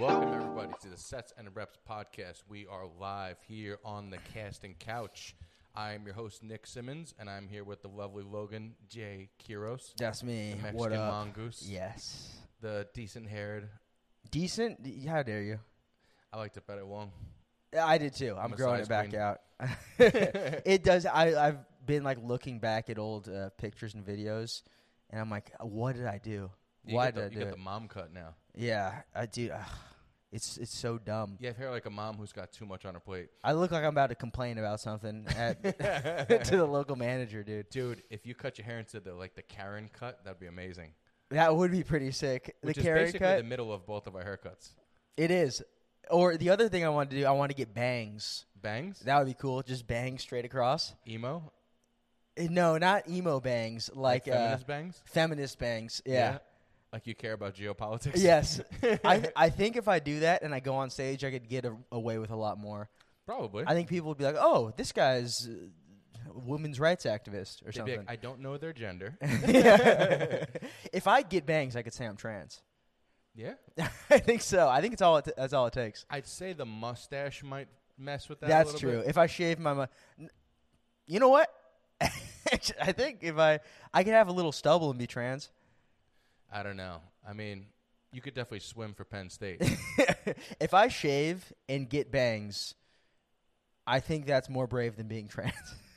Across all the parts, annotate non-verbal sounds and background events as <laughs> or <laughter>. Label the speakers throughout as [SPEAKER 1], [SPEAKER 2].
[SPEAKER 1] Welcome, everybody, to the Sets and Reps podcast. We are live here on the casting couch. I am your host, Nick Simmons, and I'm here with the lovely Logan J. Quiros,
[SPEAKER 2] That's me.
[SPEAKER 1] the Mexican
[SPEAKER 2] what up?
[SPEAKER 1] mongoose,
[SPEAKER 2] Yes.
[SPEAKER 1] the decent haired.
[SPEAKER 2] Decent? D- How dare you?
[SPEAKER 1] I liked it better, Wong.
[SPEAKER 2] I did too. I'm
[SPEAKER 1] a
[SPEAKER 2] growing
[SPEAKER 1] size
[SPEAKER 2] it back
[SPEAKER 1] queen.
[SPEAKER 2] out. <laughs>
[SPEAKER 1] <laughs>
[SPEAKER 2] <laughs> it does. I, I've been like looking back at old uh, pictures and videos, and I'm like, uh, what did I do?
[SPEAKER 1] You
[SPEAKER 2] Why
[SPEAKER 1] get the,
[SPEAKER 2] did
[SPEAKER 1] you
[SPEAKER 2] I do
[SPEAKER 1] get
[SPEAKER 2] it?
[SPEAKER 1] the mom cut now?
[SPEAKER 2] yeah, I do. Ugh, it's it's so dumb.
[SPEAKER 1] You have hair like a mom who's got too much on her
[SPEAKER 2] <laughs>
[SPEAKER 1] plate.
[SPEAKER 2] I look like I'm about to complain about something
[SPEAKER 1] <laughs>
[SPEAKER 2] at, to the local manager, dude.
[SPEAKER 1] Dude, if you cut your hair into the like the Karen cut, that'd be amazing.
[SPEAKER 2] That would be pretty sick.
[SPEAKER 1] Which
[SPEAKER 2] the
[SPEAKER 1] is
[SPEAKER 2] carrot
[SPEAKER 1] basically
[SPEAKER 2] cut.
[SPEAKER 1] the middle of both of our haircuts.
[SPEAKER 2] it is. Or the other thing I want to do, I want to get bangs.
[SPEAKER 1] Bangs,
[SPEAKER 2] That would be cool. Just bangs straight across.
[SPEAKER 1] emo,
[SPEAKER 2] Eh, No, not emo bangs, like,
[SPEAKER 1] feminist
[SPEAKER 2] uh,
[SPEAKER 1] bangs.
[SPEAKER 2] feminist bangs. Yeah.
[SPEAKER 1] Like you care about geopolitics. <laughs>
[SPEAKER 2] Yes. I th- I think if I do that and I go on stage, I could get a- away with a lot more.
[SPEAKER 1] Probably.
[SPEAKER 2] I think people would be like, "Oh, this guy's uh, a women's rights activist
[SPEAKER 1] They'd be
[SPEAKER 2] or
[SPEAKER 1] like,
[SPEAKER 2] something."
[SPEAKER 1] I don't know their
[SPEAKER 2] <laughs>
[SPEAKER 1] gender. <laughs>
[SPEAKER 2] if I get bangs, I could say I'm trans. <laughs>
[SPEAKER 1] yeah.
[SPEAKER 2] I think so. I think it's all it t- that's all it takes.
[SPEAKER 1] I'd say the mustache might mess with that. a
[SPEAKER 2] that's
[SPEAKER 1] little
[SPEAKER 2] true.
[SPEAKER 1] bit.
[SPEAKER 2] If I shave my, mu- n- you know what? <laughs> I think if I I could have a little stubble and be trans.
[SPEAKER 1] I don't know. I mean, you could definitely swim for Penn
[SPEAKER 2] <laughs>
[SPEAKER 1] State.
[SPEAKER 2] if I shave and get bangs, I think that's more brave than being trans.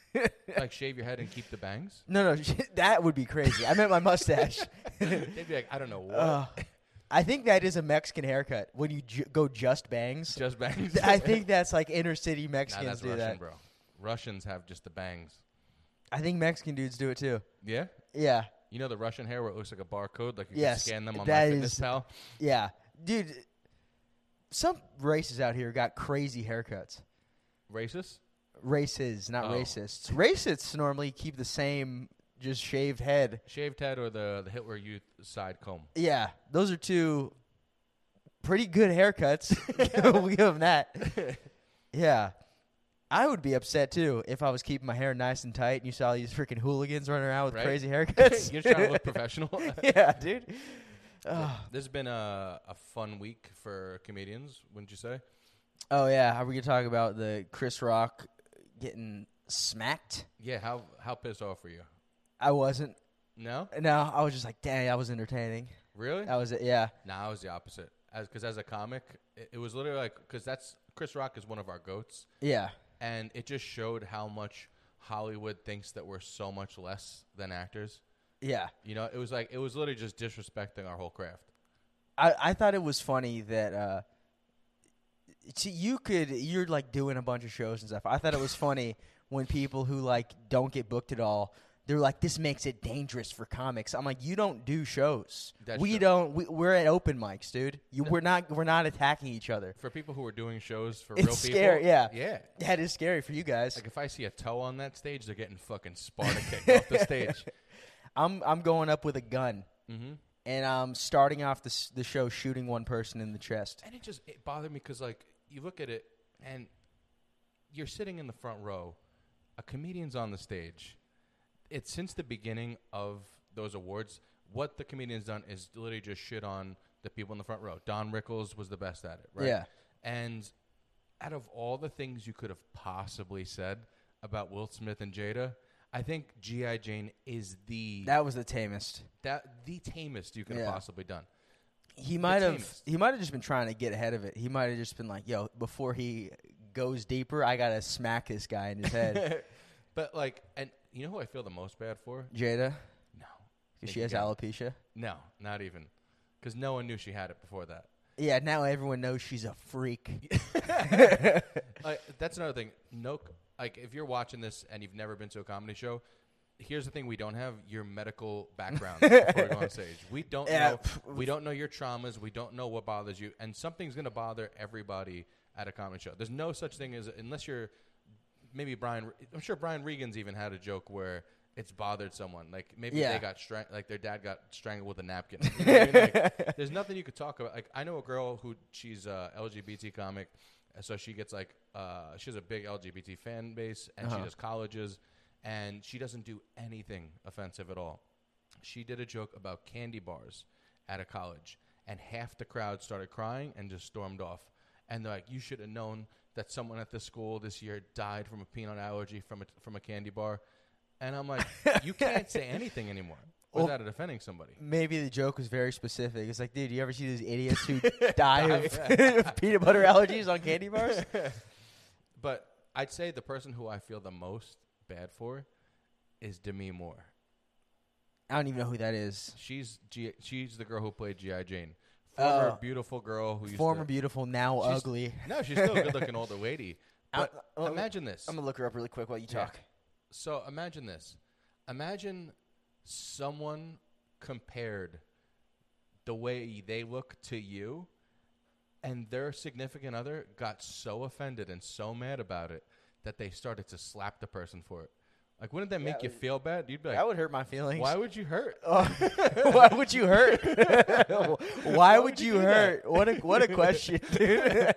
[SPEAKER 2] <laughs>
[SPEAKER 1] like shave your head and keep the bangs.
[SPEAKER 2] no, no, that would be crazy. I meant
[SPEAKER 1] <laughs>
[SPEAKER 2] my mustache.
[SPEAKER 1] They'd be like, I don't know what.
[SPEAKER 2] Ugh. I think that is a Mexican haircut when you ju- go just bangs.
[SPEAKER 1] just bangs.
[SPEAKER 2] Th- <laughs>
[SPEAKER 1] <laughs>
[SPEAKER 2] I think that's like inner city
[SPEAKER 1] nah,
[SPEAKER 2] Mexicans
[SPEAKER 1] that's
[SPEAKER 2] do
[SPEAKER 1] Russian,
[SPEAKER 2] that.
[SPEAKER 1] bro. Russians have just the bangs.
[SPEAKER 2] I think Mexican dudes do it too.
[SPEAKER 1] Yeah.
[SPEAKER 2] Yeah,
[SPEAKER 1] You know the Russian hair where it looks like a barcode, like you
[SPEAKER 2] Yes,
[SPEAKER 1] can scan them on
[SPEAKER 2] that
[SPEAKER 1] my fitness
[SPEAKER 2] is-
[SPEAKER 1] pal.
[SPEAKER 2] yeah, dude. Some races out here got crazy haircuts.
[SPEAKER 1] Racist?
[SPEAKER 2] Races, not
[SPEAKER 1] Oh.
[SPEAKER 2] racists. Racists normally keep the same, just shaved head.
[SPEAKER 1] Shaved head or the, the Hitler Youth side comb?
[SPEAKER 2] Yeah, those are two pretty good haircuts. <laughs> we'll give them that. Yeah. I would be upset too if I was keeping my hair nice and tight and you saw these freaking hooligans running around with
[SPEAKER 1] Right? <laughs>
[SPEAKER 2] crazy <laughs>
[SPEAKER 1] You're
[SPEAKER 2] haircuts.
[SPEAKER 1] just trying to look professional.
[SPEAKER 2] yeah, dude. Oh,
[SPEAKER 1] <laughs> This has been a, a fun week for comedians, wouldn't you say?
[SPEAKER 2] oh yeah, how are we going to talk about the Chris Rock getting smacked?
[SPEAKER 1] Yeah, how how pissed off were you?
[SPEAKER 2] I wasn't.
[SPEAKER 1] No,
[SPEAKER 2] No, I was just like, dang, that was entertaining.
[SPEAKER 1] really?
[SPEAKER 2] That was it. Yeah.
[SPEAKER 1] Nah, I was the opposite. As because as a comic, it, it was literally like because that's Chris Rock is one of our goats,
[SPEAKER 2] Yeah.
[SPEAKER 1] and it just showed how much Hollywood thinks that we're so much less than actors.
[SPEAKER 2] Yeah.
[SPEAKER 1] You know, it was like it was literally just disrespecting our whole craft.
[SPEAKER 2] I, I thought it was funny that uh, see, you could you're like doing a bunch of shows and stuff. I thought it was funny
[SPEAKER 1] <laughs>
[SPEAKER 2] when people who like don't get booked at all, they're like, "This makes it dangerous for comics." I'm like, "You don't do shows.
[SPEAKER 1] That's
[SPEAKER 2] we
[SPEAKER 1] true.
[SPEAKER 2] don't. We, we're at open mics, dude. You, we're not. We're not attacking each other.
[SPEAKER 1] For people who are doing shows for
[SPEAKER 2] It's
[SPEAKER 1] real
[SPEAKER 2] scary.
[SPEAKER 1] people,
[SPEAKER 2] Yeah.
[SPEAKER 1] yeah.
[SPEAKER 2] That is scary for you guys.
[SPEAKER 1] Like if I see a toe on that stage, they're getting fucking Sparta kicked off
[SPEAKER 2] <laughs>
[SPEAKER 1] the stage.
[SPEAKER 2] I'm I'm going up with a gun
[SPEAKER 1] Mm-hmm.
[SPEAKER 2] and I'm starting off the s- the show shooting one person in the chest.
[SPEAKER 1] and it just it bothered me because like you look at it and you're sitting in the front row a comedian's on the stage it's since the beginning of those awards what the comedian's done is literally just shit on the people in the front row don rickles was the best at it right
[SPEAKER 2] Yeah.
[SPEAKER 1] and out of all the things you could have possibly said about will smith and jada i think gi jane is the that,
[SPEAKER 2] That was the tamest.
[SPEAKER 1] the tamest you could
[SPEAKER 2] Yeah.
[SPEAKER 1] have possibly done
[SPEAKER 2] he might have
[SPEAKER 1] tamest.
[SPEAKER 2] he might have just been trying to get ahead of it. He might have just been like, "Yo, before he goes deeper, I gotta smack this guy in
[SPEAKER 1] <laughs>
[SPEAKER 2] his head."
[SPEAKER 1] but like and you know who i feel the most bad for
[SPEAKER 2] Jada,
[SPEAKER 1] No.
[SPEAKER 2] because
[SPEAKER 1] Think
[SPEAKER 2] she
[SPEAKER 1] you
[SPEAKER 2] has
[SPEAKER 1] got-
[SPEAKER 2] alopecia.
[SPEAKER 1] No, not even. Because no one knew she had it before that.
[SPEAKER 2] Yeah, now everyone knows she's a freak. <laughs>
[SPEAKER 1] Like, that's another thing. No, c- like if you're watching this and you've never been to a comedy show, here's the thing: we don't have your medical
[SPEAKER 2] <laughs>
[SPEAKER 1] background before we go on stage. We don't
[SPEAKER 2] Yeah,
[SPEAKER 1] know. We don't know your traumas. We don't know what bothers you, and something's gonna bother everybody at a comedy show. There's no such thing as unless you're maybe Brian. Re- I'm sure Brian Regan's even had a joke where. It's bothered someone. Like maybe
[SPEAKER 2] Yeah.
[SPEAKER 1] they got strang- like their dad got strangled with a
[SPEAKER 2] <laughs>
[SPEAKER 1] napkin. You know what I mean? Like, there's nothing you could talk about. Like I know a girl who she's a LGBT comic, and so she gets like uh, she has a big LGBT fan base, and she does colleges, and she doesn't do anything offensive at all. She did a joke about candy bars at a college, and half the crowd started crying and just stormed off. And they're like, "You should have known that someone at the school this year died from a peanut allergy from a from a candy bar." And I'm like, "You can't say anything anymore
[SPEAKER 2] Well-
[SPEAKER 1] without offending somebody."
[SPEAKER 2] Maybe the joke was very specific. It's like, dude, you ever see those idiots
[SPEAKER 1] <laughs>
[SPEAKER 2] who die of <laughs> peanut butter allergies on candy bars?
[SPEAKER 1] But I'd say the person who I feel the most bad for is Demi Moore.
[SPEAKER 2] I don't even know who that is.
[SPEAKER 1] She's G- she's the girl who played GI Jane, former
[SPEAKER 2] Oh.
[SPEAKER 1] beautiful girl who used
[SPEAKER 2] Former
[SPEAKER 1] to,
[SPEAKER 2] beautiful, now
[SPEAKER 1] She's-
[SPEAKER 2] ugly.
[SPEAKER 1] <laughs> No, she's
[SPEAKER 2] <laughs>
[SPEAKER 1] still a good-looking older lady.
[SPEAKER 2] I'm-
[SPEAKER 1] But
[SPEAKER 2] I'm-
[SPEAKER 1] imagine this.
[SPEAKER 2] Oh, I'm gonna look her up really quick while you
[SPEAKER 1] Yeah.
[SPEAKER 2] talk.
[SPEAKER 1] So imagine this. Imagine someone compared the way they look to you and their significant other got so offended and so mad about it that they started to slap the person for it. Like wouldn't that
[SPEAKER 2] Yeah,
[SPEAKER 1] make you
[SPEAKER 2] like-
[SPEAKER 1] feel bad? You'd be
[SPEAKER 2] that
[SPEAKER 1] like,
[SPEAKER 2] would hurt my feelings.
[SPEAKER 1] "Why would you hurt?"
[SPEAKER 2] Oh, <laughs> why would you
[SPEAKER 1] <laughs>
[SPEAKER 2] hurt? why would
[SPEAKER 1] would you
[SPEAKER 2] you
[SPEAKER 1] do that?
[SPEAKER 2] hurt? What a what
[SPEAKER 1] <laughs>
[SPEAKER 2] a question, dude.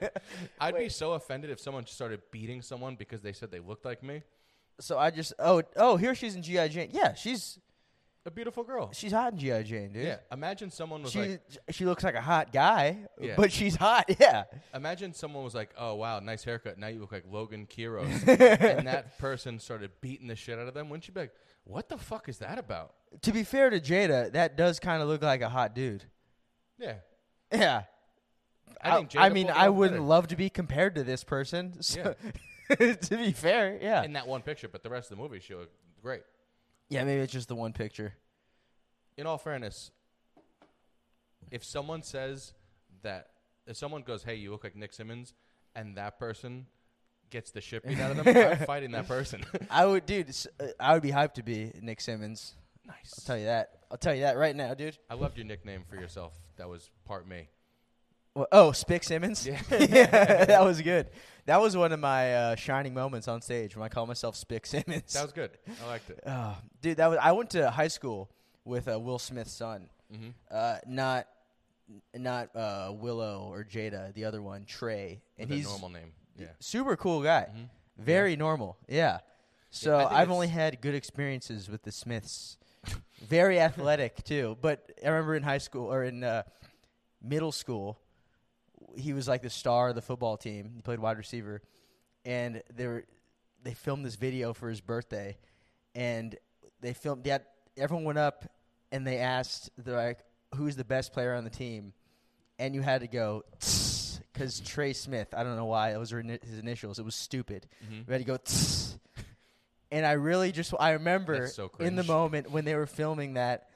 [SPEAKER 1] I'd be
[SPEAKER 2] Wait.
[SPEAKER 1] so offended if someone just started beating someone because they said they looked like me.
[SPEAKER 2] so I just oh oh here she's in GI Jane. Yeah, she's
[SPEAKER 1] A beautiful girl.
[SPEAKER 2] she's hot in GI Jane, dude.
[SPEAKER 1] Yeah. Imagine someone was
[SPEAKER 2] She
[SPEAKER 1] like
[SPEAKER 2] she looks like a hot guy,
[SPEAKER 1] Yeah.
[SPEAKER 2] but she's hot. <laughs> Yeah.
[SPEAKER 1] Imagine someone was like, "Oh wow, nice haircut. Now you look like Logan
[SPEAKER 2] <laughs>
[SPEAKER 1] Quiros," and that person started beating the shit out of them. Wouldn't you be like, "What the fuck is that about?"
[SPEAKER 2] To be fair to Jada, that does kind of look like a hot dude.
[SPEAKER 1] Yeah,
[SPEAKER 2] Yeah.
[SPEAKER 1] I think. Jada
[SPEAKER 2] I mean,
[SPEAKER 1] pulled it
[SPEAKER 2] I
[SPEAKER 1] off
[SPEAKER 2] wouldn't
[SPEAKER 1] better
[SPEAKER 2] love to be compared to this person. <laughs> So <laughs> to be fair, yeah.
[SPEAKER 1] in that one picture, but the rest of the movie she looked great.
[SPEAKER 2] yeah, maybe it's just the one picture.
[SPEAKER 1] In all fairness, if someone says that, if someone goes, "Hey, you look like Nick Simmons," and that person gets the shit beat out of them,
[SPEAKER 2] <laughs>
[SPEAKER 1] I'm fighting that person.
[SPEAKER 2] I would, dude. s- uh, I would be hyped to be Nick Simmons.
[SPEAKER 1] <laughs>
[SPEAKER 2] I'll
[SPEAKER 1] nice.
[SPEAKER 2] tell you that. I'll tell you that right now, dude.
[SPEAKER 1] I loved your nickname for yourself. That was part me.
[SPEAKER 2] Wha- oh, Spick Simmons.
[SPEAKER 1] Yeah.
[SPEAKER 2] <laughs> Yeah, that was good. That was one of my uh, shining moments on stage when I called myself Spick Simmons.
[SPEAKER 1] That was good. I liked it.
[SPEAKER 2] <laughs> Oh, dude, that was. I went to high school with uh, Will Smith's son.
[SPEAKER 1] hmm
[SPEAKER 2] Uh, not, not uh, Willow or Jada. The other one, Trey, and
[SPEAKER 1] With a
[SPEAKER 2] he's
[SPEAKER 1] normal
[SPEAKER 2] <laughs>
[SPEAKER 1] name. Yeah.
[SPEAKER 2] super cool guy.
[SPEAKER 1] Mhm.
[SPEAKER 2] Very normal. Yeah. So
[SPEAKER 1] I think
[SPEAKER 2] I've only
[SPEAKER 1] it's-
[SPEAKER 2] had good experiences with the Smiths. Very
[SPEAKER 1] <laughs>
[SPEAKER 2] athletic too. But I remember in high school or in uh, middle school, he was like the star of the football team. He played wide receiver, and they were they filmed this video for his birthday, and they filmed that everyone went up and they asked they're like who's the best player on the team, and you had to go because Trey Smith. I don't know why it was her ini- his initials. It was stupid.
[SPEAKER 1] Mhm.
[SPEAKER 2] We had to go. <laughs> And I really just I remember
[SPEAKER 1] That's so
[SPEAKER 2] in the
[SPEAKER 1] cringe.
[SPEAKER 2] moment when they were filming that,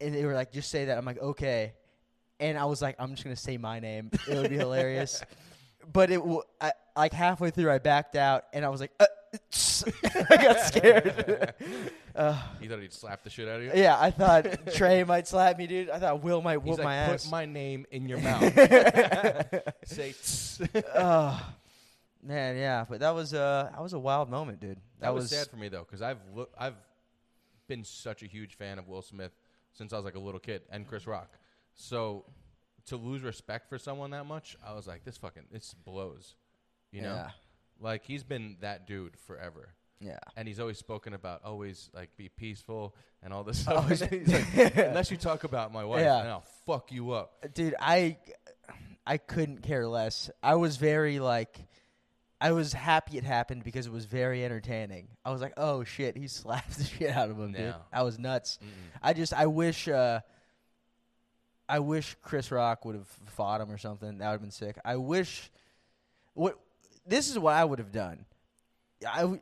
[SPEAKER 2] and they were like, "Just say that." I'm like, "Okay," and I was like, "I'm just gonna say my name. It would
[SPEAKER 1] <laughs>
[SPEAKER 2] be hilarious." But it w- I, like halfway through, I backed out, and I was like, uh, <laughs>
[SPEAKER 1] <laughs>
[SPEAKER 2] I got scared. <laughs> uh,
[SPEAKER 1] Mm-hmm. You thought he'd slap the shit out of you?
[SPEAKER 2] yeah, I thought Trey might slap me, dude. I thought Will
[SPEAKER 1] He's
[SPEAKER 2] might whoop
[SPEAKER 1] like,
[SPEAKER 2] my
[SPEAKER 1] put
[SPEAKER 2] ass.
[SPEAKER 1] my name in
[SPEAKER 2] <laughs>
[SPEAKER 1] your mouth. Say, tss. that,
[SPEAKER 2] oh, man, yeah. But that was uh, that was a wild moment, dude. That,
[SPEAKER 1] was, sad for me though, because I've loo- I've been such a huge fan of Will Smith since I was like a little kid, and Chris Rock. So to lose respect for someone that much, I was like, this fucking this blows. You know,
[SPEAKER 2] Yeah.
[SPEAKER 1] like he's been that dude forever.
[SPEAKER 2] Yeah.
[SPEAKER 1] and he's always spoken about always like be peaceful and all
[SPEAKER 2] <laughs>
[SPEAKER 1] this
[SPEAKER 2] Oh,
[SPEAKER 1] <laughs> stuff.
[SPEAKER 2] is
[SPEAKER 1] He's
[SPEAKER 2] it?
[SPEAKER 1] like, Unless you talk about my wife,
[SPEAKER 2] Yeah.
[SPEAKER 1] and I'll fuck you up.
[SPEAKER 2] Dude, I I couldn't care less. I was very like I was happy it happened because it was very entertaining. I was like, "Oh shit, he <laughs> slapped the shit out of him, dude."
[SPEAKER 1] No.
[SPEAKER 2] I was nuts.
[SPEAKER 1] Mm-mm.
[SPEAKER 2] I just I wish uh I wish Chris Rock would have fought him or something. That would have been sick. I wish what this is what I would have done. I w-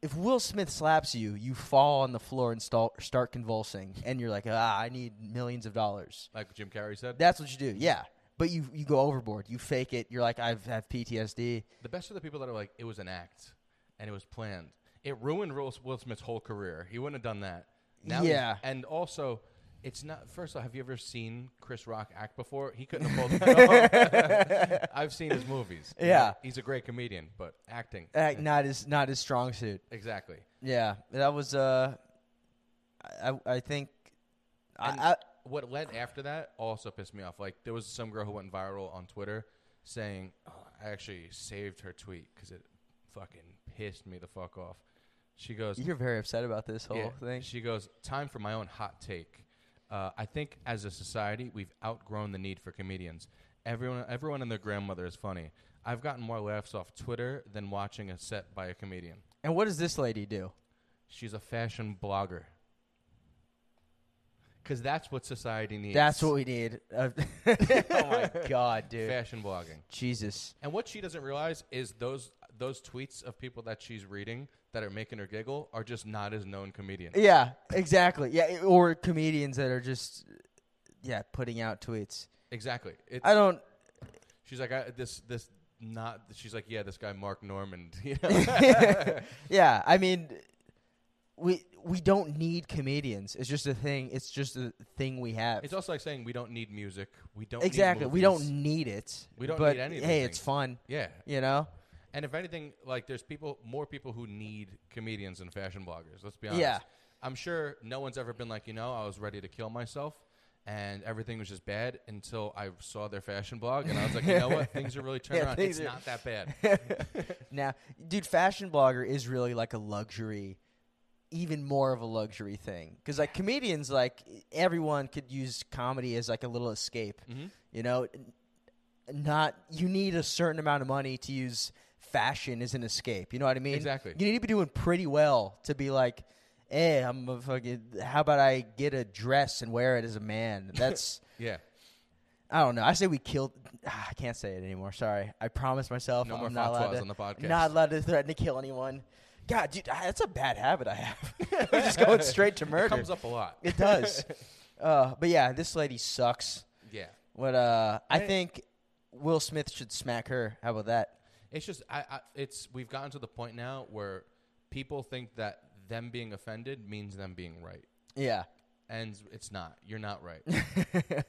[SPEAKER 2] if Will Smith slaps you, you fall on the floor and stall, start convulsing, and you're like, ah, I need millions of dollars.
[SPEAKER 1] Like Jim Carrey said,
[SPEAKER 2] That's what you do. Yeah. But you you go overboard. You fake it. You're like I've have PTSD.
[SPEAKER 1] the best are the people that are like, it was an act and it was planned. It ruined Will Will Smith's whole career. He wouldn't have done that. he's-
[SPEAKER 2] Yeah.
[SPEAKER 1] and also, it's not. First of all, have you ever seen Chris Rock act before? He couldn't have pulled
[SPEAKER 2] <laughs>
[SPEAKER 1] that off. I've seen his movies. you know?
[SPEAKER 2] Yeah. Uh,
[SPEAKER 1] he's a great comedian, but acting
[SPEAKER 2] Act not his not his strong suit.
[SPEAKER 1] exactly.
[SPEAKER 2] Yeah. That was uh I I- I think
[SPEAKER 1] And-
[SPEAKER 2] I, I
[SPEAKER 1] what led after that also pissed me off. Like there was some girl who went viral on Twitter saying, oh, "I actually saved her tweet because it fucking pissed me the fuck off." She goes,
[SPEAKER 2] You're very upset about this whole
[SPEAKER 1] Yeah.
[SPEAKER 2] thing.
[SPEAKER 1] She goes, Time for my own hot take. Uh, I think as a society, we've outgrown the need for comedians. Everyone, everyone and their grandmother is funny. I've gotten more laughs off Twitter than watching a set by a comedian.
[SPEAKER 2] And what does this lady do?
[SPEAKER 1] She's a fashion blogger. Because that's what society needs.
[SPEAKER 2] That's what we need. Uh, oh my <laughs> god, dude.
[SPEAKER 1] fashion blogging.
[SPEAKER 2] Jesus.
[SPEAKER 1] And what she doesn't realize is those those tweets of people that she's reading that are making her giggle are just not as known comedians.
[SPEAKER 2] Yeah, exactly. Yeah, or comedians that are just yeah, putting out tweets.
[SPEAKER 1] exactly. It's,
[SPEAKER 2] I don't
[SPEAKER 1] she's like I, this this not. She's like yeah, this guy Mark Norman. <laughs> You
[SPEAKER 2] <laughs>
[SPEAKER 1] know?
[SPEAKER 2] yeah, I mean, we we don't need comedians. It's just a thing. It's just a thing we have.
[SPEAKER 1] it's also like saying we don't need music. We don't need
[SPEAKER 2] exactly. We don't
[SPEAKER 1] movies.
[SPEAKER 2] need it.
[SPEAKER 1] We don't
[SPEAKER 2] but,
[SPEAKER 1] need any of
[SPEAKER 2] Hey,
[SPEAKER 1] these
[SPEAKER 2] it's
[SPEAKER 1] things.
[SPEAKER 2] fun.
[SPEAKER 1] Yeah,
[SPEAKER 2] You know.
[SPEAKER 1] and if anything, like there's people more people who need comedians than fashion bloggers. Let's be honest.
[SPEAKER 2] Yeah.
[SPEAKER 1] I'm sure no one's ever been like you know I was ready to kill myself. And everything was just bad until I saw their fashion blog, and I was like, you know
[SPEAKER 2] <laughs>
[SPEAKER 1] what? Things are really turning
[SPEAKER 2] Yeah,
[SPEAKER 1] around.
[SPEAKER 2] things
[SPEAKER 1] It's
[SPEAKER 2] are-
[SPEAKER 1] not that bad.
[SPEAKER 2] now, dude, fashion blogger is really like a luxury, even more of a luxury thing. Because like comedians, like everyone could use comedy as like a little escape. You know, N- not you need a certain amount of money to use fashion as an escape. You know what I mean?
[SPEAKER 1] Exactly.
[SPEAKER 2] You need to be doing pretty well to be like. Hey, I'm a fucking. How about I get a dress and wear it as a man? That's
[SPEAKER 1] Yeah.
[SPEAKER 2] I don't know. I say we killed. <sighs> Ah, I can't say it anymore. Sorry. I promised myself
[SPEAKER 1] No
[SPEAKER 2] I'm
[SPEAKER 1] more
[SPEAKER 2] not allowed
[SPEAKER 1] fatwas
[SPEAKER 2] to,
[SPEAKER 1] on the podcast.
[SPEAKER 2] Not allowed to threaten to kill anyone. God, dude, I, that's a bad habit I have. <laughs> <laughs> We're just going
[SPEAKER 1] <laughs>
[SPEAKER 2] straight to murder.
[SPEAKER 1] It comes up a lot. <laughs>
[SPEAKER 2] It does. uh, but yeah, this lady sucks.
[SPEAKER 1] Yeah.
[SPEAKER 2] What? Uh, I
[SPEAKER 1] Hey.
[SPEAKER 2] think Will Smith should smack her. How about that?
[SPEAKER 1] It's just I, I it's we've gotten to the point now where people think that them being offended means them being right.
[SPEAKER 2] Yeah.
[SPEAKER 1] And it's not. You're not
[SPEAKER 2] <laughs>
[SPEAKER 1] right.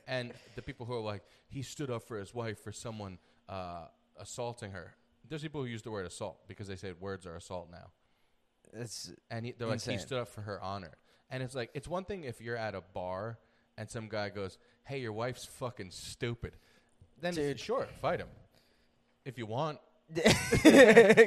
[SPEAKER 1] and the people who are like, he stood up for his wife for someone uh, assaulting her. There's people who use the word assault because they say words are assault now. <laughs>
[SPEAKER 2] It's <laughs>
[SPEAKER 1] And he, they're like, he
[SPEAKER 2] Insane.
[SPEAKER 1] stood up for her honor. And it's like, it's one thing if you're at a bar and some guy goes, hey, your wife's fucking stupid. Then
[SPEAKER 2] Dude.
[SPEAKER 1] sure, fight him if you want.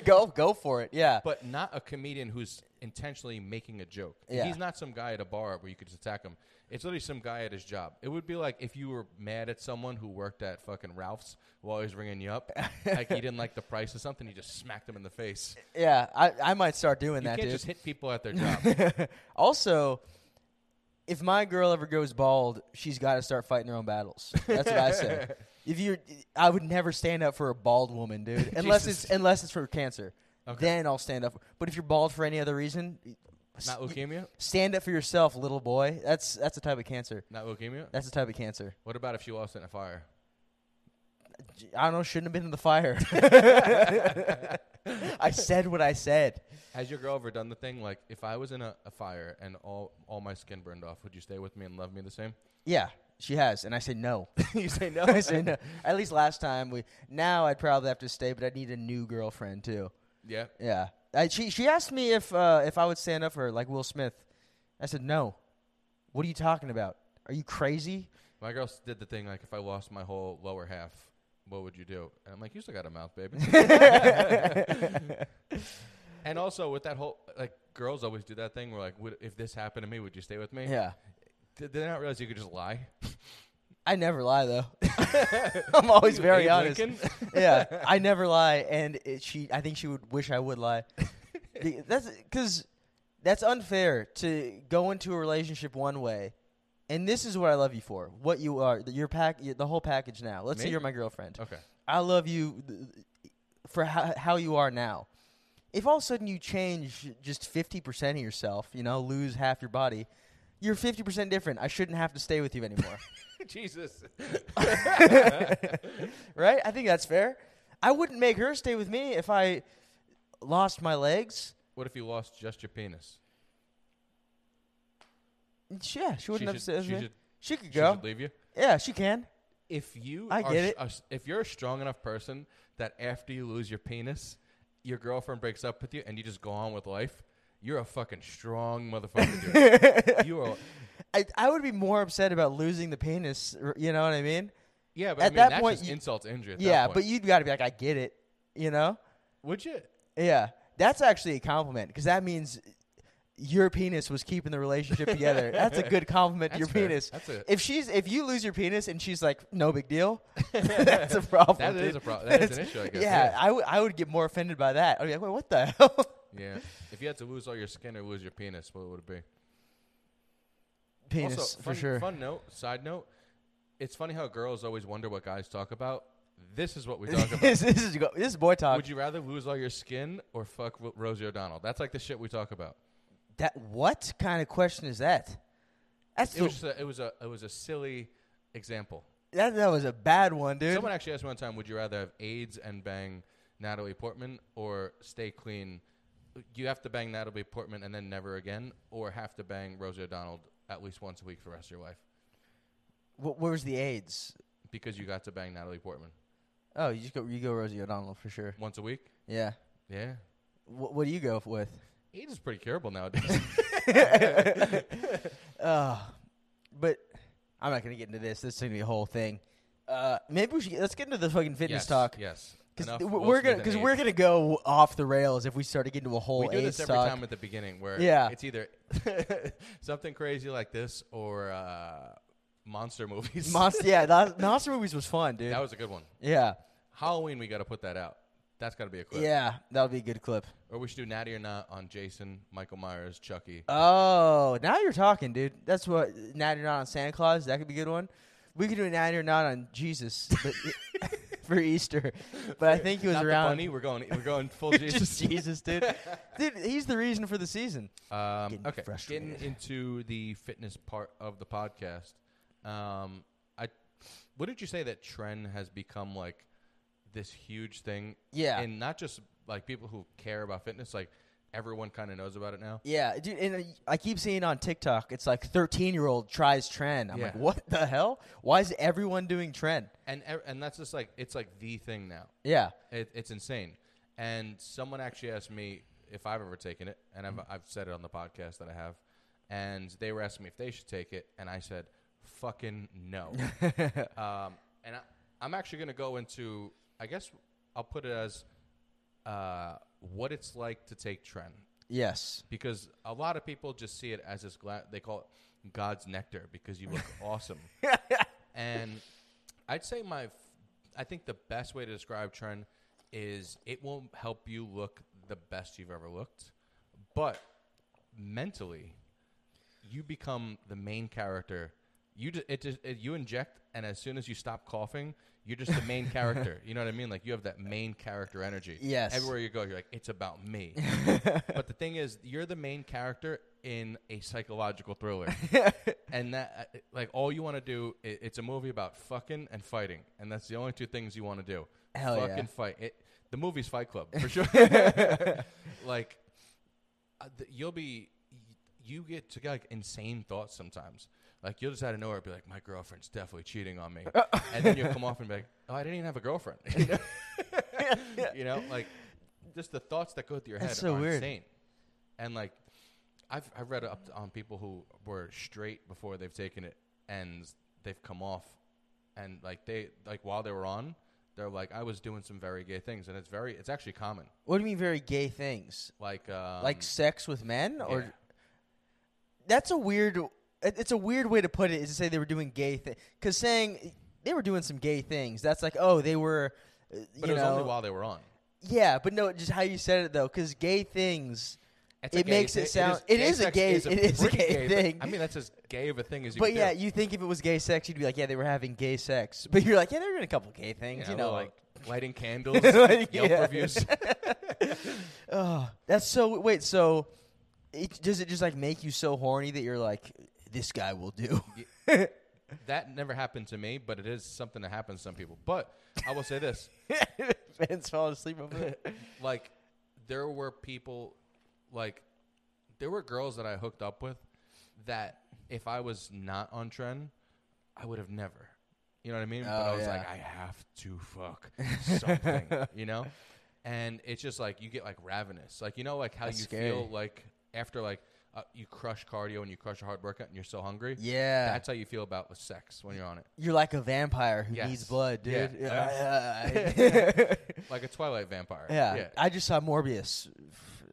[SPEAKER 2] go go for it. Yeah.
[SPEAKER 1] but not a comedian who's intentionally making a joke.
[SPEAKER 2] Yeah.
[SPEAKER 1] He's not some guy at a bar where you could just attack him. It's literally some guy at his job. It would be like if you were mad at someone who worked at fucking Ralph's while he was ringing you
[SPEAKER 2] <laughs>
[SPEAKER 1] up, like he didn't like the price of something, you just smacked him in the face.
[SPEAKER 2] yeah. I, I might start doing
[SPEAKER 1] You
[SPEAKER 2] that,
[SPEAKER 1] can't
[SPEAKER 2] dude.
[SPEAKER 1] just hit people at their
[SPEAKER 2] <laughs>
[SPEAKER 1] job.
[SPEAKER 2] also, if my girl ever goes bald, she's got to start fighting her own battles. That's what
[SPEAKER 1] <laughs>
[SPEAKER 2] I say. If you, I would never stand up for a bald woman,
[SPEAKER 1] <laughs>
[SPEAKER 2] dude. Unless it's
[SPEAKER 1] Jesus.
[SPEAKER 2] unless it's for cancer,
[SPEAKER 1] Okay.
[SPEAKER 2] then I'll stand up. But if you're bald for any other reason, s-
[SPEAKER 1] not leukemia.
[SPEAKER 2] stand up for yourself, little boy. That's that's a type of cancer.
[SPEAKER 1] Not leukemia.
[SPEAKER 2] That's a type of cancer.
[SPEAKER 1] What about if she lost in a
[SPEAKER 2] <laughs>
[SPEAKER 1] fire?
[SPEAKER 2] I don't know. Shouldn't have been in the fire. <laughs> I said what I said.
[SPEAKER 1] Has your girl ever done the thing like if I was in a, a fire and all all my skin burned off, would you stay with me and love me the same?
[SPEAKER 2] Yeah, she has, and I say no. <laughs>
[SPEAKER 1] you say no.
[SPEAKER 2] I say no. <laughs> At least last time we. Now I'd probably have to stay, but I'd need a new girlfriend too.
[SPEAKER 1] Yeah.
[SPEAKER 2] Yeah. I, she she asked me if uh, if I would stand up for her like Will Smith. I said no. What are you talking about? Are you crazy?
[SPEAKER 1] My girl s- did the thing like if I lost my whole lower half, what would you do? And I'm like, you still got a mouth,
[SPEAKER 2] <laughs>
[SPEAKER 1] baby. and also with that whole like girls always do that thing where like, would, if this happened to me, would you stay with me?
[SPEAKER 2] Yeah.
[SPEAKER 1] Did they not realize you could just lie?
[SPEAKER 2] I never lie though. <laughs> I'm always very
[SPEAKER 1] Abe
[SPEAKER 2] honest. <laughs>
[SPEAKER 1] Lincoln?
[SPEAKER 2] yeah, I never lie, and it, she. I think she would wish I would lie. The- that's because that's unfair to go into a relationship one way, and this is what I love you for. What you are, your pack, the whole package. Now, let's say
[SPEAKER 1] Me?
[SPEAKER 2] you're my girlfriend.
[SPEAKER 1] Okay.
[SPEAKER 2] I love you th- th- for how, how you are now. If all of a sudden you change just 50% of yourself, you know, lose half your body, you're 50% different. I shouldn't have to stay with you anymore.
[SPEAKER 1] Jesus.
[SPEAKER 2] <laughs> right? I think that's fair. I wouldn't make her stay with me if I lost my legs.
[SPEAKER 1] What if you lost just your penis?
[SPEAKER 2] She- Yeah, she wouldn't
[SPEAKER 1] She
[SPEAKER 2] have
[SPEAKER 1] should-
[SPEAKER 2] stayed with
[SPEAKER 1] she
[SPEAKER 2] me.
[SPEAKER 1] should-
[SPEAKER 2] she could
[SPEAKER 1] She
[SPEAKER 2] go.
[SPEAKER 1] should leave you.
[SPEAKER 2] yeah, she can. <laughs>
[SPEAKER 1] If you
[SPEAKER 2] I
[SPEAKER 1] are
[SPEAKER 2] get
[SPEAKER 1] s-
[SPEAKER 2] it.
[SPEAKER 1] a s- if you're a strong enough person that after you lose your penis, your girlfriend breaks up with you and you just go on with life, you're a fucking strong
[SPEAKER 2] <laughs>
[SPEAKER 1] motherfucker. dude. you are
[SPEAKER 2] I, I would be more upset about losing the penis. r- You know what I mean?
[SPEAKER 1] Yeah, but
[SPEAKER 2] At
[SPEAKER 1] I mean,
[SPEAKER 2] that
[SPEAKER 1] that's
[SPEAKER 2] point,
[SPEAKER 1] just
[SPEAKER 2] you-
[SPEAKER 1] insult to injury. At
[SPEAKER 2] yeah,
[SPEAKER 1] that
[SPEAKER 2] but
[SPEAKER 1] point.
[SPEAKER 2] you'd got to be like, I get it. You know?
[SPEAKER 1] would you?
[SPEAKER 2] Yeah, that's actually a compliment because that means your penis was keeping the
[SPEAKER 1] <laughs>
[SPEAKER 2] relationship together. That's a good compliment to
[SPEAKER 1] That's
[SPEAKER 2] your
[SPEAKER 1] fair.
[SPEAKER 2] penis.
[SPEAKER 1] That's
[SPEAKER 2] <laughs>
[SPEAKER 1] it.
[SPEAKER 2] If she's if you lose your penis and she's like no
[SPEAKER 1] <laughs>
[SPEAKER 2] big deal, <laughs> that's a problem.
[SPEAKER 1] That
[SPEAKER 2] dude.
[SPEAKER 1] is a prob- that
[SPEAKER 2] <laughs>
[SPEAKER 1] is an
[SPEAKER 2] That's-
[SPEAKER 1] issue, I guess,
[SPEAKER 2] Yeah,
[SPEAKER 1] yeah.
[SPEAKER 2] I would I would get more offended by that. I'd be like, wait, what the hell? <laughs>
[SPEAKER 1] Yeah. If you had to lose all your skin or lose your penis, what would it be?
[SPEAKER 2] penis
[SPEAKER 1] also,
[SPEAKER 2] for
[SPEAKER 1] fun,
[SPEAKER 2] sure. <laughs>
[SPEAKER 1] Fun note, side note. It's funny how girls always wonder what guys talk about. This is what we
[SPEAKER 2] <laughs>
[SPEAKER 1] talk about.
[SPEAKER 2] this, this is go- this is boy talk.
[SPEAKER 1] Would you rather lose all your skin or fuck Ro- Rosie O'Donnell? That's like the shit we talk about.
[SPEAKER 2] that what kind of question is that? That's
[SPEAKER 1] It was
[SPEAKER 2] the-
[SPEAKER 1] just a, it was a it was a silly example.
[SPEAKER 2] that, that was a bad one, dude.
[SPEAKER 1] Someone actually asked me one time, would you rather have AIDS and bang Natalie Portman or stay clean? You have to bang Natalie Portman and then never again, or have to bang Rosie O'Donnell at least once a week for the rest of your life
[SPEAKER 2] Wh- where's the AIDS?
[SPEAKER 1] because you got to bang Natalie Portman
[SPEAKER 2] Oh, you just go you go Rosie O'Donnell for sure.
[SPEAKER 1] once a week.
[SPEAKER 2] Yeah.
[SPEAKER 1] Yeah,
[SPEAKER 2] Wh- what do you go f- with? <laughs>
[SPEAKER 1] AIDS is pretty curable nowadays.
[SPEAKER 2] Uh, but I'm not gonna get into this. This is gonna be a whole thing. Uh, maybe we should get, let's get into the fucking fitness
[SPEAKER 1] yes,
[SPEAKER 2] talk
[SPEAKER 1] Yes,
[SPEAKER 2] because
[SPEAKER 1] Enough Will
[SPEAKER 2] we're
[SPEAKER 1] Smith
[SPEAKER 2] gonna
[SPEAKER 1] and
[SPEAKER 2] because
[SPEAKER 1] AIDS.
[SPEAKER 2] we're gonna go off the rails if we start to get into a whole
[SPEAKER 1] we do
[SPEAKER 2] AIDS
[SPEAKER 1] this every
[SPEAKER 2] talk.
[SPEAKER 1] time at the beginning where
[SPEAKER 2] Yeah.
[SPEAKER 1] it's either <laughs> something crazy like this or uh, monster movies. <laughs>
[SPEAKER 2] <laughs> Monster, yeah, that, monster movies was fun, dude.
[SPEAKER 1] that was a good one.
[SPEAKER 2] yeah,
[SPEAKER 1] Halloween, we got to put that out. That's got to be a clip.
[SPEAKER 2] yeah, that'll be a good clip.
[SPEAKER 1] Or we should do Natty or Not on Jason, Michael Myers, Chucky.
[SPEAKER 2] Oh, now you're talking, dude. That's what Natty or Not on Santa Claus. That could be a good one. We could do a Natty or Not on Jesus but, <laughs> for Easter, but I think he was
[SPEAKER 1] Not the
[SPEAKER 2] around.
[SPEAKER 1] bunny. We're going. We're
[SPEAKER 2] <laughs>
[SPEAKER 1] going full Jesus.
[SPEAKER 2] Just Jesus, dude.
[SPEAKER 1] <laughs>
[SPEAKER 2] dude, he's the reason for the season.
[SPEAKER 1] Um,
[SPEAKER 2] Getting
[SPEAKER 1] okay,
[SPEAKER 2] frustrated.
[SPEAKER 1] getting into the fitness part of the podcast. Um, I wouldn't you say that trend has become like this huge thing?
[SPEAKER 2] Yeah.
[SPEAKER 1] and not just like people who care about fitness. Like everyone kind of knows about it now.
[SPEAKER 2] Yeah, dude, and uh, I keep seeing on TikTok, it's like 13 year old tries trend. I'm like,
[SPEAKER 1] Yeah.
[SPEAKER 2] what the hell? Why is everyone doing trend?
[SPEAKER 1] and ev- and that's just like it's like the thing now.
[SPEAKER 2] Yeah.
[SPEAKER 1] It, it's insane. And someone actually asked me if I've ever taken it, and I've I've said it on the podcast that I have, and they were asking me if they should take it, and I said, "Fucking no." um, and I, I'm actually going to go into, I guess I'll put it as uh, what it's like to take Tren
[SPEAKER 2] Yes.
[SPEAKER 1] because a lot of people just see it as this gla- they call it God's nectar because you look awesome. And I'd say my f- I think the best way to describe trend is it will help you look the best you've ever looked, but mentally you become the main character. You just, it just it, you inject, and as soon as you stop coughing, you're just the main character. You know what I mean? Like you have that main character energy.
[SPEAKER 2] Yes.
[SPEAKER 1] Everywhere you go, you're like, it's about
[SPEAKER 2] <laughs>
[SPEAKER 1] me. but the thing is, you're the main character in a psychological
[SPEAKER 2] <laughs>
[SPEAKER 1] thriller, and that uh, like all you want to do, i it's a movie about fucking and fighting, and that's the only two things you want to do.
[SPEAKER 2] Hell yeah.
[SPEAKER 1] fucking fight. It, the movie's Fight Club
[SPEAKER 2] <laughs>
[SPEAKER 1] for sure. <laughs> like uh, th- you'll be y- you get to get like insane thoughts sometimes. Like you'll just out of nowhere be like, my girlfriend's definitely cheating
[SPEAKER 2] <laughs>
[SPEAKER 1] on me, and then you'll come off and be like, oh, I didn't even have a girlfriend. <laughs> you, know? You know, like just the thoughts that go through your head
[SPEAKER 2] That's so
[SPEAKER 1] are
[SPEAKER 2] weird.
[SPEAKER 1] insane. And like, I've I've read up on people who were straight before they've taken it, and they've come off, and like they like while they were on, they're like, I was doing some very gay things, and it's very it's actually common.
[SPEAKER 2] <laughs> What do you mean, very gay things?
[SPEAKER 1] Like um,
[SPEAKER 2] like sex with men? Or
[SPEAKER 1] yeah.
[SPEAKER 2] that's a weird. it- It's a weird way to put it is to say they were doing gay things. Because saying they were doing some gay things, that's like, oh, they were. uh, You
[SPEAKER 1] but it was
[SPEAKER 2] know,
[SPEAKER 1] only while they were on.
[SPEAKER 2] Yeah, but no, just how you said it though, because gay things.
[SPEAKER 1] It's a
[SPEAKER 2] It
[SPEAKER 1] gay
[SPEAKER 2] makes
[SPEAKER 1] thi-
[SPEAKER 2] it sound- it
[SPEAKER 1] gay
[SPEAKER 2] is a
[SPEAKER 1] sex
[SPEAKER 2] gay- it is a
[SPEAKER 1] pretty
[SPEAKER 2] gay
[SPEAKER 1] thi-
[SPEAKER 2] thing.
[SPEAKER 1] I mean, that's as gay of a thing as you.
[SPEAKER 2] But
[SPEAKER 1] can
[SPEAKER 2] yeah,
[SPEAKER 1] do.
[SPEAKER 2] you think if it was gay sex, you'd be like, yeah, they were having gay sex. <laughs> But you're like, yeah, they were doing a couple gay
[SPEAKER 1] you
[SPEAKER 2] things,
[SPEAKER 1] know,
[SPEAKER 2] you know,
[SPEAKER 1] like
[SPEAKER 2] <laughs>
[SPEAKER 1] lighting candles,
[SPEAKER 2] Like,
[SPEAKER 1] Yelp
[SPEAKER 2] yeah. <laughs>
[SPEAKER 1] reviews.
[SPEAKER 2] oh, that's so. Wait, so it, does it just like make you so horny that you're like, this guy will do? <laughs>
[SPEAKER 1] that never happened to me, but it is something that happens to some people. But I will say this:
[SPEAKER 2] Fans falling asleep over there.
[SPEAKER 1] <laughs> like there were people like there were girls that I hooked up with that if I was not on trend, I would have never. You know what I mean? but
[SPEAKER 2] Oh,
[SPEAKER 1] I was
[SPEAKER 2] yeah.
[SPEAKER 1] like, I have to fuck
[SPEAKER 2] <laughs>
[SPEAKER 1] something, you know? And it's just like you get like ravenous. Like you know like how
[SPEAKER 2] That's
[SPEAKER 1] you
[SPEAKER 2] scary.
[SPEAKER 1] feel like after like uh, you crush cardio and you crush a hard workout and you're so hungry.
[SPEAKER 2] Yeah,
[SPEAKER 1] That's how you feel about with sex when you're on it.
[SPEAKER 2] you're like a vampire who
[SPEAKER 1] Yes.
[SPEAKER 2] needs blood, dude.
[SPEAKER 1] Yeah. Uh-huh.
[SPEAKER 2] Yeah. <laughs>
[SPEAKER 1] Like a Twilight vampire.
[SPEAKER 2] Yeah. I just saw Morbius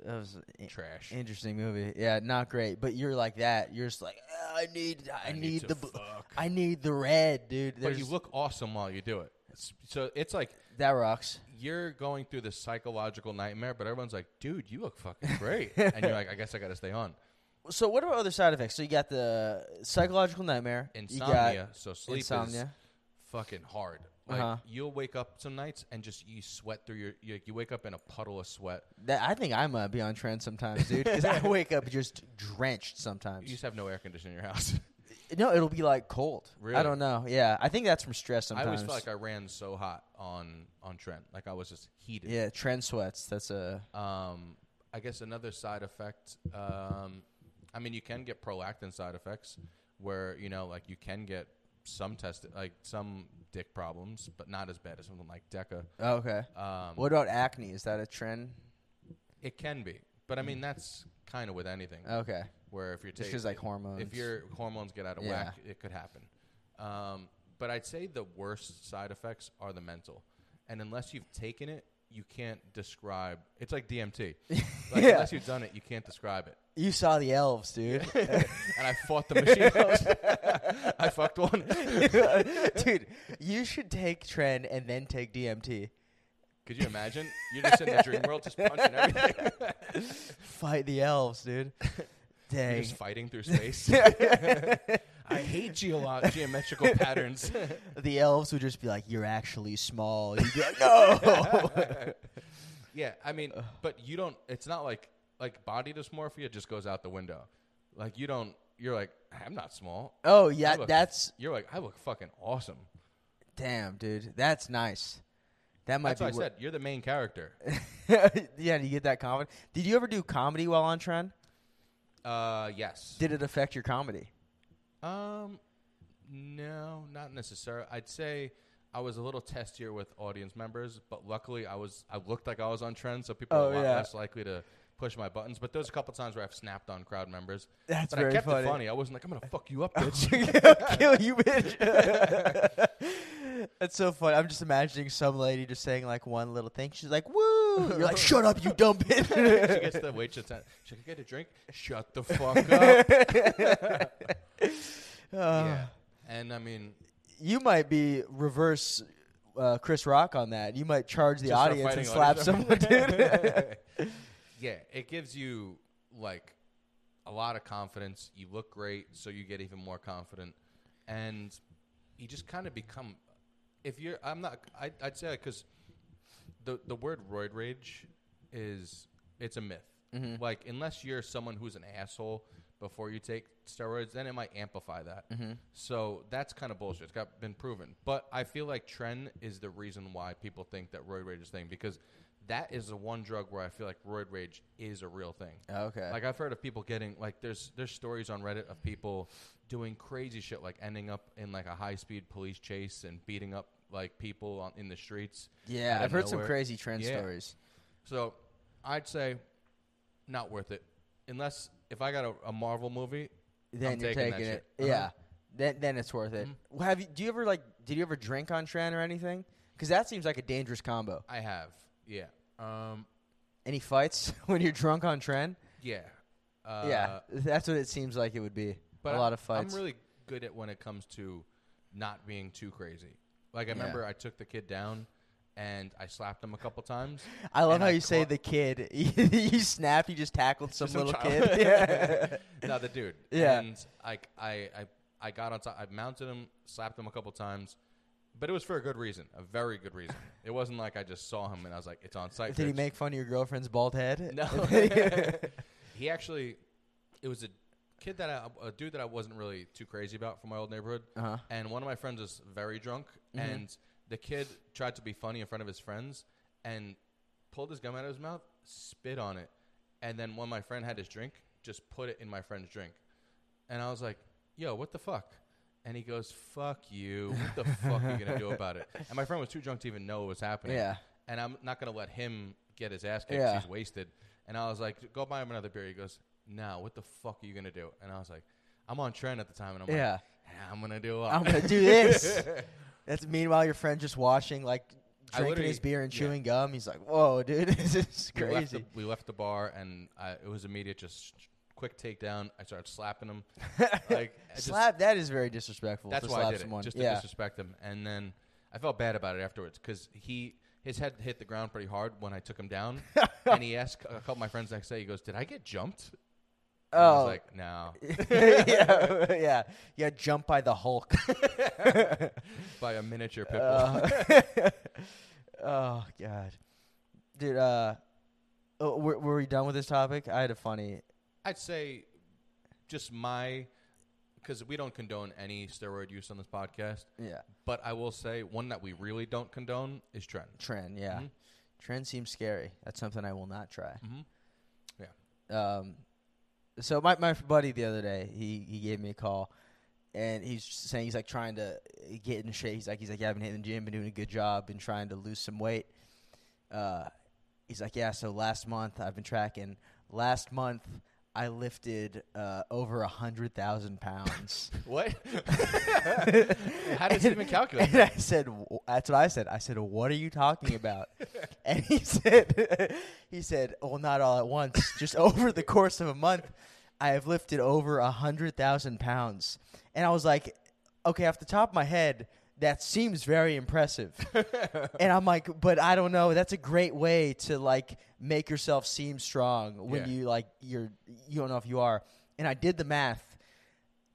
[SPEAKER 2] that was i-
[SPEAKER 1] Trash.
[SPEAKER 2] interesting movie. Yeah, not great. But you're like that. You're just like "Ah, I need I, need,
[SPEAKER 1] to
[SPEAKER 2] the bl-
[SPEAKER 1] fuck.
[SPEAKER 2] I need the red, dude.
[SPEAKER 1] But you
[SPEAKER 2] There's-
[SPEAKER 1] look awesome while you do it. It's- So it's like
[SPEAKER 2] that rocks.
[SPEAKER 1] you're going through this psychological nightmare, but everyone's like, "Dude, you look fucking
[SPEAKER 2] <laughs>
[SPEAKER 1] great," and you're like, "I guess I got to stay on."
[SPEAKER 2] So what about other side effects? So you got the psychological nightmare, you
[SPEAKER 1] Insomnia.
[SPEAKER 2] got
[SPEAKER 1] So sleep is
[SPEAKER 2] insomnia.
[SPEAKER 1] fucking hard. Like
[SPEAKER 2] Uh-huh.
[SPEAKER 1] you'll wake up some nights and just you sweat through your you, you wake up in a puddle of sweat.
[SPEAKER 2] That I think I might be on trend sometimes, dude.
[SPEAKER 1] <laughs>
[SPEAKER 2] Because I wake up just drenched
[SPEAKER 1] You
[SPEAKER 2] sometimes.
[SPEAKER 1] just have no air conditioning in your house. <laughs>
[SPEAKER 2] no, it'll be like cold.
[SPEAKER 1] Really?
[SPEAKER 2] I don't know. Yeah, I think that's from stress
[SPEAKER 1] I
[SPEAKER 2] sometimes.
[SPEAKER 1] always felt like I ran so hot on on Trent, like I was just heated.
[SPEAKER 2] yeah, trend sweats. That's a
[SPEAKER 1] Um, I guess another side effect. Um, I mean, you can get prolactin side effects where you know, like you can get some test like some dick problems, but not as bad as something like Deca.
[SPEAKER 2] oh, okay.
[SPEAKER 1] Um,
[SPEAKER 2] What about acne? Is that a trend?
[SPEAKER 1] It can be, but I mean that's kind of with anything.
[SPEAKER 2] Okay,
[SPEAKER 1] where if you're
[SPEAKER 2] Hmm. Uh, just
[SPEAKER 1] taking
[SPEAKER 2] because like hormones.
[SPEAKER 1] if your hormones get out of
[SPEAKER 2] Yeah.
[SPEAKER 1] whack, it could happen. Um, but I'd say the worst side effects are the mental, and unless you've taken it, you can't describe. It's like
[SPEAKER 2] <laughs>
[SPEAKER 1] DMT. Like,
[SPEAKER 2] Yeah.
[SPEAKER 1] Unless you've done it, you can't describe it.
[SPEAKER 2] you saw the elves, dude.
[SPEAKER 1] And I fought the
[SPEAKER 2] <laughs>
[SPEAKER 1] machine. elves. <laughs> I fucked one.
[SPEAKER 2] dude, you should take trend and then take DMT.
[SPEAKER 1] Could you imagine? You're just in the dream world, just punching everything.
[SPEAKER 2] <laughs> Fight the elves, dude.
[SPEAKER 1] <laughs> You're
[SPEAKER 2] Dang.
[SPEAKER 1] just fighting through
[SPEAKER 2] <laughs>
[SPEAKER 1] space. I hate geolo- geometrical patterns.
[SPEAKER 2] <laughs>
[SPEAKER 1] <laughs>
[SPEAKER 2] the elves would just be like, "You're actually small." You'd
[SPEAKER 1] <laughs>
[SPEAKER 2] be like, "No."
[SPEAKER 1] Yeah, I mean, but you don't. It's not like like body dysmorphia just goes out the window. Like you don't. You're like I'm not small.
[SPEAKER 2] oh
[SPEAKER 1] I
[SPEAKER 2] yeah,
[SPEAKER 1] look-
[SPEAKER 2] that's
[SPEAKER 1] You're like I look fucking awesome.
[SPEAKER 2] damn, dude. That's nice. That might
[SPEAKER 1] That's what I
[SPEAKER 2] be. wor-
[SPEAKER 1] said. You're the main character.
[SPEAKER 2] <laughs> yeah, do you get that confident? Did you ever do comedy while on trend?
[SPEAKER 1] Uh, yes.
[SPEAKER 2] Did it affect your comedy?
[SPEAKER 1] Um, no, not necessarily. I'd say I was a little testier with audience members, but luckily I was I looked like I was on trend, so people are
[SPEAKER 2] Oh,
[SPEAKER 1] a lot
[SPEAKER 2] yeah.
[SPEAKER 1] less likely to push my buttons. But there's a couple times where I've snapped on crowd members.
[SPEAKER 2] That's
[SPEAKER 1] but
[SPEAKER 2] very
[SPEAKER 1] I kept
[SPEAKER 2] funny. Oh
[SPEAKER 1] it funny. I wasn't like I'm gonna fuck you
[SPEAKER 2] <laughs>
[SPEAKER 1] up, bitch.
[SPEAKER 2] Kill you, bitch. That's so funny. I'm just imagining some lady just saying like one little thing. She's like,
[SPEAKER 1] <laughs>
[SPEAKER 2] "Woo!" You're like, "Shut up, you dumb bitch."
[SPEAKER 1] <laughs> she gets the waitress. out. She's like, "Get a drink." Shut
[SPEAKER 2] <laughs>
[SPEAKER 1] the fuck up. yeah. And I mean,
[SPEAKER 2] You might be reverse uh, Chris Rock on that. You might charge the
[SPEAKER 1] Just start
[SPEAKER 2] audience and
[SPEAKER 1] fighting
[SPEAKER 2] slap someone,
[SPEAKER 1] audience. <laughs>
[SPEAKER 2] dude.
[SPEAKER 1] yeah, it gives you like a lot of confidence. You look great, so you get even more confident, and you just kind of become. If you're, I'm not. I, I'd say because the the word roid rage is it's a myth.
[SPEAKER 2] Mm. Mm-hmm.
[SPEAKER 1] Like unless you're someone who's an asshole before you take steroids, then it might amplify that.
[SPEAKER 2] Mm-hmm.
[SPEAKER 1] So that's kind of bullshit. It's got been proven. But I feel like Tren is the reason why people think that roid rage is a thing because that is the one drug where I feel like roid rage is a real thing.
[SPEAKER 2] okay.
[SPEAKER 1] Like I've heard of people getting like there's there's stories on Reddit of people doing crazy shit like ending up in like a high speed police chase and beating up like people on, in the streets.
[SPEAKER 2] yeah,
[SPEAKER 1] out of
[SPEAKER 2] I've heard some
[SPEAKER 1] nowhere.
[SPEAKER 2] crazy trend
[SPEAKER 1] Yeah.
[SPEAKER 2] stories.
[SPEAKER 1] So I'd say not worth it unless if I got a, a Marvel movie.
[SPEAKER 2] Then
[SPEAKER 1] I'm
[SPEAKER 2] you're
[SPEAKER 1] taking
[SPEAKER 2] taking,
[SPEAKER 1] that
[SPEAKER 2] it. Mm-hmm.
[SPEAKER 1] shit. Uh-huh.
[SPEAKER 2] Yeah. Then then it's worth it. Well, Have you? Do you ever like? Did you ever drink on trend or anything? Because that seems like a dangerous combo.
[SPEAKER 1] I have yeah um
[SPEAKER 2] Any fights <laughs> when you're drunk on trend?
[SPEAKER 1] yeah uh,
[SPEAKER 2] yeah, <laughs> that's what it seems like it would be.
[SPEAKER 1] but
[SPEAKER 2] a
[SPEAKER 1] I'm-
[SPEAKER 2] lot of fights.
[SPEAKER 1] I'm really good at when it comes to not being too crazy. Like I
[SPEAKER 2] Yeah.
[SPEAKER 1] remember I took the kid down and I slapped him a couple times.
[SPEAKER 2] I love
[SPEAKER 1] and
[SPEAKER 2] how
[SPEAKER 1] I
[SPEAKER 2] you say
[SPEAKER 1] caught-
[SPEAKER 2] the kid. <laughs> you snap. You just
[SPEAKER 1] <laughs>
[SPEAKER 2] tackled some
[SPEAKER 1] Just
[SPEAKER 2] little
[SPEAKER 1] child.
[SPEAKER 2] kid. Yeah.
[SPEAKER 1] no, the dude.
[SPEAKER 2] <laughs> Yeah.
[SPEAKER 1] And I, I, I, I got on top. I mounted him, slapped him a couple times, but it was for a good reason, a very good
[SPEAKER 2] <laughs>
[SPEAKER 1] reason. It wasn't like I just saw him and I was <laughs> like, it's on site.
[SPEAKER 2] Did he
[SPEAKER 1] bitch.
[SPEAKER 2] make fun of your girlfriend's bald head? <laughs> Uh-huh.
[SPEAKER 1] <laughs> No. he actually, it was a kid that I, a dude that I wasn't really too crazy about from my old neighborhood.
[SPEAKER 2] Uh-huh.
[SPEAKER 1] And one of my friends was very drunk,
[SPEAKER 2] Mm-hmm.
[SPEAKER 1] and the kid tried to be funny in front of his friends and pulled his gum out of his mouth, spit on it, and then when my friend had his drink, just put it in my friend's drink. And I was like, yo, what the fuck? And he goes, fuck you. What the fuck are you going to do about it? And my friend was too drunk to even know what was happening
[SPEAKER 2] Yeah.
[SPEAKER 1] and I'm not going to let him get his ass kicked.
[SPEAKER 2] Yeah.
[SPEAKER 1] He's wasted. And I was like, go buy him another beer. He goes, no, what the fuck are you going to do? And I was like, I'm on trend at the time. And I'm
[SPEAKER 2] Yeah.
[SPEAKER 1] like, "Ah, I'm going to do a lot." <laughs>
[SPEAKER 2] I'm gonna do this. That's meanwhile your friend just watching like drinking
[SPEAKER 1] literally-
[SPEAKER 2] his beer and
[SPEAKER 1] yeah.
[SPEAKER 2] chewing gum. He's like, "Whoa, dude, <laughs> this is
[SPEAKER 1] <laughs> We left, the,
[SPEAKER 2] crazy."
[SPEAKER 1] we left the bar, and I, it was immediate. Just quick takedown. I started slapping
[SPEAKER 2] <laughs>
[SPEAKER 1] him. like I just-
[SPEAKER 2] slap that is very disrespectful.
[SPEAKER 1] That's
[SPEAKER 2] to
[SPEAKER 1] why
[SPEAKER 2] slap
[SPEAKER 1] I did
[SPEAKER 2] someone.
[SPEAKER 1] it, just to
[SPEAKER 2] yeah,
[SPEAKER 1] disrespect him. And then I felt bad about it afterwards because he his head hit the ground pretty hard when I took him
[SPEAKER 2] <laughs>
[SPEAKER 1] down. and he asked a couple of my friends next day. He goes, "Did I get jumped?" And I
[SPEAKER 2] Oh.
[SPEAKER 1] was like, "No."
[SPEAKER 2] <laughs>
[SPEAKER 1] <laughs>
[SPEAKER 2] yeah, yeah, yeah. Jump by the Hulk.
[SPEAKER 1] By a
[SPEAKER 2] <laughs>
[SPEAKER 1] miniature pit bull.
[SPEAKER 2] Uh, <laughs> oh God, dude. Uh, oh, were, were we done with this topic? I had a funny.
[SPEAKER 1] <laughs> I'd say just my because we don't condone any steroid use on this podcast.
[SPEAKER 2] Yeah.
[SPEAKER 1] But I will say one that we really don't condone is trend.
[SPEAKER 2] Trend, yeah.
[SPEAKER 1] Mhm.
[SPEAKER 2] Trend seems scary. That's something I will not try.
[SPEAKER 1] Mm-hmm.
[SPEAKER 2] Um, so my my buddy the other day, he he gave me a call, and he's just saying he's like trying to uh, get in shape. He's like he's like yeah, I've been hitting the gym, been doing a good job, been trying to lose some weight. Uh, he's like yeah. So last month I've been tracking. Last month I lifted uh, over a hundred thousand pounds. <laughs>
[SPEAKER 1] What? <laughs> How does he even calculate?
[SPEAKER 2] And I said, "W- "That's what I said." I said, "What are you
[SPEAKER 1] <laughs>
[SPEAKER 2] talking about?" and he said, <laughs> "He said, well, not all at once. Just over the course of a month, I have lifted over a hundred thousand pounds." And I was like, "Okay, off the top of my head." That seems very impressive, and I'm like, but I don't know. That's a great way to like make yourself seem strong when
[SPEAKER 1] Yeah.
[SPEAKER 2] you like you're you don't know if you are. And I did the math,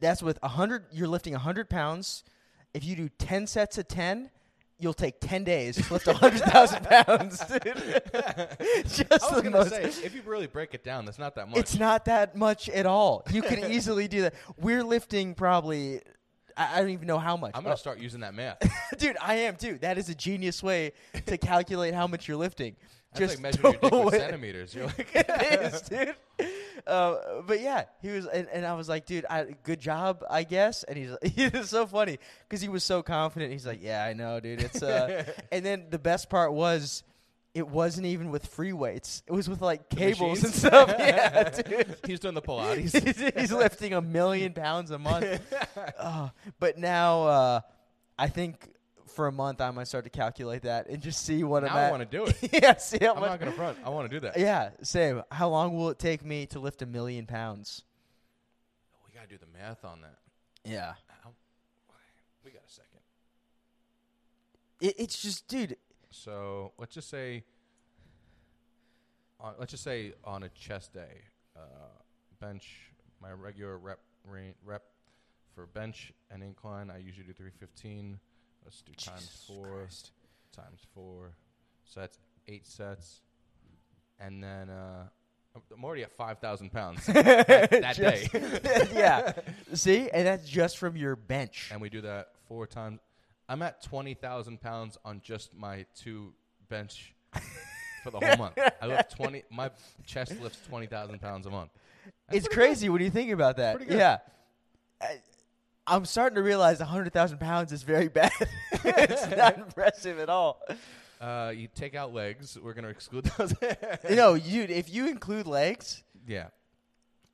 [SPEAKER 2] that's with 100 you're lifting 100 pounds if you do 10 sets of 10 you'll take 10 days to
[SPEAKER 1] <laughs>
[SPEAKER 2] lift 100000 pounds dude.
[SPEAKER 1] I
[SPEAKER 2] just
[SPEAKER 1] was
[SPEAKER 2] the
[SPEAKER 1] gonna
[SPEAKER 2] most
[SPEAKER 1] say if you really break it down, that's not that much.
[SPEAKER 2] it's not that much at all
[SPEAKER 1] <laughs>
[SPEAKER 2] you can easily do that we're lifting probably I I don't even know how much.
[SPEAKER 1] I'm gonna
[SPEAKER 2] Uh,
[SPEAKER 1] start using that
[SPEAKER 2] <laughs>
[SPEAKER 1] math.
[SPEAKER 2] dude, I am too. That is a genius way to
[SPEAKER 1] <laughs>
[SPEAKER 2] calculate how much you're lifting.
[SPEAKER 1] That's like measuring your dick
[SPEAKER 2] don't
[SPEAKER 1] with
[SPEAKER 2] wait.
[SPEAKER 1] centimeters. You're like, <laughs>
[SPEAKER 2] <laughs> it is, dude. Uh, but yeah, he was, and, and I was like, dude, I, good job, I guess. And he's, <laughs> he was so funny because he was so confident. He's like, yeah, I know, dude.
[SPEAKER 1] <laughs>
[SPEAKER 2] It's, uh, and then the best part was, it wasn't even with free weights. It was with like cables and
[SPEAKER 1] machines? <laughs>
[SPEAKER 2] stuff. yeah, dude.
[SPEAKER 1] he's doing the <laughs> Pilates.
[SPEAKER 2] <laughs> he's, he's lifting a million pounds a month.
[SPEAKER 1] <laughs>
[SPEAKER 2] Oh, but now, uh, I think for a month I might start to calculate that and just see what
[SPEAKER 1] Now
[SPEAKER 2] I'm
[SPEAKER 1] I
[SPEAKER 2] at.
[SPEAKER 1] wanna do it.
[SPEAKER 2] <laughs> yeah, see how
[SPEAKER 1] I'm
[SPEAKER 2] much.
[SPEAKER 1] not gonna front. I want to do that.
[SPEAKER 2] <laughs> Yeah, same. How long will it take me to lift a million pounds?
[SPEAKER 1] We gotta do the math on that.
[SPEAKER 2] Yeah.
[SPEAKER 1] How- We got a second.
[SPEAKER 2] It, it's just, dude,
[SPEAKER 1] So let's just say, on, let's just say on a chest day, uh, bench my regular rep ra- rep for bench and incline. I usually do three fifteen. Let's do times
[SPEAKER 2] Jesus
[SPEAKER 1] four
[SPEAKER 2] Christ. <laughs>
[SPEAKER 1] times four. So that's eight sets, and then uh, I'm- I'm already at five thousand
[SPEAKER 2] <laughs>
[SPEAKER 1] pounds that, that
[SPEAKER 2] Just-
[SPEAKER 1] day.
[SPEAKER 2] yeah. See? And that's just from your bench.
[SPEAKER 1] and we do that four times. I'm at twenty thousand pounds on just my two bench for the whole month. I lift twenty. My chest lifts twenty thousand pounds a month.
[SPEAKER 2] It's crazy when you think about that.
[SPEAKER 1] Pretty good.
[SPEAKER 2] Yeah. I, I'm starting to realize 100,000 pounds is very bad. <laughs> it's
[SPEAKER 1] <laughs>
[SPEAKER 2] not impressive at all.
[SPEAKER 1] Uh, you take out legs. We're gonna exclude those. <laughs>
[SPEAKER 2] <laughs> You know, you, if you include legs,
[SPEAKER 1] yeah.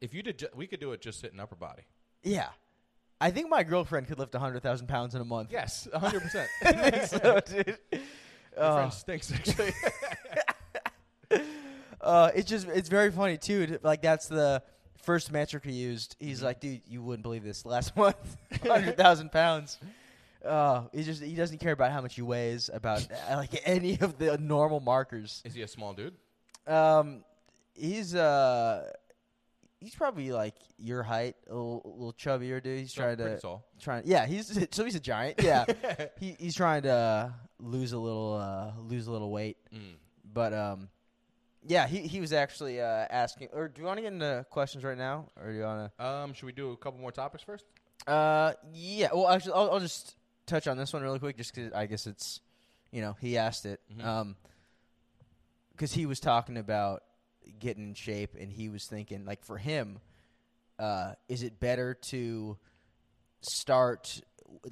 [SPEAKER 1] If you did, ju- we could do it just hitting upper body.
[SPEAKER 2] yeah. I think my girlfriend could lift 100,000 pounds in
[SPEAKER 1] <laughs>
[SPEAKER 2] a month.
[SPEAKER 1] Yes, hundred percent.
[SPEAKER 2] I think <laughs> so, dude.
[SPEAKER 1] Your
[SPEAKER 2] Oh.
[SPEAKER 1] friend stinks actually. <laughs>
[SPEAKER 2] Uh, it's just it's very funny too. to- Like that's the first metric he used. He's like, dude, you wouldn't believe this. Last <laughs> month, hundred thousand pounds. Uh, he just he doesn't care about how much he weighs, about uh, like <laughs> any of the normal markers.
[SPEAKER 1] Is he a small dude?
[SPEAKER 2] Um, he's uh, he's probably like your height, a little, little chubbier dude. He's
[SPEAKER 1] So
[SPEAKER 2] trying
[SPEAKER 1] pretty
[SPEAKER 2] to
[SPEAKER 1] tall.
[SPEAKER 2] trying. Yeah, he's <laughs> so he's a giant. <laughs> Yeah, he he's trying to uh, lose a little uh lose a little weight.
[SPEAKER 1] <laughs> Mm.
[SPEAKER 2] But um, yeah, he he was actually uh, asking. Or do you want to get into questions right now, or do you want
[SPEAKER 1] Um, should we do a couple more topics first?
[SPEAKER 2] to? Uh, yeah. Well, actually, I'll, I'll just touch on this one really quick, just 'cause I guess it's, you know, he asked it. Um
[SPEAKER 1] Mhm.
[SPEAKER 2] 'cause because he was talking about getting in shape, and he was thinking like for him, uh, is it better to start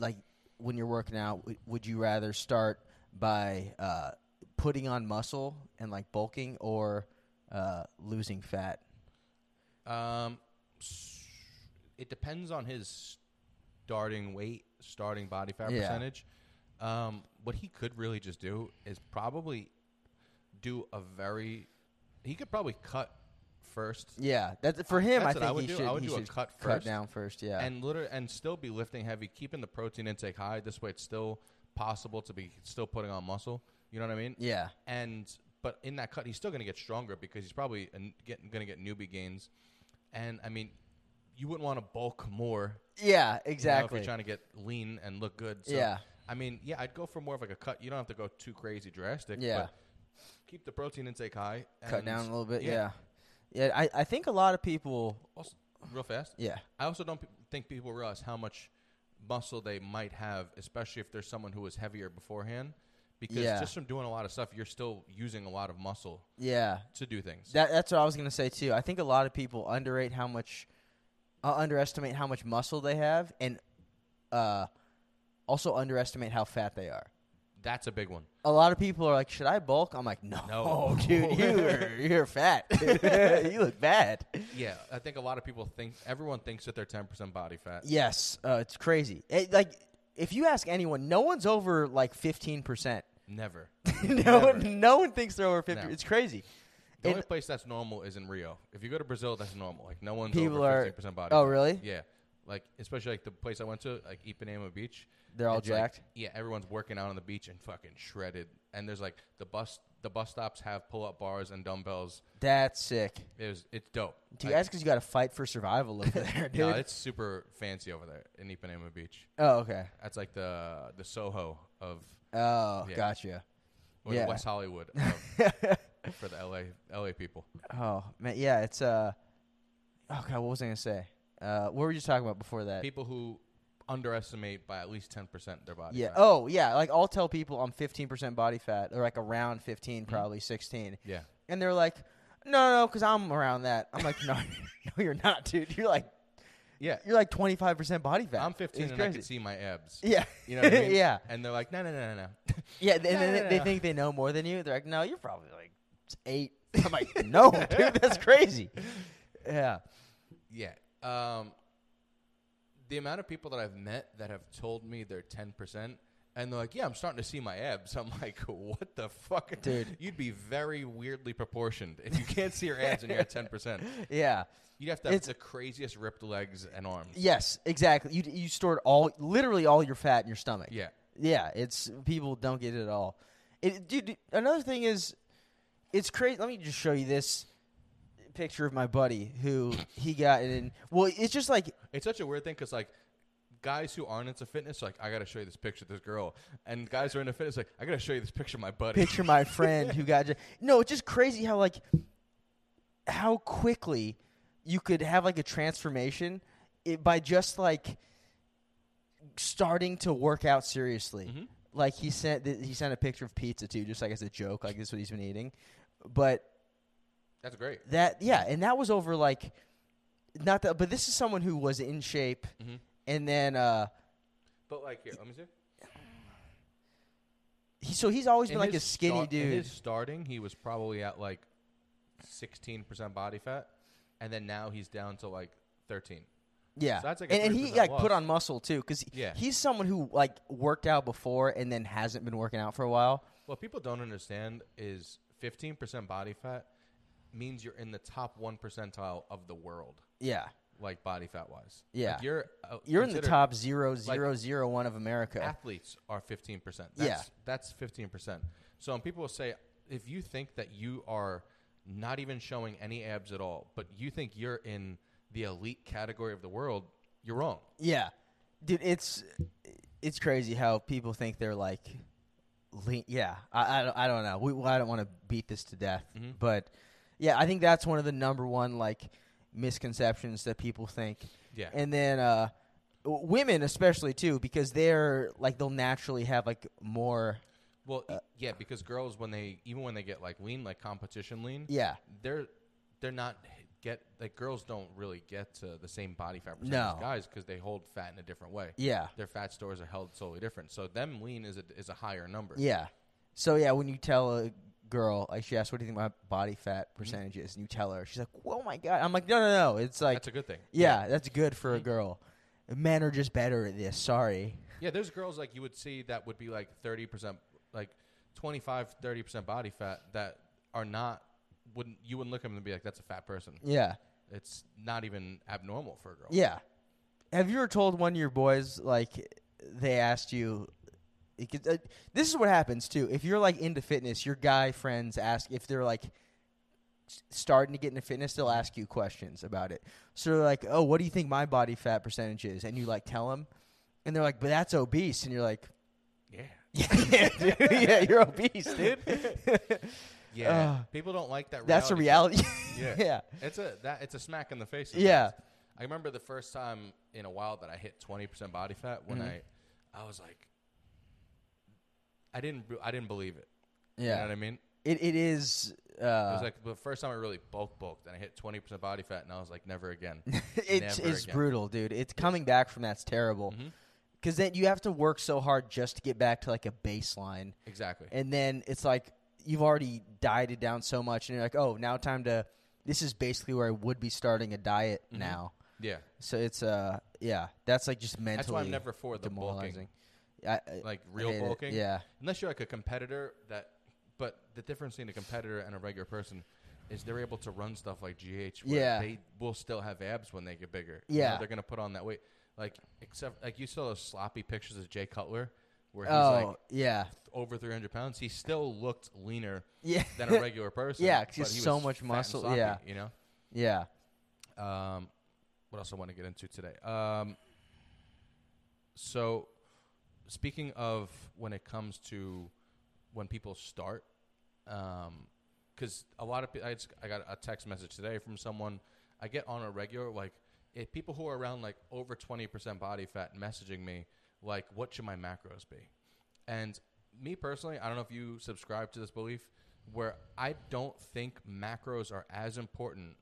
[SPEAKER 2] like when you're working out? w- Would you rather start by uh, putting on muscle and like bulking, or uh, losing fat?
[SPEAKER 1] Um, s- it depends on his starting weight, starting body fat
[SPEAKER 2] Yeah.
[SPEAKER 1] percentage. Um, what he could really just do is probably do a very. He could probably cut first
[SPEAKER 2] Yeah, that's for
[SPEAKER 1] That's
[SPEAKER 2] him. I
[SPEAKER 1] what
[SPEAKER 2] think
[SPEAKER 1] I would
[SPEAKER 2] he
[SPEAKER 1] do. I
[SPEAKER 2] should.
[SPEAKER 1] would
[SPEAKER 2] he
[SPEAKER 1] do a
[SPEAKER 2] should
[SPEAKER 1] cut first.
[SPEAKER 2] down first. Yeah,
[SPEAKER 1] and liter- and still be lifting heavy, keeping the protein intake high. This way, it's still possible to be still putting on muscle. You know what I mean?
[SPEAKER 2] yeah,
[SPEAKER 1] And but in that cut, he's still going to get stronger because he's probably an- getting going to get newbie gains. And I mean, you wouldn't want to bulk more
[SPEAKER 2] yeah,
[SPEAKER 1] you know,
[SPEAKER 2] exactly.
[SPEAKER 1] if you're trying to get lean and look good. So,
[SPEAKER 2] Yeah.
[SPEAKER 1] I mean, yeah, I'd go for more of like a cut. You don't have to go too crazy drastic.
[SPEAKER 2] Yeah.
[SPEAKER 1] But keep the protein intake high.
[SPEAKER 2] Cut
[SPEAKER 1] and-
[SPEAKER 2] down a little bit. Yeah, yeah. I, I think a lot of people.
[SPEAKER 1] Also, real fast.
[SPEAKER 2] Yeah,
[SPEAKER 1] I also don't pe- think people realize how much muscle they might have, especially if there's someone who was heavier beforehand. Because
[SPEAKER 2] Yeah.
[SPEAKER 1] just from doing a lot of stuff, you're still using a lot of muscle
[SPEAKER 2] yeah.
[SPEAKER 1] to do things.
[SPEAKER 2] That that's what I was gonna say too. I think a lot of people underrate how much, uh, underestimate how much muscle they have, and uh, also underestimate how fat they are.
[SPEAKER 1] That's a big one.
[SPEAKER 2] A lot of people are like, "Should I bulk?" I'm like, "No,
[SPEAKER 1] No.
[SPEAKER 2] <laughs>
[SPEAKER 1] <laughs>
[SPEAKER 2] dude, you're you're fat. <laughs> you look bad."
[SPEAKER 1] Yeah, I think a lot of people think everyone thinks that they're 10% body fat.
[SPEAKER 2] Yes, uh, it's crazy. It, like, if you ask anyone, no one's over like fifteen percent.
[SPEAKER 1] Never.
[SPEAKER 2] <laughs> no
[SPEAKER 1] Never.
[SPEAKER 2] one, no one thinks they're over fifty.
[SPEAKER 1] No.
[SPEAKER 2] It's crazy.
[SPEAKER 1] The
[SPEAKER 2] And-
[SPEAKER 1] only place that's normal is in Rio. If you go to Brazil, that's normal. Like no one's
[SPEAKER 2] People
[SPEAKER 1] over
[SPEAKER 2] are-
[SPEAKER 1] 15% body.
[SPEAKER 2] oh,
[SPEAKER 1] fat.
[SPEAKER 2] really?
[SPEAKER 1] Yeah. Like especially like the place I went to, like Ipanema Beach.
[SPEAKER 2] They're all
[SPEAKER 1] it's like-
[SPEAKER 2] jacked.
[SPEAKER 1] yeah, everyone's working out on the beach and fucking shredded. And there's like the bus the bus stops have pull up bars and dumbbells.
[SPEAKER 2] That's sick.
[SPEAKER 1] It was it's dope.
[SPEAKER 2] Do you
[SPEAKER 1] Like,
[SPEAKER 2] ask because you got to fight for survival over
[SPEAKER 1] <laughs>
[SPEAKER 2] there, dude?
[SPEAKER 1] No, it's super fancy over there in Ipanema Beach.
[SPEAKER 2] oh, okay.
[SPEAKER 1] That's like the the Soho of
[SPEAKER 2] Oh,
[SPEAKER 1] Yeah.
[SPEAKER 2] gotcha.
[SPEAKER 1] or
[SPEAKER 2] Yeah.
[SPEAKER 1] the West Hollywood of,
[SPEAKER 2] <laughs>
[SPEAKER 1] for the LA LA people.
[SPEAKER 2] Oh man, yeah, it's uh. Oh god, what was I gonna say? Uh, what were you talking about before that?
[SPEAKER 1] People who underestimate by at least ten percent their body
[SPEAKER 2] yeah.
[SPEAKER 1] fat.
[SPEAKER 2] Oh yeah, like I'll tell people I'm 15% body fat, or like around
[SPEAKER 1] Mm-hmm.
[SPEAKER 2] 15, probably 16,
[SPEAKER 1] Yeah.
[SPEAKER 2] and they're like, "No, no, because I'm around that." I'm like, "No, <laughs> no, you're not, dude. You're like,
[SPEAKER 1] Yeah.
[SPEAKER 2] you're like 25% body fat."
[SPEAKER 1] I'm 15
[SPEAKER 2] It's
[SPEAKER 1] and I
[SPEAKER 2] crazy.
[SPEAKER 1] can see my
[SPEAKER 2] <laughs>
[SPEAKER 1] abs.
[SPEAKER 2] Yeah.
[SPEAKER 1] You know what I mean?
[SPEAKER 2] yeah.
[SPEAKER 1] And they're like, no, no, no, no,
[SPEAKER 2] Yeah, th- and
[SPEAKER 1] No,
[SPEAKER 2] then
[SPEAKER 1] no,
[SPEAKER 2] they-
[SPEAKER 1] no,
[SPEAKER 2] they
[SPEAKER 1] no.
[SPEAKER 2] think they know more than you. They're like, no, you're probably like eight. I'm like, no, dude, that's crazy. Yeah.
[SPEAKER 1] no. yeah. Um, the amount of people that I've met that have told me they're 10%, and they're like, yeah, I'm starting to see my abs. <laughs> I'm like, what the fuck?
[SPEAKER 2] Dude.
[SPEAKER 1] You'd be very weirdly proportioned if you can't see your abs and you're at 10%.
[SPEAKER 2] Yeah.
[SPEAKER 1] You'd have to have
[SPEAKER 2] It's-
[SPEAKER 1] the craziest ripped legs and arms.
[SPEAKER 2] Yes, exactly. You you stored all literally all your fat in your stomach.
[SPEAKER 1] Yeah.
[SPEAKER 2] Yeah, it's people don't get it at all. It, dude, dude, another thing is, it's crazy. Let me just show you this picture of my buddy who he got in. Well, it's just like
[SPEAKER 1] It's such a weird thing because, like, guys who aren't into fitness, are like, I got to show you this picture of this girl. And guys who are into fitness, like, I got to show you this picture of my buddy.
[SPEAKER 2] picture my friend who got ju- no it's just crazy how like how quickly you could have like a transformation it, by just like starting to work out seriously
[SPEAKER 1] Mm-hmm.
[SPEAKER 2] like he sent th- he sent a picture of pizza too just like as a joke like this is what he's been eating but
[SPEAKER 1] That's great.
[SPEAKER 2] that yeah and that was over like not that but this is someone who was in shape
[SPEAKER 1] Mhm.
[SPEAKER 2] and then uh
[SPEAKER 1] But, like, here, let me see.
[SPEAKER 2] he, so he's always
[SPEAKER 1] In
[SPEAKER 2] been like a
[SPEAKER 1] his
[SPEAKER 2] skinny
[SPEAKER 1] star-
[SPEAKER 2] dude
[SPEAKER 1] In his starting, he was probably at like 16% body fat, and then now he's down to like 13.
[SPEAKER 2] Yeah,
[SPEAKER 1] So that's like a
[SPEAKER 2] and, and he
[SPEAKER 1] 3%
[SPEAKER 2] like
[SPEAKER 1] loss.
[SPEAKER 2] put on muscle too, because
[SPEAKER 1] Yeah.
[SPEAKER 2] he's someone who like worked out before and then hasn't been working out for a while.
[SPEAKER 1] What people don't understand is 15% body fat means you're in the top 1 percentile of the world,
[SPEAKER 2] Yeah,
[SPEAKER 1] like body fat wise.
[SPEAKER 2] Yeah.
[SPEAKER 1] you're uh,
[SPEAKER 2] you're in the
[SPEAKER 1] considered-
[SPEAKER 2] top zero zero zero one of America.
[SPEAKER 1] Athletes are 15%. That's,
[SPEAKER 2] Yeah.
[SPEAKER 1] That's 15%. So, and people will say, if you think that you are not even showing any abs at all, but you think you're in the elite category of the world, you're wrong.
[SPEAKER 2] yeah, dude, it's it's crazy how people think they're like, lean. yeah, I I don't, I don't know. We well, I don't want to beat this to death,
[SPEAKER 1] Mm-hmm.
[SPEAKER 2] but yeah, I think that's one of the number one like misconceptions that people think
[SPEAKER 1] Yeah.
[SPEAKER 2] and then uh, w- women especially too because they're like they'll naturally have like more
[SPEAKER 1] Well,
[SPEAKER 2] uh,
[SPEAKER 1] e- yeah, because girls when they even when they get like lean, like competition lean,
[SPEAKER 2] yeah
[SPEAKER 1] they're they're not h- get like girls don't really get to the same body fat percentage
[SPEAKER 2] No.
[SPEAKER 1] as guys because they hold fat in a different way.
[SPEAKER 2] yeah
[SPEAKER 1] Their fat stores are held solely different, so them lean is a, is a higher number.
[SPEAKER 2] yeah so yeah when you tell a girl like she asks what do you think my body fat percentage is and you tell her she's like oh my god i'm like no no no it's like
[SPEAKER 1] that's a good thing.
[SPEAKER 2] yeah that's good for a girl men are just better at this. Sorry.
[SPEAKER 1] Yeah, there's girls like you would see that would be like 30%, like 25, 30% body fat that are not, wouldn't, you wouldn't look at them and be like, that's a fat person.
[SPEAKER 2] Yeah.
[SPEAKER 1] It's not even abnormal for a girl.
[SPEAKER 2] Yeah. Have you ever told one of your boys like they asked you? Because, uh, this is what happens too. If you're like into fitness, your guy friends ask if they're like s- starting to get into fitness, they'll ask you questions about it. So they're like, "Oh, what do you think my body fat percentage is?" And you like tell them, and they're like, "But that's obese," and you're like, <laughs>
[SPEAKER 1] Yeah.
[SPEAKER 2] "Yeah, dude, yeah, you're obese,
[SPEAKER 1] <laughs>
[SPEAKER 2] dude."
[SPEAKER 1] Yeah.
[SPEAKER 2] Ugh.
[SPEAKER 1] People don't like that.
[SPEAKER 2] that's a
[SPEAKER 1] reality.
[SPEAKER 2] reality. <laughs>
[SPEAKER 1] Yeah.
[SPEAKER 2] yeah.
[SPEAKER 1] check. It's a that it's a smack in the face. sometimes.
[SPEAKER 2] Yeah.
[SPEAKER 1] I remember the first time in a while that I hit 20% body fat
[SPEAKER 2] Mm-hmm.
[SPEAKER 1] when I I was like I didn't re- I didn't believe it. You know
[SPEAKER 2] Yeah.
[SPEAKER 1] what I mean?
[SPEAKER 2] It it is.
[SPEAKER 1] it
[SPEAKER 2] Uh,
[SPEAKER 1] was like the first time I really bulk bulked and I hit 20% body fat and I was like never again.
[SPEAKER 2] <laughs> it's
[SPEAKER 1] Never
[SPEAKER 2] it's
[SPEAKER 1] again.
[SPEAKER 2] brutal, dude. It's coming back from that's terrible.
[SPEAKER 1] Mhm.
[SPEAKER 2] Because then you have to work so hard just to get back to like a baseline,
[SPEAKER 1] Exactly.
[SPEAKER 2] and then it's like you've already dieted down so much, and you're like, oh, now time to. This is basically where I would be starting a diet
[SPEAKER 1] Mhm.
[SPEAKER 2] now.
[SPEAKER 1] Yeah.
[SPEAKER 2] So it's uh yeah, that's like just mentally
[SPEAKER 1] That's why I'm never for the
[SPEAKER 2] demoralizing.
[SPEAKER 1] bulking.
[SPEAKER 2] I, I-
[SPEAKER 1] Like
[SPEAKER 2] I
[SPEAKER 1] real
[SPEAKER 2] hate it.
[SPEAKER 1] bulking.
[SPEAKER 2] Yeah,
[SPEAKER 1] Unless you're like a competitor that but the difference between a competitor and a regular person is they're able to run stuff like GH where
[SPEAKER 2] Yeah.
[SPEAKER 1] they will still have abs when they get bigger. You know,
[SPEAKER 2] Yeah.
[SPEAKER 1] they're gonna put on that weight. Like except like you saw those sloppy pictures of Jay Cutler where he's
[SPEAKER 2] oh
[SPEAKER 1] like
[SPEAKER 2] yeah, <laughs>
[SPEAKER 1] over three hundred pounds. He still looked leaner
[SPEAKER 2] yeah,
[SPEAKER 1] than
[SPEAKER 2] <laughs>
[SPEAKER 1] a regular person.
[SPEAKER 2] Yeah, 'cause he
[SPEAKER 1] but
[SPEAKER 2] has
[SPEAKER 1] he
[SPEAKER 2] so
[SPEAKER 1] was
[SPEAKER 2] much
[SPEAKER 1] fat and
[SPEAKER 2] muscle,
[SPEAKER 1] sloppy,
[SPEAKER 2] yeah.
[SPEAKER 1] You know?
[SPEAKER 2] yeah.
[SPEAKER 1] Um, what else I want to get into today? Um, so, speaking of when it comes to when people start, because a lot of people, I, just, I got a text message today from someone I get on a regular, like, if people who are around like over 20% body fat messaging me, like, what should my macros be? And me personally, I don't know if you subscribe to this belief where I don't think macros are as important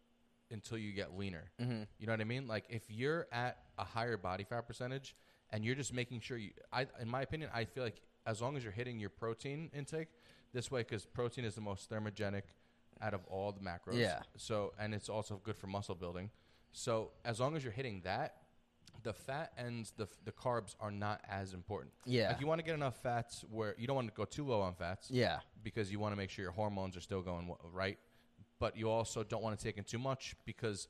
[SPEAKER 1] until you get leaner. You know what I mean? Like if you're at a higher body fat percentage and you're just making sure you I in my opinion, I feel like as long as you're hitting your protein intake this way cuz protein is the most thermogenic out of all the macros.
[SPEAKER 2] Yeah.
[SPEAKER 1] So and it's also good for muscle building. So as long as you're hitting that, the fat and the the carbs are not as important.
[SPEAKER 2] Yeah.
[SPEAKER 1] Like you want to get enough fats where you don't want to go too low on fats
[SPEAKER 2] Yeah,
[SPEAKER 1] because you want to make sure your hormones are still going w- right, but you also don't want to take in too much because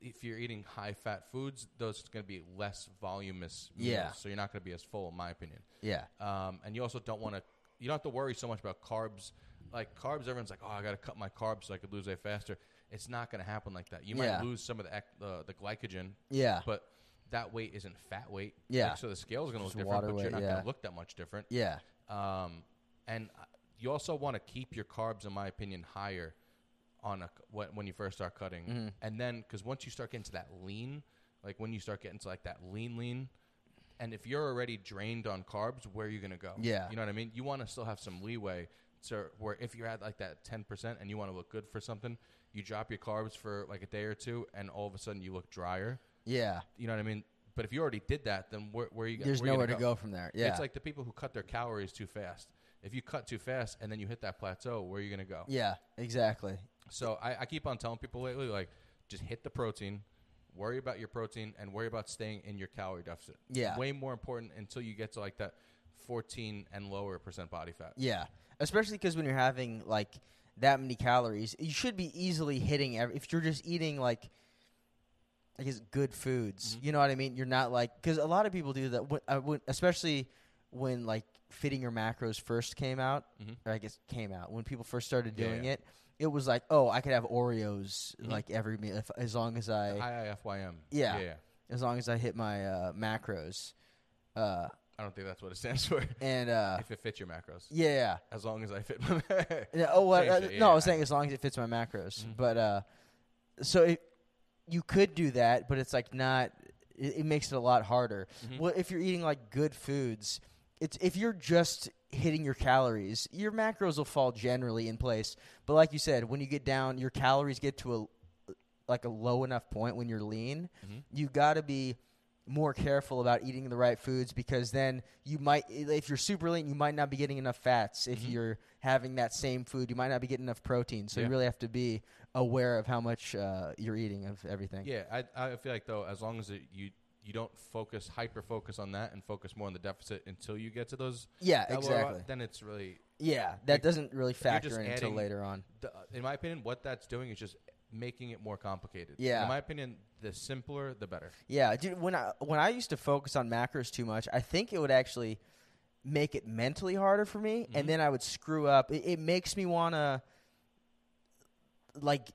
[SPEAKER 1] if you're eating high fat foods, those are going to be less voluminous meals,
[SPEAKER 2] Yeah.
[SPEAKER 1] so you're not going to be as full, in my opinion.
[SPEAKER 2] yeah,
[SPEAKER 1] Um, and you also don't want to, you don't have to worry so much about carbs. Like carbs, everyone's like, oh, I got to cut my carbs so I could lose weight faster. It's not going to happen like that. You might
[SPEAKER 2] Yeah.
[SPEAKER 1] lose some of the ec- uh, the glycogen,
[SPEAKER 2] yeah,
[SPEAKER 1] but that weight isn't fat weight.
[SPEAKER 2] Yeah.
[SPEAKER 1] Like, so the scale's going to look
[SPEAKER 2] Just
[SPEAKER 1] different,
[SPEAKER 2] water
[SPEAKER 1] but
[SPEAKER 2] weight,
[SPEAKER 1] you're not
[SPEAKER 2] yeah.
[SPEAKER 1] going to look that much different.
[SPEAKER 2] yeah,
[SPEAKER 1] Um, and uh, you also want to keep your carbs, in my opinion, higher on a when, when you first start cutting,
[SPEAKER 2] Mm-hmm.
[SPEAKER 1] and then because once you start getting to that lean, like when you start getting to like that lean lean, and if you're already drained on carbs, where are you gonna go?
[SPEAKER 2] Yeah.
[SPEAKER 1] you know what I mean. You want to still have some leeway to where if you're at like that ten percent and you want to look good for something, you drop your carbs for like a day or two, and all of a sudden you look drier.
[SPEAKER 2] yeah.
[SPEAKER 1] You know what I mean. But if you already did that, then where, where are you?
[SPEAKER 2] There's
[SPEAKER 1] where you
[SPEAKER 2] nowhere to
[SPEAKER 1] gonna
[SPEAKER 2] go from there. Yeah,
[SPEAKER 1] it's like the people who cut their calories too fast. If you cut too fast and then you hit that plateau, where are you going to go?
[SPEAKER 2] yeah, exactly.
[SPEAKER 1] So I, I keep on telling people lately, like, just hit the protein, worry about your protein, and worry about staying in your calorie deficit.
[SPEAKER 2] Yeah.
[SPEAKER 1] Way more important until you get to like that 14 and lower percent body fat.
[SPEAKER 2] Yeah, especially because when you're having like that many calories, you should be easily hitting. Every, if you're just eating like, I guess good foods,
[SPEAKER 1] Mm-hmm.
[SPEAKER 2] you know what I mean. You're not like because a lot of people do that. When, uh, when, especially when like fitting your macros first came out,
[SPEAKER 1] Mhm.
[SPEAKER 2] or I guess came out when people first started
[SPEAKER 1] Yeah,
[SPEAKER 2] doing
[SPEAKER 1] yeah.
[SPEAKER 2] it. It was like, oh, I could have Oreos
[SPEAKER 1] Mhm.
[SPEAKER 2] like every meal if, as long as I
[SPEAKER 1] IIFYM.
[SPEAKER 2] Yeah.
[SPEAKER 1] yeah.
[SPEAKER 2] as long as I hit my uh, macros, uh,
[SPEAKER 1] I don't think that's what it stands for.
[SPEAKER 2] and uh,
[SPEAKER 1] if it fits your macros,
[SPEAKER 2] yeah, yeah.
[SPEAKER 1] as long as I fit my. <laughs> macros.
[SPEAKER 2] Yeah, oh, well,
[SPEAKER 1] Same
[SPEAKER 2] uh,
[SPEAKER 1] shit,
[SPEAKER 2] no,
[SPEAKER 1] yeah,
[SPEAKER 2] I was
[SPEAKER 1] I-
[SPEAKER 2] saying as long as it fits my macros.
[SPEAKER 1] Mhm.
[SPEAKER 2] But uh, so it, you could do that, but it's like not. It, it makes it a lot harder.
[SPEAKER 1] Mhm.
[SPEAKER 2] Well, if you're eating like good foods, it's if you're just hitting your calories, your macros will fall generally in place. But like you said, when you get down, your calories get to a like a low enough point when you're lean.
[SPEAKER 1] Mhm.
[SPEAKER 2] You got to be more careful about eating the right foods because then you might if you're super lean you might not be getting enough fats if
[SPEAKER 1] Mhm.
[SPEAKER 2] you're having that same food you might not be getting enough protein so you
[SPEAKER 1] Yeah.
[SPEAKER 2] really have to be aware of how much uh, you're eating of everything
[SPEAKER 1] Yeah, I, I feel like though, as long as it, you you don't focus hyper focus on that and focus more on the deficit until you get to those.
[SPEAKER 2] Yeah,
[SPEAKER 1] that uh, lower-
[SPEAKER 2] exactly.
[SPEAKER 1] Then it's really,
[SPEAKER 2] Yeah, that doesn't really
[SPEAKER 1] just
[SPEAKER 2] factor in until
[SPEAKER 1] adding-
[SPEAKER 2] later on.
[SPEAKER 1] the, in my opinion, what that's doing is just making it more complicated.
[SPEAKER 2] Yeah.
[SPEAKER 1] In my opinion, the simpler, the better.
[SPEAKER 2] Yeah, dude. When I when I used to focus on macros too much, I think it would actually make it mentally harder for me,
[SPEAKER 1] Mhm.
[SPEAKER 2] and then I would screw up. It, it makes me wanna like.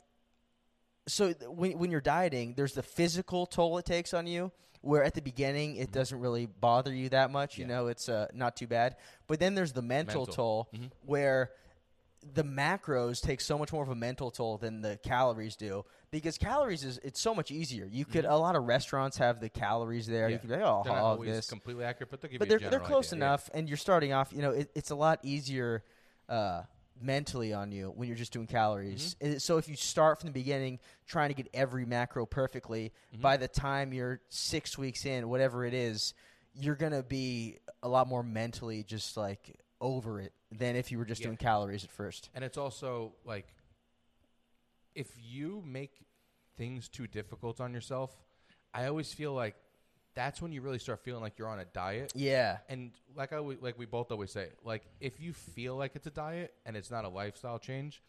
[SPEAKER 2] So th- when when you're dieting, there's the physical toll it takes on you. Where at the beginning it doesn't really bother you that much, you
[SPEAKER 1] Mm-hmm. Yeah.
[SPEAKER 2] know, it's uh, not too bad. But then there's the mental,
[SPEAKER 1] Mental.
[SPEAKER 2] toll,
[SPEAKER 1] Mhm.
[SPEAKER 2] where the macros take so much more of a mental toll than the calories do because calories is it's so much easier. You could a lot of restaurants have the calories there. You
[SPEAKER 1] Mm-hmm. Yeah.
[SPEAKER 2] could be like, oh,
[SPEAKER 1] They're not
[SPEAKER 2] I'll have
[SPEAKER 1] always
[SPEAKER 2] this,
[SPEAKER 1] completely accurate, but they'll give
[SPEAKER 2] but
[SPEAKER 1] you
[SPEAKER 2] they're
[SPEAKER 1] a
[SPEAKER 2] they're
[SPEAKER 1] general
[SPEAKER 2] close
[SPEAKER 1] idea. Yeah.
[SPEAKER 2] enough, and you're starting off. You know, it, it's a lot easier uh, mentally on you when you're just doing calories.
[SPEAKER 1] Mm-hmm.
[SPEAKER 2] And So if you start from the beginning trying to get every macro perfectly,
[SPEAKER 1] Mm-hmm.
[SPEAKER 2] by the time you're six weeks in, whatever it is, you're gonna be a lot more mentally just like over it than if you were just
[SPEAKER 1] Yeah.
[SPEAKER 2] doing calories at first.
[SPEAKER 1] And it's also like if you make things too difficult on yourself, I always feel like that's when you really start feeling like you're on a diet.
[SPEAKER 2] Yeah.
[SPEAKER 1] And like I always- like we both always say, like if you feel like it's a diet and it's not a lifestyle change,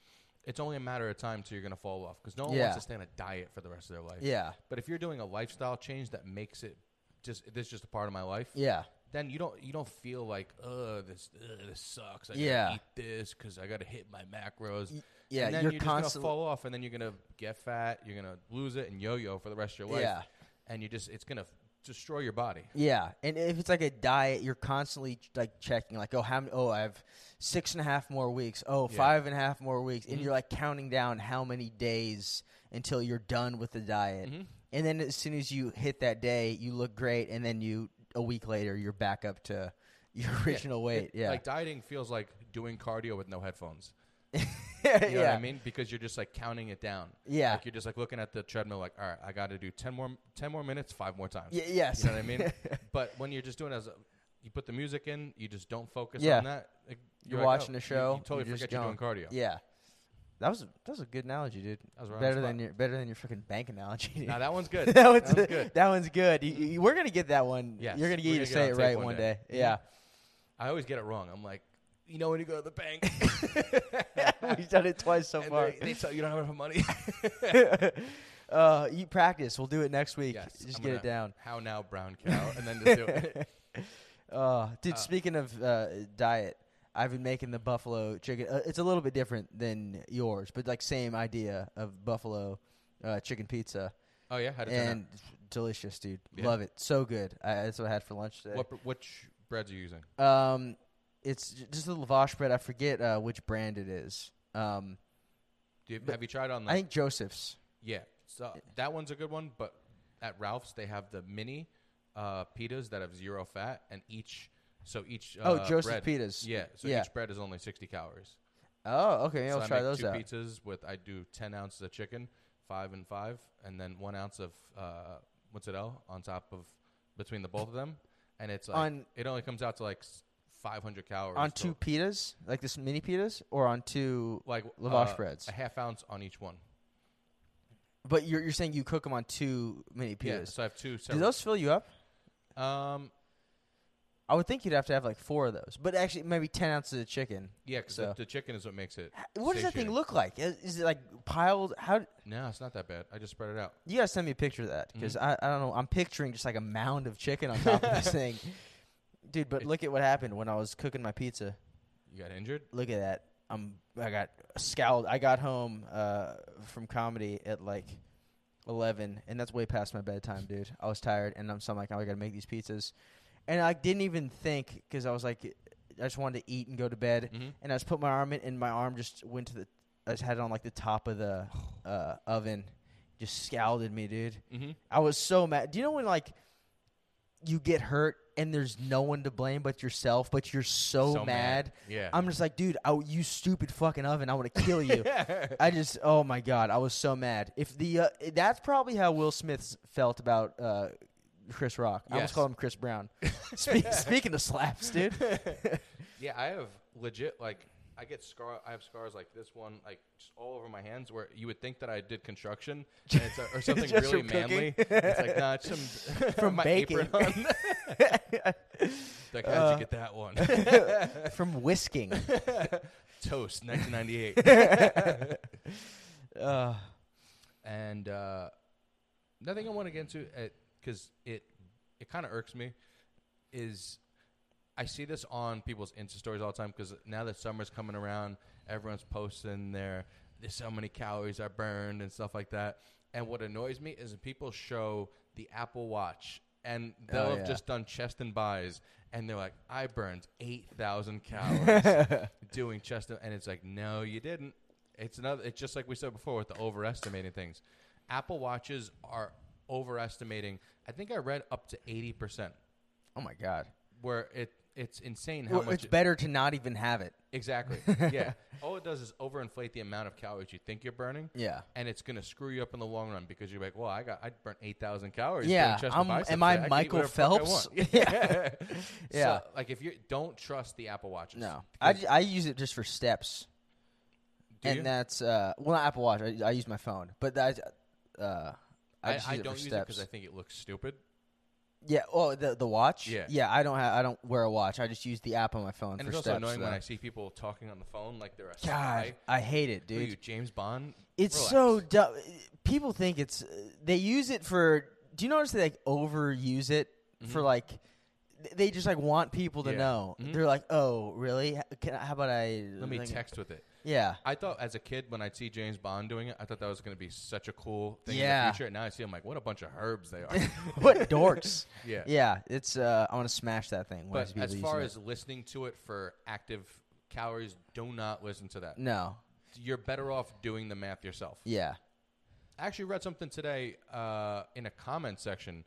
[SPEAKER 1] it's only a matter of time till you're gonna fall off because no one
[SPEAKER 2] Yeah.
[SPEAKER 1] wants to stay on a diet for the rest of their life.
[SPEAKER 2] Yeah.
[SPEAKER 1] But if you're doing a lifestyle change that makes it just this is just a part of my life,
[SPEAKER 2] Yeah.
[SPEAKER 1] then you don't you don't feel like oh this ugh, this sucks. I gotta
[SPEAKER 2] Yeah.
[SPEAKER 1] eat this because I gotta hit my macros.
[SPEAKER 2] Y- yeah,
[SPEAKER 1] and then
[SPEAKER 2] you're
[SPEAKER 1] you're, just
[SPEAKER 2] constantly-
[SPEAKER 1] gonna fall off, and then you're gonna get fat. You're gonna lose it and yo-yo for the rest of your life.
[SPEAKER 2] Yeah.
[SPEAKER 1] and you just it's gonna f- destroy your body.
[SPEAKER 2] Yeah, and if it's like a diet, you're constantly like checking, like, oh, how many? Oh, I have six and a half more weeks. Oh,
[SPEAKER 1] Yeah. Mm-hmm.
[SPEAKER 2] five and a half more weeks, and you're like counting down how many days until you're done with the
[SPEAKER 1] Mm-hmm.
[SPEAKER 2] diet. And then as soon as you hit that day, you look great, and then you a week later you're back up to <laughs> your original weight.
[SPEAKER 1] It-
[SPEAKER 2] Yeah,
[SPEAKER 1] like dieting feels like doing cardio with no
[SPEAKER 2] <laughs>
[SPEAKER 1] headphones.
[SPEAKER 2] yeah,
[SPEAKER 1] You know what I mean? Because you're just like counting it down.
[SPEAKER 2] Yeah.
[SPEAKER 1] like you're just like looking at the treadmill, like, all right, I got to do ten more ten more minutes, five more times.
[SPEAKER 2] Y- yes.
[SPEAKER 1] You know what I
[SPEAKER 2] <laughs>
[SPEAKER 1] mean? but when you're just doing it as a, you put the music in, you just don't focus
[SPEAKER 2] Yeah.
[SPEAKER 1] on that. like,
[SPEAKER 2] You're
[SPEAKER 1] like,
[SPEAKER 2] watching
[SPEAKER 1] oh,
[SPEAKER 2] a
[SPEAKER 1] you-
[SPEAKER 2] show,
[SPEAKER 1] You, totally
[SPEAKER 2] you're just
[SPEAKER 1] forget you're doing
[SPEAKER 2] going.
[SPEAKER 1] cardio.
[SPEAKER 2] yeah. That was that was a good analogy, dude.
[SPEAKER 1] That was right on
[SPEAKER 2] better
[SPEAKER 1] the
[SPEAKER 2] than
[SPEAKER 1] spot.
[SPEAKER 2] your better than your freaking bank analogy. dude.
[SPEAKER 1] Now that
[SPEAKER 2] <laughs>
[SPEAKER 1] one's good.
[SPEAKER 2] that one's,
[SPEAKER 1] that one's good.
[SPEAKER 2] That one's good. You- you- we're gonna get that one.
[SPEAKER 1] Yes,
[SPEAKER 2] you're gonna get
[SPEAKER 1] we're
[SPEAKER 2] you to
[SPEAKER 1] gonna get
[SPEAKER 2] say it
[SPEAKER 1] it on tape
[SPEAKER 2] right
[SPEAKER 1] one
[SPEAKER 2] one day.
[SPEAKER 1] day. <laughs>
[SPEAKER 2] Yeah, <laughs>
[SPEAKER 1] I always get it wrong. I'm like, you know, when you go to the
[SPEAKER 2] <laughs>
[SPEAKER 1] bank,
[SPEAKER 2] we've done it twice so
[SPEAKER 1] <laughs> and
[SPEAKER 2] far.
[SPEAKER 1] they, they tell you you don't have enough
[SPEAKER 2] <laughs>
[SPEAKER 1] money. <laughs>
[SPEAKER 2] uh, you practice. We'll do it next week.
[SPEAKER 1] yes,
[SPEAKER 2] Just
[SPEAKER 1] I'm
[SPEAKER 2] get
[SPEAKER 1] gonna-
[SPEAKER 2] it down.
[SPEAKER 1] How now, brown cow, and then just do
[SPEAKER 2] <laughs>
[SPEAKER 1] it.
[SPEAKER 2] Uh, dude, speaking of uh, diet, I've been making the buffalo chicken. Uh, it's a little bit different than yours, but like same idea of buffalo uh, chicken pizza
[SPEAKER 1] Oh yeah, how to turn
[SPEAKER 2] and delicious, dude.
[SPEAKER 1] Yeah.
[SPEAKER 2] Love it. So good. I, that's what I had for lunch today.
[SPEAKER 1] out. What br- which breads are you using?
[SPEAKER 2] Um, it's j- just the lavash bread. I forget uh, which brand it is. Um,
[SPEAKER 1] Do you, have you tried on? The,
[SPEAKER 2] I think Joseph's.
[SPEAKER 1] yeah, so that one's a good one. But at Ralph's, they have the mini uh, pitas that have zero fat, and each so each uh,
[SPEAKER 2] Oh, Joseph
[SPEAKER 1] bread,
[SPEAKER 2] Pitas.
[SPEAKER 1] Yeah, so
[SPEAKER 2] Yeah.
[SPEAKER 1] each bread is only sixty calories.
[SPEAKER 2] Oh, okay. Maybe
[SPEAKER 1] so
[SPEAKER 2] I'll
[SPEAKER 1] I
[SPEAKER 2] try
[SPEAKER 1] make
[SPEAKER 2] those
[SPEAKER 1] two
[SPEAKER 2] out.
[SPEAKER 1] pizzas with I do ten ounces of chicken, five and five, and then one ounce of uh, what's it L on top of between the both of them, and it's like
[SPEAKER 2] On-
[SPEAKER 1] it only comes out to like five hundred calories
[SPEAKER 2] On two
[SPEAKER 1] total.
[SPEAKER 2] pitas, like this mini pitas, or on two.
[SPEAKER 1] like
[SPEAKER 2] lavash
[SPEAKER 1] uh,
[SPEAKER 2] breads.
[SPEAKER 1] a half ounce on each one.
[SPEAKER 2] But you're you're saying you cook them on two mini
[SPEAKER 1] Yeah,
[SPEAKER 2] pitas.
[SPEAKER 1] so I have two.
[SPEAKER 2] Do
[SPEAKER 1] Separate,
[SPEAKER 2] those fill you up?
[SPEAKER 1] Um,
[SPEAKER 2] I would think you'd have to have like four of those, but actually maybe ten ounces of chicken.
[SPEAKER 1] yeah, because
[SPEAKER 2] So-
[SPEAKER 1] the, the chicken is what makes it.
[SPEAKER 2] What does that thing
[SPEAKER 1] satiating.
[SPEAKER 2] look like? Is, is it like piled? How
[SPEAKER 1] No, it's not that bad. I just spread it out.
[SPEAKER 2] you gotta send me a picture of that because I, I don't know. I'm picturing just like a mound of chicken on top of this thing, dude. But
[SPEAKER 1] It-
[SPEAKER 2] look at what happened when I was cooking my pizza.
[SPEAKER 1] You got injured?
[SPEAKER 2] look at that. I'm I got scowled. I got home uh, from comedy at like eleven, and that's way past my bedtime, dude. I was tired, and I'm so I'm like, oh, I gotta make these pizzas, and I didn't even think because I was like, I just wanted to eat and go to bed,
[SPEAKER 1] Mhm.
[SPEAKER 2] and I just put my arm in, and my arm just went to the. I just had it on like the top of the uh, oven, just scowled at me, dude.
[SPEAKER 1] Mm-hmm.
[SPEAKER 2] I was so mad. Do you know when like you get hurt and there's no one to blame but yourself, but you're so, mad
[SPEAKER 1] Yeah.
[SPEAKER 2] I'm just like, dude, I, you stupid fucking oven. I want to
[SPEAKER 1] <laughs>
[SPEAKER 2] kill <laughs> you. I just, oh my god, I was so mad. If the uh, that's probably how Will Smith felt about uh, Chris Rock. I almost
[SPEAKER 1] Yes.
[SPEAKER 2] called him Chris <laughs> Brown. Spe- speaking of slaps, dude.
[SPEAKER 1] yeah, I have legit like I get scar. I have scars like this one, like just all over my hands, where you would think that I did construction and it's, uh,
[SPEAKER 2] <laughs>
[SPEAKER 1] or something
[SPEAKER 2] Just
[SPEAKER 1] really
[SPEAKER 2] from cooking?
[SPEAKER 1] manly. It's like nah, it's some
[SPEAKER 2] <laughs>
[SPEAKER 1] <laughs>
[SPEAKER 2] From
[SPEAKER 1] my apron on.
[SPEAKER 2] baking. <laughs>
[SPEAKER 1] like how'd
[SPEAKER 2] Uh.
[SPEAKER 1] you get that one?
[SPEAKER 2] From <laughs> whisking.
[SPEAKER 1] <laughs> Toast, 1998.
[SPEAKER 2] uh,
[SPEAKER 1] and uh, nothing I want to get into because it it kind of irks me is I see this on people's Insta stories all the time because now that summer's coming around, everyone's posting their there's so many calories I burned and stuff like that. And what annoys me is when people show the Apple Watch and they'll
[SPEAKER 2] Oh,
[SPEAKER 1] have
[SPEAKER 2] yeah.
[SPEAKER 1] just done chest and buys and they're like, I burned eight thousand calories
[SPEAKER 2] <laughs>
[SPEAKER 1] doing chest and it's like, no, you didn't. It's another. It's just like we said before with the overestimating things. Apple watches are overestimating. I think I read up to eighty percent,
[SPEAKER 2] oh my god.
[SPEAKER 1] where it it's insane how
[SPEAKER 2] Well,
[SPEAKER 1] much
[SPEAKER 2] it's
[SPEAKER 1] it-
[SPEAKER 2] better to not even have it. <laughs>
[SPEAKER 1] exactly. yeah, all it does is overinflate the amount of calories you think you're burning.
[SPEAKER 2] Yeah.
[SPEAKER 1] And it's gonna screw you up in the long run because you're like, well, I got I burnt eight thousand calories.
[SPEAKER 2] Yeah,
[SPEAKER 1] doing chest
[SPEAKER 2] I'm-
[SPEAKER 1] and biceps
[SPEAKER 2] am I
[SPEAKER 1] today. can eat
[SPEAKER 2] Michael
[SPEAKER 1] whatever the fuck I
[SPEAKER 2] Phelps?
[SPEAKER 1] want."
[SPEAKER 2] <laughs>
[SPEAKER 1] <laughs>
[SPEAKER 2] Yeah. Yeah.
[SPEAKER 1] So, like if you don't trust the Apple watches,
[SPEAKER 2] No, I,
[SPEAKER 1] Because-
[SPEAKER 2] ju- I use it just for steps,
[SPEAKER 1] Do
[SPEAKER 2] and
[SPEAKER 1] you?
[SPEAKER 2] that's uh, well, not Apple Watch. I, I use my phone, but that uh, I,
[SPEAKER 1] I,
[SPEAKER 2] just
[SPEAKER 1] I
[SPEAKER 2] use it
[SPEAKER 1] don't
[SPEAKER 2] for
[SPEAKER 1] use it
[SPEAKER 2] steps.
[SPEAKER 1] because I think it looks stupid.
[SPEAKER 2] yeah, oh, the the watch.
[SPEAKER 1] Yeah.
[SPEAKER 2] yeah. I don't have. I don't wear a watch. I just use the app on my phone
[SPEAKER 1] And
[SPEAKER 2] for
[SPEAKER 1] it's also
[SPEAKER 2] steps.
[SPEAKER 1] annoying when
[SPEAKER 2] though.
[SPEAKER 1] I see people talking on the phone like they're a
[SPEAKER 2] God,
[SPEAKER 1] spy.
[SPEAKER 2] I hate it,
[SPEAKER 1] Who are
[SPEAKER 2] dude.
[SPEAKER 1] you, James Bond?
[SPEAKER 2] It's
[SPEAKER 1] Relax.
[SPEAKER 2] so dumb. People think it's they use it for. Do you notice they like overuse it for like? th- They just like want people to
[SPEAKER 1] Mm-hmm. Yeah.
[SPEAKER 2] know.
[SPEAKER 1] Mhm.
[SPEAKER 2] They're like, "Oh, really? H- Can I, how about I
[SPEAKER 1] Let me
[SPEAKER 2] like-
[SPEAKER 1] text with it.
[SPEAKER 2] Yeah, <laughs>
[SPEAKER 1] I thought as a kid when I'd see James Bond doing it, I thought that was going to be such a cool thing
[SPEAKER 2] Yeah.
[SPEAKER 1] in the future. And now I see him like, what a bunch of herbs they are.
[SPEAKER 2] what dorks?
[SPEAKER 1] <laughs> yeah.
[SPEAKER 2] Yeah, it's. Uh, I want to smash that thing. when I
[SPEAKER 1] But
[SPEAKER 2] see people
[SPEAKER 1] as far
[SPEAKER 2] using it.
[SPEAKER 1] as listening to it for active calories, do not listen to that.
[SPEAKER 2] no,
[SPEAKER 1] You're better off doing the math yourself.
[SPEAKER 2] yeah,
[SPEAKER 1] I actually read something today uh, in a comment section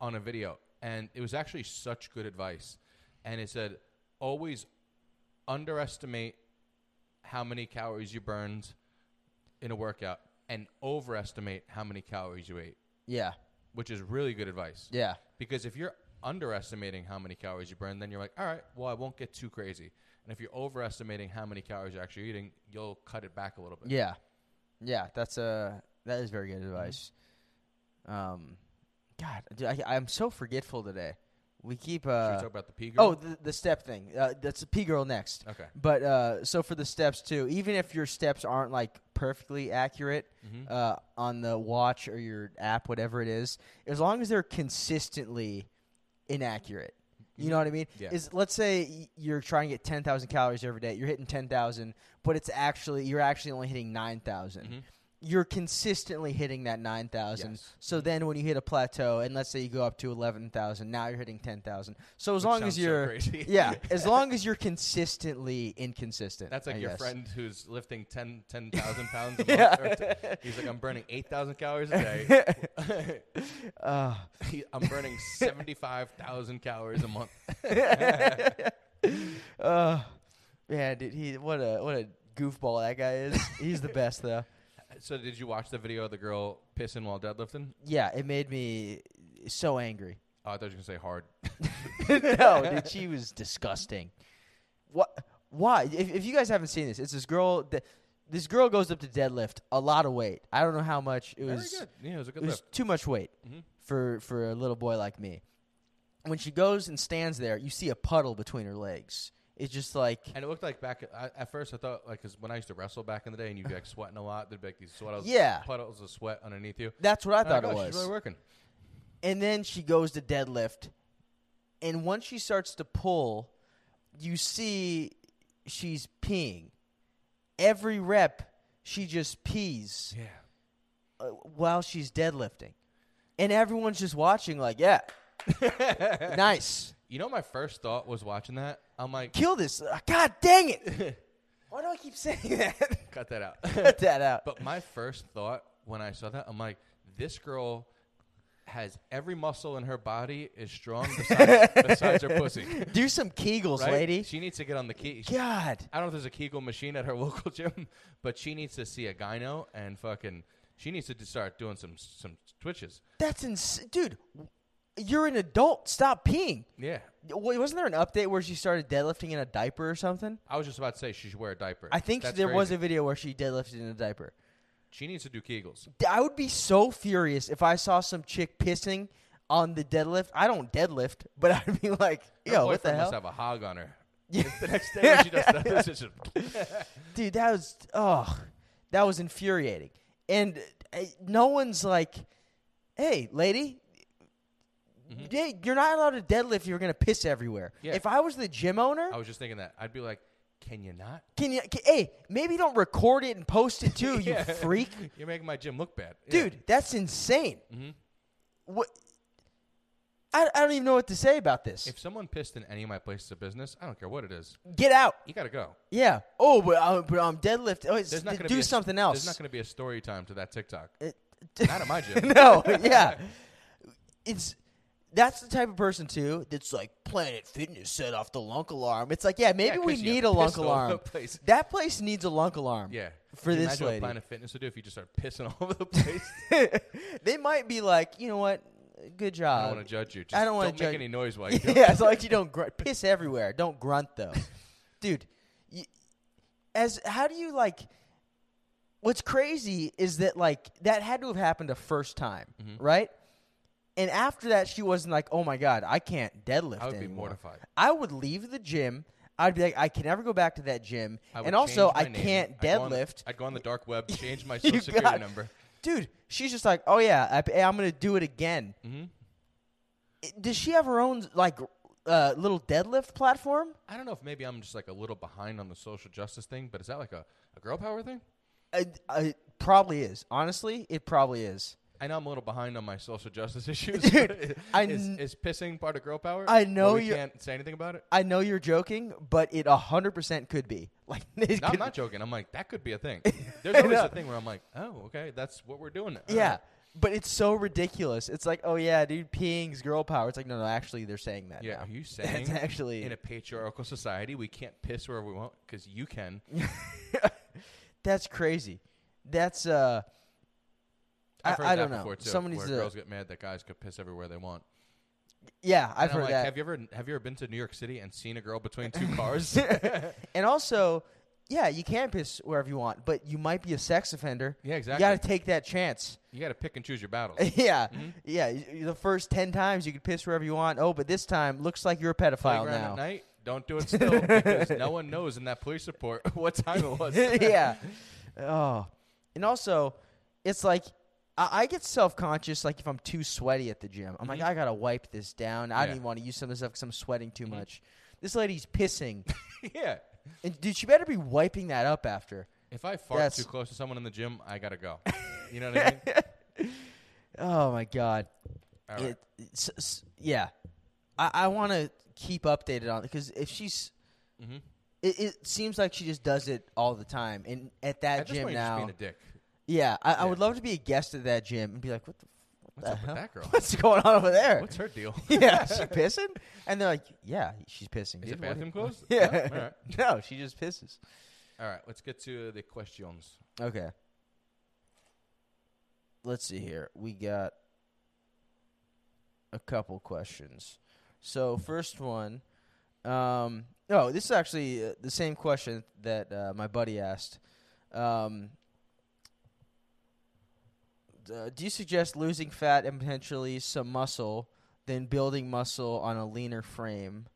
[SPEAKER 1] on a video, and it was actually such good advice. And it said, always underestimate how many calories you burned in a workout and overestimate how many calories you ate,
[SPEAKER 2] yeah,
[SPEAKER 1] which is really good advice.
[SPEAKER 2] yeah,
[SPEAKER 1] Because if you're underestimating how many calories you burn, then you're like, all right, well, I won't get too crazy. And if you're overestimating how many calories you're actually eating, you'll cut it back a little bit.
[SPEAKER 2] yeah, yeah. That's uh, that is very good
[SPEAKER 1] Mm-hmm.
[SPEAKER 2] advice. Um, God, dude, I, I'm so forgetful today. We keep.
[SPEAKER 1] Should we
[SPEAKER 2] Uh,
[SPEAKER 1] talk about the P girl?
[SPEAKER 2] oh, the, the step thing. Uh, that's a P girl next.
[SPEAKER 1] okay.
[SPEAKER 2] But uh, so for the steps too, even if your steps aren't like perfectly accurate
[SPEAKER 1] Mhm.
[SPEAKER 2] uh, on the watch or your app, whatever it is, as long as they're consistently inaccurate, you know what I mean?
[SPEAKER 1] Mm-hmm. Yeah.
[SPEAKER 2] Is let's say y- you're trying to get ten thousand calories every day, you're hitting ten thousand, but it's actually you're actually only hitting nine
[SPEAKER 1] Mhm.
[SPEAKER 2] You're consistently hitting that nine thousand.
[SPEAKER 1] Yes. Mm-hmm.
[SPEAKER 2] So then, when you hit a plateau, and let's say you go up to eleven thousand, now you're hitting ten thousand. So as
[SPEAKER 1] Which
[SPEAKER 2] long as
[SPEAKER 1] sounds so
[SPEAKER 2] you're
[SPEAKER 1] crazy.
[SPEAKER 2] <laughs>
[SPEAKER 1] <laughs>
[SPEAKER 2] yeah, as long as you're consistently inconsistent.
[SPEAKER 1] That's like
[SPEAKER 2] I
[SPEAKER 1] your
[SPEAKER 2] guess.
[SPEAKER 1] friend who's lifting 10 10,000 pounds
[SPEAKER 2] <laughs>
[SPEAKER 1] a month. or t- he's like, I'm burning 8,000 calories a
[SPEAKER 2] <laughs>
[SPEAKER 1] day.
[SPEAKER 2] Ugh.
[SPEAKER 1] He- I'm burning 75,000 calories a month.
[SPEAKER 2] <laughs> Ugh. Uh, man, dude, he what a what a goofball that guy <laughs> is. He's the best though.
[SPEAKER 1] So, did you watch the video of the girl pissing while deadlifting?
[SPEAKER 2] Yeah, it made me so <laughs> angry.
[SPEAKER 1] Oh, I thought you were going to say hard.
[SPEAKER 2] no, dude, she was disgusting. What? Why? If, if you guys haven't seen this, it's this girl that this girl goes up to deadlift a lot of weight. I don't know how much it
[SPEAKER 1] Very
[SPEAKER 2] was.
[SPEAKER 1] good. Yeah, it was a good
[SPEAKER 2] it was
[SPEAKER 1] lift.
[SPEAKER 2] too much weight
[SPEAKER 1] Mhm.
[SPEAKER 2] for for a little boy like me. When she goes and stands there, you see a puddle between her legs. It's just like
[SPEAKER 1] And it looked like back I, at first I thought like because when I used to wrestle back in the day and you'd be like sweating a lot, there'd be like these sweat
[SPEAKER 2] Yeah.
[SPEAKER 1] puddles of sweat underneath you.
[SPEAKER 2] that's what I
[SPEAKER 1] And I'm
[SPEAKER 2] thought
[SPEAKER 1] like,
[SPEAKER 2] it
[SPEAKER 1] "Oh,
[SPEAKER 2] was.
[SPEAKER 1] She's really working.
[SPEAKER 2] and then she goes to deadlift, and once she starts to pull, you see she's peeing. Every rep, she just pees.
[SPEAKER 1] Yeah,
[SPEAKER 2] uh, while she's deadlifting. And everyone's just watching, like, yeah, <laughs> nice.
[SPEAKER 1] you know my first thought was watching that. I'm like,
[SPEAKER 2] Kill this. Uh, God dang it. <laughs> Why do I keep saying that?
[SPEAKER 1] cut that out. <laughs>
[SPEAKER 2] <laughs> Cut that out.
[SPEAKER 1] But my first thought when I saw that, I'm like, this girl has every muscle in her body is strong
[SPEAKER 2] <laughs>
[SPEAKER 1] besides, besides her pussy.
[SPEAKER 2] Do some Kegels,
[SPEAKER 1] Right?
[SPEAKER 2] lady.
[SPEAKER 1] She needs to get on the key. she-
[SPEAKER 2] God.
[SPEAKER 1] I don't know if there's a Kegel machine at her <laughs> local gym, but she needs to see a gyno and fucking. She needs to just start doing some some twitches.
[SPEAKER 2] That's insane. Dude, You're an adult. Stop peeing.
[SPEAKER 1] Yeah.
[SPEAKER 2] Wa- Wasn't there an update where she started deadlifting in a diaper or something?
[SPEAKER 1] I was just about to say she should wear a diaper.
[SPEAKER 2] I think
[SPEAKER 1] That's
[SPEAKER 2] there was
[SPEAKER 1] crazy.
[SPEAKER 2] a video where she deadlifted in a diaper.
[SPEAKER 1] She needs to do Kegels.
[SPEAKER 2] D- I would be so furious if I saw some chick pissing on the deadlift. I don't deadlift, but <laughs> I'd be like,
[SPEAKER 1] Her
[SPEAKER 2] yo, what the
[SPEAKER 1] boyfriend
[SPEAKER 2] hell?
[SPEAKER 1] must have a hog on
[SPEAKER 2] <laughs>
[SPEAKER 1] her.
[SPEAKER 2] Yeah.
[SPEAKER 1] the next day when <laughs> she does that, it's just
[SPEAKER 2] dude that was oh that was infuriating and uh, no one's like hey lady hey, you're not allowed to deadlift if you're gonna piss everywhere
[SPEAKER 1] Mm-hmm. Yeah.
[SPEAKER 2] if i was the gym owner
[SPEAKER 1] I was just thinking that. I'd be like, can you not?
[SPEAKER 2] can you can, hey maybe don't record it and post it too
[SPEAKER 1] <laughs> Yeah.
[SPEAKER 2] you freak
[SPEAKER 1] You're making my gym look bad. Yeah.
[SPEAKER 2] dude that's insane
[SPEAKER 1] Mhm.
[SPEAKER 2] what I, I don't even know what to say about this
[SPEAKER 1] If someone pissed in any of my places of business, I don't care what it is,
[SPEAKER 2] get out
[SPEAKER 1] you gotta go.
[SPEAKER 2] yeah oh but, I, but i'm deadlift oh, it's,
[SPEAKER 1] There's not gonna
[SPEAKER 2] do
[SPEAKER 1] be a-
[SPEAKER 2] something
[SPEAKER 1] There's
[SPEAKER 2] else
[SPEAKER 1] not gonna be a story time to that
[SPEAKER 2] <laughs>
[SPEAKER 1] TikTok.
[SPEAKER 2] It-
[SPEAKER 1] <laughs> Not at my
[SPEAKER 2] <laughs>
[SPEAKER 1] gym.
[SPEAKER 2] no, yeah. It's that's the type of person too that's like Planet Fitness set off the lunk alarm. It's like, yeah, maybe
[SPEAKER 1] Yeah,
[SPEAKER 2] we
[SPEAKER 1] 'cause you
[SPEAKER 2] need a lunk
[SPEAKER 1] pissed all over
[SPEAKER 2] alarm.
[SPEAKER 1] the place.
[SPEAKER 2] That place needs a lunk alarm.
[SPEAKER 1] Yeah.
[SPEAKER 2] For
[SPEAKER 1] Can you
[SPEAKER 2] this
[SPEAKER 1] imagine
[SPEAKER 2] lady.
[SPEAKER 1] what Planet Fitness would do if you just start pissing <laughs> all over the place.
[SPEAKER 2] they might be like, you know what? Good
[SPEAKER 1] I
[SPEAKER 2] job.
[SPEAKER 1] don't want to judge you. Just
[SPEAKER 2] Uh, I don't wanna
[SPEAKER 1] don't
[SPEAKER 2] judge-
[SPEAKER 1] make any noise
[SPEAKER 2] <laughs>
[SPEAKER 1] while you do it.
[SPEAKER 2] yeah, so like you don't grunt. Piss everywhere. Don't grunt
[SPEAKER 1] <laughs>
[SPEAKER 2] though, dude. You, as how do you like? What's crazy is that like that had to have happened a first time,
[SPEAKER 1] Mm-hmm.
[SPEAKER 2] right? And after that, she wasn't like, "Oh my god, I can't deadlift."
[SPEAKER 1] I would be
[SPEAKER 2] anymore."
[SPEAKER 1] mortified.
[SPEAKER 2] I would leave the gym. I'd be like, "I can never go back to that gym,"
[SPEAKER 1] I would
[SPEAKER 2] and also
[SPEAKER 1] change my
[SPEAKER 2] I
[SPEAKER 1] name.
[SPEAKER 2] can't
[SPEAKER 1] I'd go on the-
[SPEAKER 2] deadlift.
[SPEAKER 1] I'd go on the dark
[SPEAKER 2] <laughs>
[SPEAKER 1] web, change my
[SPEAKER 2] You
[SPEAKER 1] social security
[SPEAKER 2] got-
[SPEAKER 1] number.
[SPEAKER 2] Dude, she's just like, "Oh yeah, I, I'm gonna do it again."
[SPEAKER 1] Mhm.
[SPEAKER 2] I- Does she have her own like uh, little deadlift platform?
[SPEAKER 1] I don't know if maybe I'm just like a little behind on the social justice thing, but is that like a, a girl power thing?
[SPEAKER 2] It, it probably is. Honestly, it probably is.
[SPEAKER 1] I know I'm a little behind on my social justice <laughs> issues.
[SPEAKER 2] Dude,
[SPEAKER 1] but
[SPEAKER 2] I
[SPEAKER 1] is,
[SPEAKER 2] kn-
[SPEAKER 1] is pissing part of girl power?
[SPEAKER 2] I
[SPEAKER 1] where
[SPEAKER 2] know
[SPEAKER 1] we
[SPEAKER 2] you-
[SPEAKER 1] can't say anything about
[SPEAKER 2] <laughs>
[SPEAKER 1] it.
[SPEAKER 2] I know you're joking, but it 100% could be. <laughs> Like, it
[SPEAKER 1] No, I'm
[SPEAKER 2] could-
[SPEAKER 1] not joking. I'm like that could be a
[SPEAKER 2] <laughs>
[SPEAKER 1] thing. There's
[SPEAKER 2] I
[SPEAKER 1] always
[SPEAKER 2] know.
[SPEAKER 1] a thing where I'm like, oh, okay, that's what we're doing. now.
[SPEAKER 2] <laughs> Yeah, but it's so ridiculous. It's like, oh yeah, dude, peeing's girl power. It's like, no, no, actually, they're saying that.
[SPEAKER 1] Uh, yeah.
[SPEAKER 2] now.
[SPEAKER 1] Are you saying
[SPEAKER 2] <laughs> That's actually
[SPEAKER 1] in a patriarchal society we can't piss wherever we want because you can?
[SPEAKER 2] that's crazy. That's uh, I-
[SPEAKER 1] I've heard
[SPEAKER 2] I
[SPEAKER 1] that
[SPEAKER 2] don't know.
[SPEAKER 1] before too.
[SPEAKER 2] Someone
[SPEAKER 1] where
[SPEAKER 2] needs to-
[SPEAKER 1] girls get mad that guys could piss everywhere they want.
[SPEAKER 2] yeah,
[SPEAKER 1] And
[SPEAKER 2] I've
[SPEAKER 1] I'm
[SPEAKER 2] heard
[SPEAKER 1] like,
[SPEAKER 2] that.
[SPEAKER 1] Have you ever have you ever been to New York City and seen a girl
[SPEAKER 2] <laughs>
[SPEAKER 1] between two cars? <laughs>
[SPEAKER 2] and also, yeah, you can piss wherever you want, but you might be a sex offender.
[SPEAKER 1] Yeah,
[SPEAKER 2] You
[SPEAKER 1] exactly. Mm-hmm.
[SPEAKER 2] got to take
[SPEAKER 1] <laughs>
[SPEAKER 2] that chance. <laughs>
[SPEAKER 1] You got to pick and choose your battles.
[SPEAKER 2] yeah, yeah. y- y- The first ten times you could piss wherever you want. Oh, but this time looks like you're a pedophile
[SPEAKER 1] Playground at
[SPEAKER 2] now.
[SPEAKER 1] night, don't
[SPEAKER 2] <laughs>
[SPEAKER 1] do it still because no one knows in that police report <laughs> what time it was. <laughs>
[SPEAKER 2] <laughs> yeah. Oh, and also, it's like I, I get self conscious. Like if I'm too sweaty at the gym, I'm like I gotta wipe this down.
[SPEAKER 1] Mm-hmm. Yeah. Mm-hmm.
[SPEAKER 2] I don't even want to use some of this stuff because I'm sweating too much. This lady's pissing,
[SPEAKER 1] yeah.
[SPEAKER 2] and dude, she better be wiping that up after.
[SPEAKER 1] If I fart
[SPEAKER 2] That's-
[SPEAKER 1] too close to someone in the gym, I gotta go. You know what
[SPEAKER 2] <laughs>
[SPEAKER 1] I mean?
[SPEAKER 2] Oh my god.
[SPEAKER 1] All right.
[SPEAKER 2] It, it's, it's- yeah, I, I want to keep updated on it because if she's,
[SPEAKER 1] Mhm.
[SPEAKER 2] it, it seems like she just does it all the time. And at that
[SPEAKER 1] At this
[SPEAKER 2] gym
[SPEAKER 1] point,
[SPEAKER 2] now,
[SPEAKER 1] you're just being a dick.
[SPEAKER 2] yeah, I, I would
[SPEAKER 1] Yeah.
[SPEAKER 2] love to be a guest at that gym and be like, what the, what
[SPEAKER 1] What's
[SPEAKER 2] the
[SPEAKER 1] up
[SPEAKER 2] hell?
[SPEAKER 1] with that girl?
[SPEAKER 2] <laughs> What's going on over there?
[SPEAKER 1] What's her deal?
[SPEAKER 2] <laughs> yeah, is she pissing? And they're like, yeah, she's pissing.
[SPEAKER 1] Is the
[SPEAKER 2] dude. What-
[SPEAKER 1] bathroom closed?
[SPEAKER 2] <laughs> Yeah.
[SPEAKER 1] No? All right.
[SPEAKER 2] No, she just pisses.
[SPEAKER 1] All right. Let's get to the questions.
[SPEAKER 2] Okay. Let's see here. We got a couple questions. So first one, um, no, this is actually uh, the same question that uh, my buddy asked. Um, uh, do you suggest losing fat and potentially some muscle, then building muscle on a leaner frame,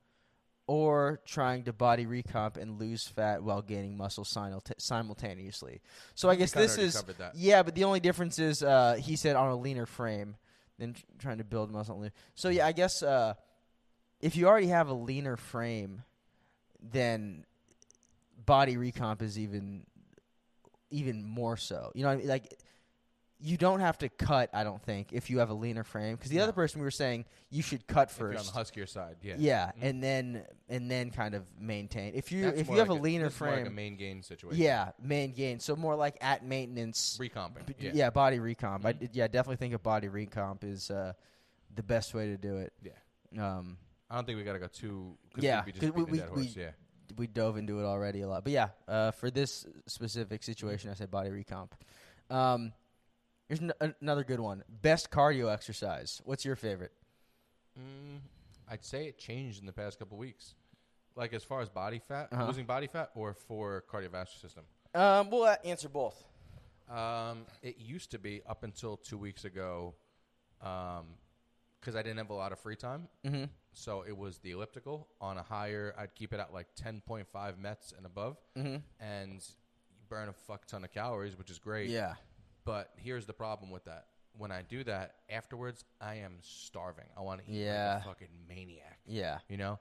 [SPEAKER 2] or trying to body recomp and lose fat while gaining muscle simulta- simultaneously? So I guess
[SPEAKER 1] kinda
[SPEAKER 2] this
[SPEAKER 1] already
[SPEAKER 2] is
[SPEAKER 1] covered that.
[SPEAKER 2] yeah, but the only difference is uh, he said on a leaner frame than tr- trying to build muscle. on lean- So yeah, I guess uh, if you already have a leaner frame, then body recomp is even even more so. You know, what I mean? like you don't have to cut. I don't think if you have a leaner frame, because the
[SPEAKER 1] No.
[SPEAKER 2] other person we were saying you should cut
[SPEAKER 1] If you're on
[SPEAKER 2] first.
[SPEAKER 1] the huskier side, yeah.
[SPEAKER 2] yeah,
[SPEAKER 1] Mhm.
[SPEAKER 2] and then and then kind of maintain. If you
[SPEAKER 1] That's
[SPEAKER 2] if you
[SPEAKER 1] more
[SPEAKER 2] have
[SPEAKER 1] like
[SPEAKER 2] a leaner
[SPEAKER 1] this is more like a
[SPEAKER 2] frame,
[SPEAKER 1] main gain situation.
[SPEAKER 2] yeah, main gain. So more like at maintenance.
[SPEAKER 1] Recomping.
[SPEAKER 2] B-
[SPEAKER 1] Yeah.
[SPEAKER 2] yeah. body recomp. I
[SPEAKER 1] Mhm.
[SPEAKER 2] d yeah, definitely think a body recomp is uh, the best way to do it.
[SPEAKER 1] Yeah.
[SPEAKER 2] Um,
[SPEAKER 1] I don't think we gotta go too. 'cause
[SPEAKER 2] Yeah,
[SPEAKER 1] We'd be
[SPEAKER 2] 'cause
[SPEAKER 1] just
[SPEAKER 2] we-
[SPEAKER 1] beating a dead
[SPEAKER 2] we-
[SPEAKER 1] horse. Yeah.
[SPEAKER 2] we dove into it already a lot, but yeah, uh, for this specific
[SPEAKER 1] Mm-hmm.
[SPEAKER 2] situation, I said body recomp. Um, here's n- another good one. Best cardio exercise. What's your favorite?
[SPEAKER 1] Mm, I'd say it changed in the past couple weeks. Like as far as body fat,
[SPEAKER 2] Uh-huh.
[SPEAKER 1] losing body fat, or for cardiovascular system.
[SPEAKER 3] Um, we'll uh, answer both.
[SPEAKER 1] Um, it used to be up until two weeks ago, because I didn't have a lot of free time.
[SPEAKER 2] Mm-hmm.
[SPEAKER 1] So it was the elliptical on a higher. I'd keep it at like 10.5 mets and above,
[SPEAKER 2] Mm-hmm.
[SPEAKER 1] and you burn a fuck ton of calories, which is great.
[SPEAKER 2] Yeah.
[SPEAKER 1] But here's the problem with that. When I do that afterwards, I am starving. I want to eat
[SPEAKER 2] Yeah.
[SPEAKER 1] like a fucking maniac,
[SPEAKER 2] Yeah.
[SPEAKER 1] you know.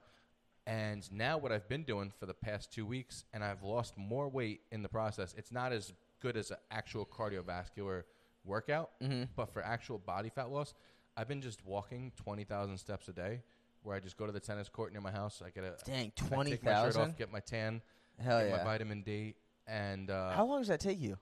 [SPEAKER 1] And now what I've been doing for the past two weeks, and I've lost more weight in the process. It's not as good as an actual cardiovascular workout,
[SPEAKER 2] Mm-hmm.
[SPEAKER 1] but for actual body fat loss, I've been just walking twenty thousand steps a day. Where I just go to the tennis court near my house. I get a
[SPEAKER 2] Dang,
[SPEAKER 1] I
[SPEAKER 2] twenty
[SPEAKER 1] take my shirt
[SPEAKER 2] thousand.
[SPEAKER 1] off, get my tan,
[SPEAKER 2] Hell
[SPEAKER 1] get my
[SPEAKER 2] yeah.
[SPEAKER 1] vitamin D, and uh,
[SPEAKER 2] How long does that take you?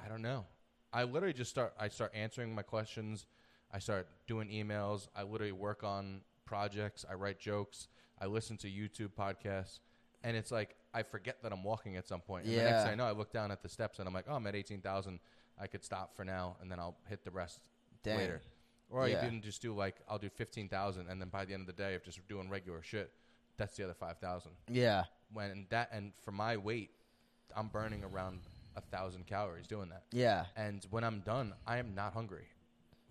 [SPEAKER 1] I don't know. I literally just start. I start answering my questions. I start doing emails. I literally work on projects. I write jokes. I listen to YouTube podcasts, and it's like I forget that I'm walking at some point. And The next
[SPEAKER 2] Yeah.
[SPEAKER 1] thing I know, I look down at the steps and I'm like, oh, I'm at eighteen thousand. I could stop for now, and then I'll hit the rest
[SPEAKER 2] Dang.
[SPEAKER 1] later. Or
[SPEAKER 2] Yeah.
[SPEAKER 1] you can just do like I'll do fifteen thousand, and then by the end of the day, if just doing regular shit, that's the other five thousand.
[SPEAKER 2] Yeah.
[SPEAKER 1] When that and for my weight, I'm burning around a thousand calories doing that
[SPEAKER 2] Yeah.
[SPEAKER 1] and when I'm done, I am not hungry.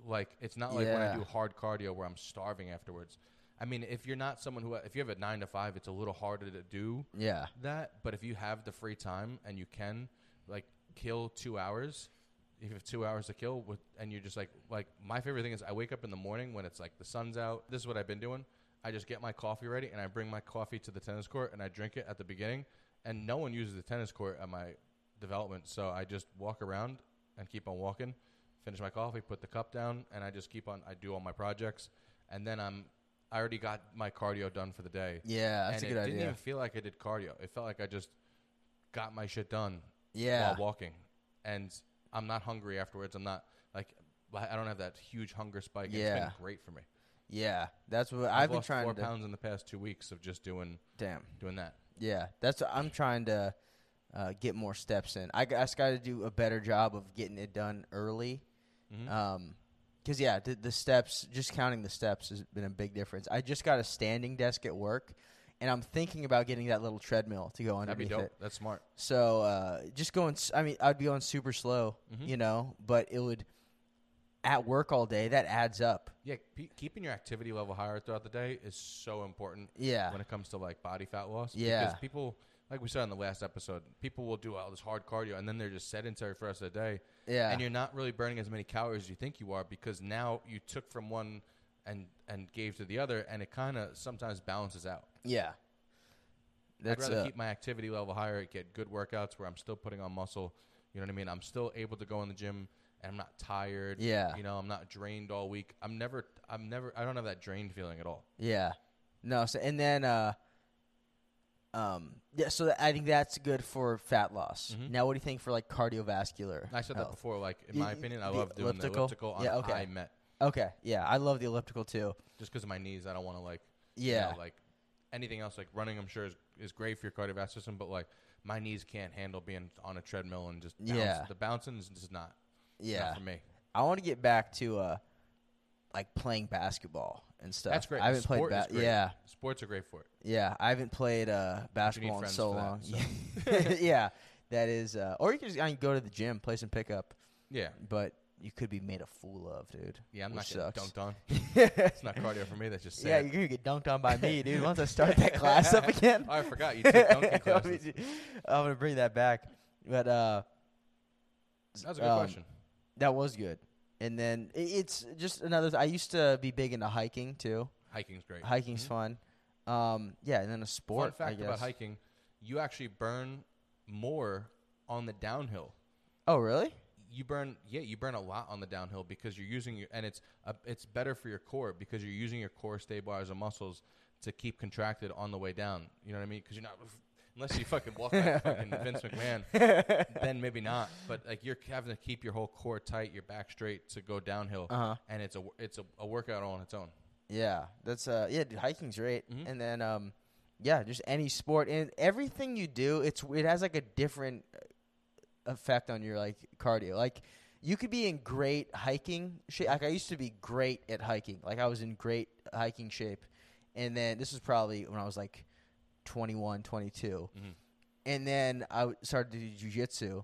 [SPEAKER 1] Like it's not like when I
[SPEAKER 2] Yeah.
[SPEAKER 1] do hard cardio where I'm starving afterwards. I mean, if you're not someone who if you have a 9 to 5, it's a little harder to do
[SPEAKER 2] Yeah.
[SPEAKER 1] that, but if you have the free time and you can like kill 2 hours, if you have 2 hours to kill with and you're just like like my favorite thing is I wake up in the morning when it's like the sun's out. This is what I've been doing. I just get my coffee ready and I bring my coffee to the tennis court and I drink it at the beginning and no one uses the tennis court at my development, so I just walk around and keep on walking, finish my coffee, put the cup down, and I just keep on. I do all my projects, and then I'm. I already got my cardio done for the day.
[SPEAKER 2] Yeah. That's
[SPEAKER 1] and
[SPEAKER 2] a good
[SPEAKER 1] it didn't
[SPEAKER 2] idea.
[SPEAKER 1] even feel like I did cardio. It felt like I just got my shit done
[SPEAKER 2] Yeah.
[SPEAKER 1] while walking, and I'm not hungry afterwards. I'm not like I I don't have that huge hunger spike. It's
[SPEAKER 2] Yeah.
[SPEAKER 1] been great for me.
[SPEAKER 2] Yeah. That's what
[SPEAKER 1] I've,
[SPEAKER 2] I've, been
[SPEAKER 1] lost
[SPEAKER 2] trying
[SPEAKER 1] four
[SPEAKER 2] to.
[SPEAKER 1] pounds in the past two weeks of just doing
[SPEAKER 2] Damn.
[SPEAKER 1] doing that.
[SPEAKER 2] Yeah, that's what I'm trying to uh, get more steps in. I, just got to do a better job of getting it done early.
[SPEAKER 1] Mhm.
[SPEAKER 2] Um, cause yeah, the, the steps, just counting the steps has been a big difference. I just got a standing desk at work, and I'm thinking about getting that little treadmill to go
[SPEAKER 1] That'd be
[SPEAKER 2] underneath
[SPEAKER 1] dope.
[SPEAKER 2] it.
[SPEAKER 1] That's smart.
[SPEAKER 2] So uh, just going, s- I mean, I'd be going super slow,
[SPEAKER 1] Mhm.
[SPEAKER 2] you know, but it would at work all day. That adds up.
[SPEAKER 1] Yeah, pe- keeping your activity level higher throughout the day is so important.
[SPEAKER 2] Yeah,
[SPEAKER 1] when it comes to like body fat loss.
[SPEAKER 2] Yeah.
[SPEAKER 1] Because people, like we said in the last episode, people will do all this hard cardio and then they're just sedentary for the rest of the day.
[SPEAKER 2] yeah,
[SPEAKER 1] And you're not really burning as many calories as you think you are because now you took from one and and gave to the other and it kind of sometimes balances out.
[SPEAKER 2] yeah. That's
[SPEAKER 1] I'd rather
[SPEAKER 2] uh,
[SPEAKER 1] keep my activity level higher, get good workouts where I'm still putting on muscle. You know what I mean? I'm still able to go in the gym and I'm not tired.
[SPEAKER 2] Yeah.
[SPEAKER 1] You know, I'm not drained all week. I'm never I'm never I don't have that drained feeling at all.
[SPEAKER 2] Yeah. No, so and then uh um yeah, so that, I think that's good for fat loss.
[SPEAKER 1] Mhm.
[SPEAKER 2] Now what do you think for like cardiovascular?
[SPEAKER 1] I said that
[SPEAKER 2] health?
[SPEAKER 1] before, like in
[SPEAKER 2] Oh. You-
[SPEAKER 1] my
[SPEAKER 2] you-
[SPEAKER 1] opinion, I
[SPEAKER 2] the
[SPEAKER 1] love doing the
[SPEAKER 2] elliptical?
[SPEAKER 1] elliptical on
[SPEAKER 2] Yeah,
[SPEAKER 1] a
[SPEAKER 2] okay.
[SPEAKER 1] high met
[SPEAKER 2] Okay, yeah, I love the elliptical too.
[SPEAKER 1] just because of my knees. I don't want to like you
[SPEAKER 2] Yeah.
[SPEAKER 1] know, like anything else. Like running, I'm sure is, is great for your cardiovascular system, but like my knees can't handle being on a treadmill and just bounce.
[SPEAKER 2] Yeah.
[SPEAKER 1] The bouncing is just not
[SPEAKER 2] yeah.
[SPEAKER 1] not for me.
[SPEAKER 2] I want to get back to uh like playing basketball and stuff.
[SPEAKER 1] That's great.
[SPEAKER 2] I haven't
[SPEAKER 1] Sport
[SPEAKER 2] played
[SPEAKER 1] is
[SPEAKER 2] ba-
[SPEAKER 1] great.
[SPEAKER 2] yeah.
[SPEAKER 1] Sports are great for it.
[SPEAKER 2] Yeah, I haven't played uh basketball in
[SPEAKER 1] friends
[SPEAKER 2] so
[SPEAKER 1] for that,
[SPEAKER 2] long.
[SPEAKER 1] so.
[SPEAKER 2] <laughs> yeah. That is uh or you can just I mean, go to the gym, play some pickup,
[SPEAKER 1] Yeah,
[SPEAKER 2] but you could be made a fool of, dude.
[SPEAKER 1] yeah. I'm
[SPEAKER 2] Which
[SPEAKER 1] not getting
[SPEAKER 2] sucks.
[SPEAKER 1] dunked on. It's
[SPEAKER 2] <laughs>
[SPEAKER 1] not cardio for me. That's just
[SPEAKER 2] Yeah,
[SPEAKER 1] sad.
[SPEAKER 2] you're gonna get dunked on by me, dude. Once I start
[SPEAKER 1] <laughs>
[SPEAKER 2] that class up again,
[SPEAKER 1] Oh, I forgot
[SPEAKER 2] <laughs>
[SPEAKER 1] you took dunking classes.
[SPEAKER 2] I'm gonna bring that back. But uh,
[SPEAKER 1] That was a good
[SPEAKER 2] um,
[SPEAKER 1] question.
[SPEAKER 2] That was good. And then i- it's just another. Th- I used to be big into hiking too.
[SPEAKER 1] Hiking's great.
[SPEAKER 2] Hiking's
[SPEAKER 1] Mhm.
[SPEAKER 2] fun. Um, yeah, and then a sport.
[SPEAKER 1] Fun
[SPEAKER 2] I
[SPEAKER 1] fact
[SPEAKER 2] guess.
[SPEAKER 1] about hiking: you actually burn more on the downhill. <laughs>
[SPEAKER 2] Oh, really?
[SPEAKER 1] you burn yeah you burn a lot on the downhill because you're using your and it's a, it's better for your core because you're using your core stabilizers and muscles to keep contracted on the way down you know what i mean because you're not unless you fucking walk
[SPEAKER 2] <laughs>
[SPEAKER 1] like fucking vince mcmahon
[SPEAKER 2] Uh-huh.
[SPEAKER 1] then maybe not but like you're having to keep your whole core tight your back straight to go downhill
[SPEAKER 2] Uh-huh.
[SPEAKER 1] and it's a wor- it's a, a workout all on its own
[SPEAKER 2] Yeah, that's uh, yeah, dude. Hiking's great.
[SPEAKER 1] Mhm.
[SPEAKER 2] And then um, yeah, just any sport and everything you do, it's it has like a different uh, effect on your like cardio. Like you could be in great hiking shape. Like I used to be great at hiking. Like I was in great hiking shape, and then this was probably when I was like 21, 22.
[SPEAKER 1] Mhm.
[SPEAKER 2] And then I w- started to do jujitsu,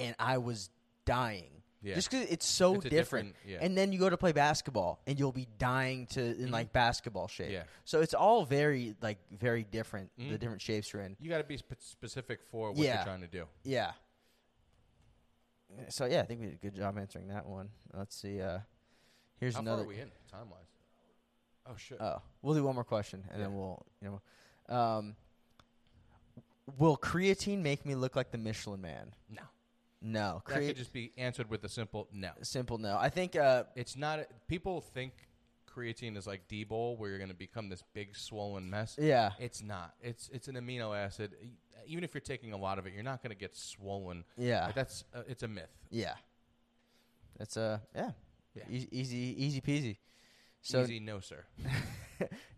[SPEAKER 2] and I was dying.
[SPEAKER 1] Yeah.
[SPEAKER 2] Just 'cause it's so
[SPEAKER 1] It's a
[SPEAKER 2] different.
[SPEAKER 1] different- yeah. Mm-hmm.
[SPEAKER 2] And then you go to play basketball, and you'll be dying to in like basketball shape.
[SPEAKER 1] Yeah.
[SPEAKER 2] So it's all very like very different. The
[SPEAKER 1] Mhm.
[SPEAKER 2] different shapes you're in.
[SPEAKER 1] You got to be spe- specific for what
[SPEAKER 2] Yeah.
[SPEAKER 1] you're trying to do.
[SPEAKER 2] Yeah. So yeah, I think we did a good job answering that one. Let's see. Uh, here's
[SPEAKER 1] How
[SPEAKER 2] another.
[SPEAKER 1] far are we in time wise? Oh shit.
[SPEAKER 2] Oh, we'll do one more question, and then
[SPEAKER 1] Yeah.
[SPEAKER 2] we'll you know. Um, will creatine make me look like the Michelin Man?
[SPEAKER 1] no.
[SPEAKER 2] No,
[SPEAKER 1] That could
[SPEAKER 2] create
[SPEAKER 1] just be answered with a simple no.
[SPEAKER 2] simple no. I think uh,
[SPEAKER 1] It's not. People think creatine is like D-bol, where you're going to become this big swollen mess.
[SPEAKER 2] yeah,
[SPEAKER 1] It's not. It's it's an amino acid. E- Even if you're taking a lot of it, you're not going to get swollen.
[SPEAKER 2] yeah,
[SPEAKER 1] Like, that's uh, it's a myth.
[SPEAKER 2] yeah. That's uh yeah,
[SPEAKER 1] Yeah.
[SPEAKER 2] E- easy easy peasy. So
[SPEAKER 1] Easy no, sir.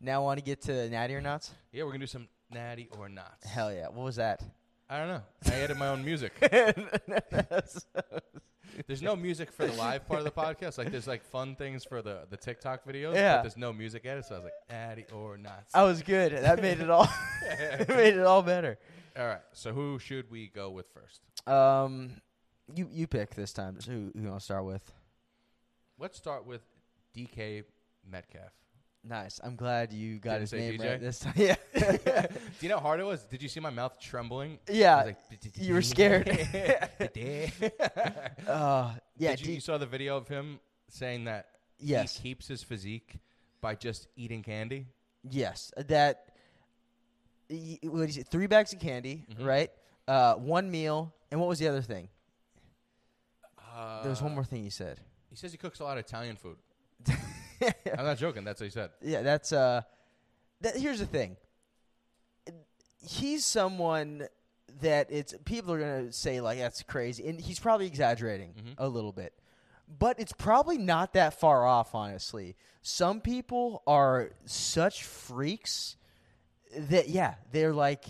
[SPEAKER 2] now want to get to natty or nots?
[SPEAKER 1] Yeah, we're gonna do some natty or not.
[SPEAKER 2] Hell yeah! What was <laughs> that?
[SPEAKER 1] I don't know. I added my own
[SPEAKER 2] <laughs>
[SPEAKER 1] music. There's no music for the live part of the podcast. Like there's like fun things for the the TikTok videos.
[SPEAKER 2] Yeah.
[SPEAKER 1] But there's no music added, so I was like natty or not.
[SPEAKER 2] I was good. That made it
[SPEAKER 1] <laughs>
[SPEAKER 2] all <laughs> it made it all better.
[SPEAKER 1] All right. So who should we go with first?
[SPEAKER 2] Um, you you pick this time. So who who you want to start with?
[SPEAKER 1] Let's start with DK Metcalf.
[SPEAKER 2] Nice. I'm glad you
[SPEAKER 1] Didn't
[SPEAKER 2] got his
[SPEAKER 1] say
[SPEAKER 2] name
[SPEAKER 1] DJ?
[SPEAKER 2] right this time. <laughs> Yeah.
[SPEAKER 1] Do you know how hard it was? Did you see my mouth trembling? I
[SPEAKER 2] yeah.
[SPEAKER 1] was like,
[SPEAKER 2] you were scared. uh, yeah.
[SPEAKER 1] Did you,
[SPEAKER 2] D-
[SPEAKER 1] you saw the video of him saying that
[SPEAKER 2] yes.
[SPEAKER 1] he keeps his physique by just eating candy.
[SPEAKER 2] Yes. That. y- What did he say? Three bags of candy,
[SPEAKER 1] Mhm.
[SPEAKER 2] right? Uh, one meal, and what was the other thing?
[SPEAKER 1] Uh,
[SPEAKER 2] there was one more thing you said.
[SPEAKER 1] He says he cooks a lot of Italian food. I'm not joking. That's what he said.
[SPEAKER 2] Yeah, that's uh that here's the thing. He's someone that it's people are going to say like that's crazy and he's probably exaggerating
[SPEAKER 1] Mhm.
[SPEAKER 2] a little bit. But it's probably not that far off honestly. Some people are such freaks that yeah, they're like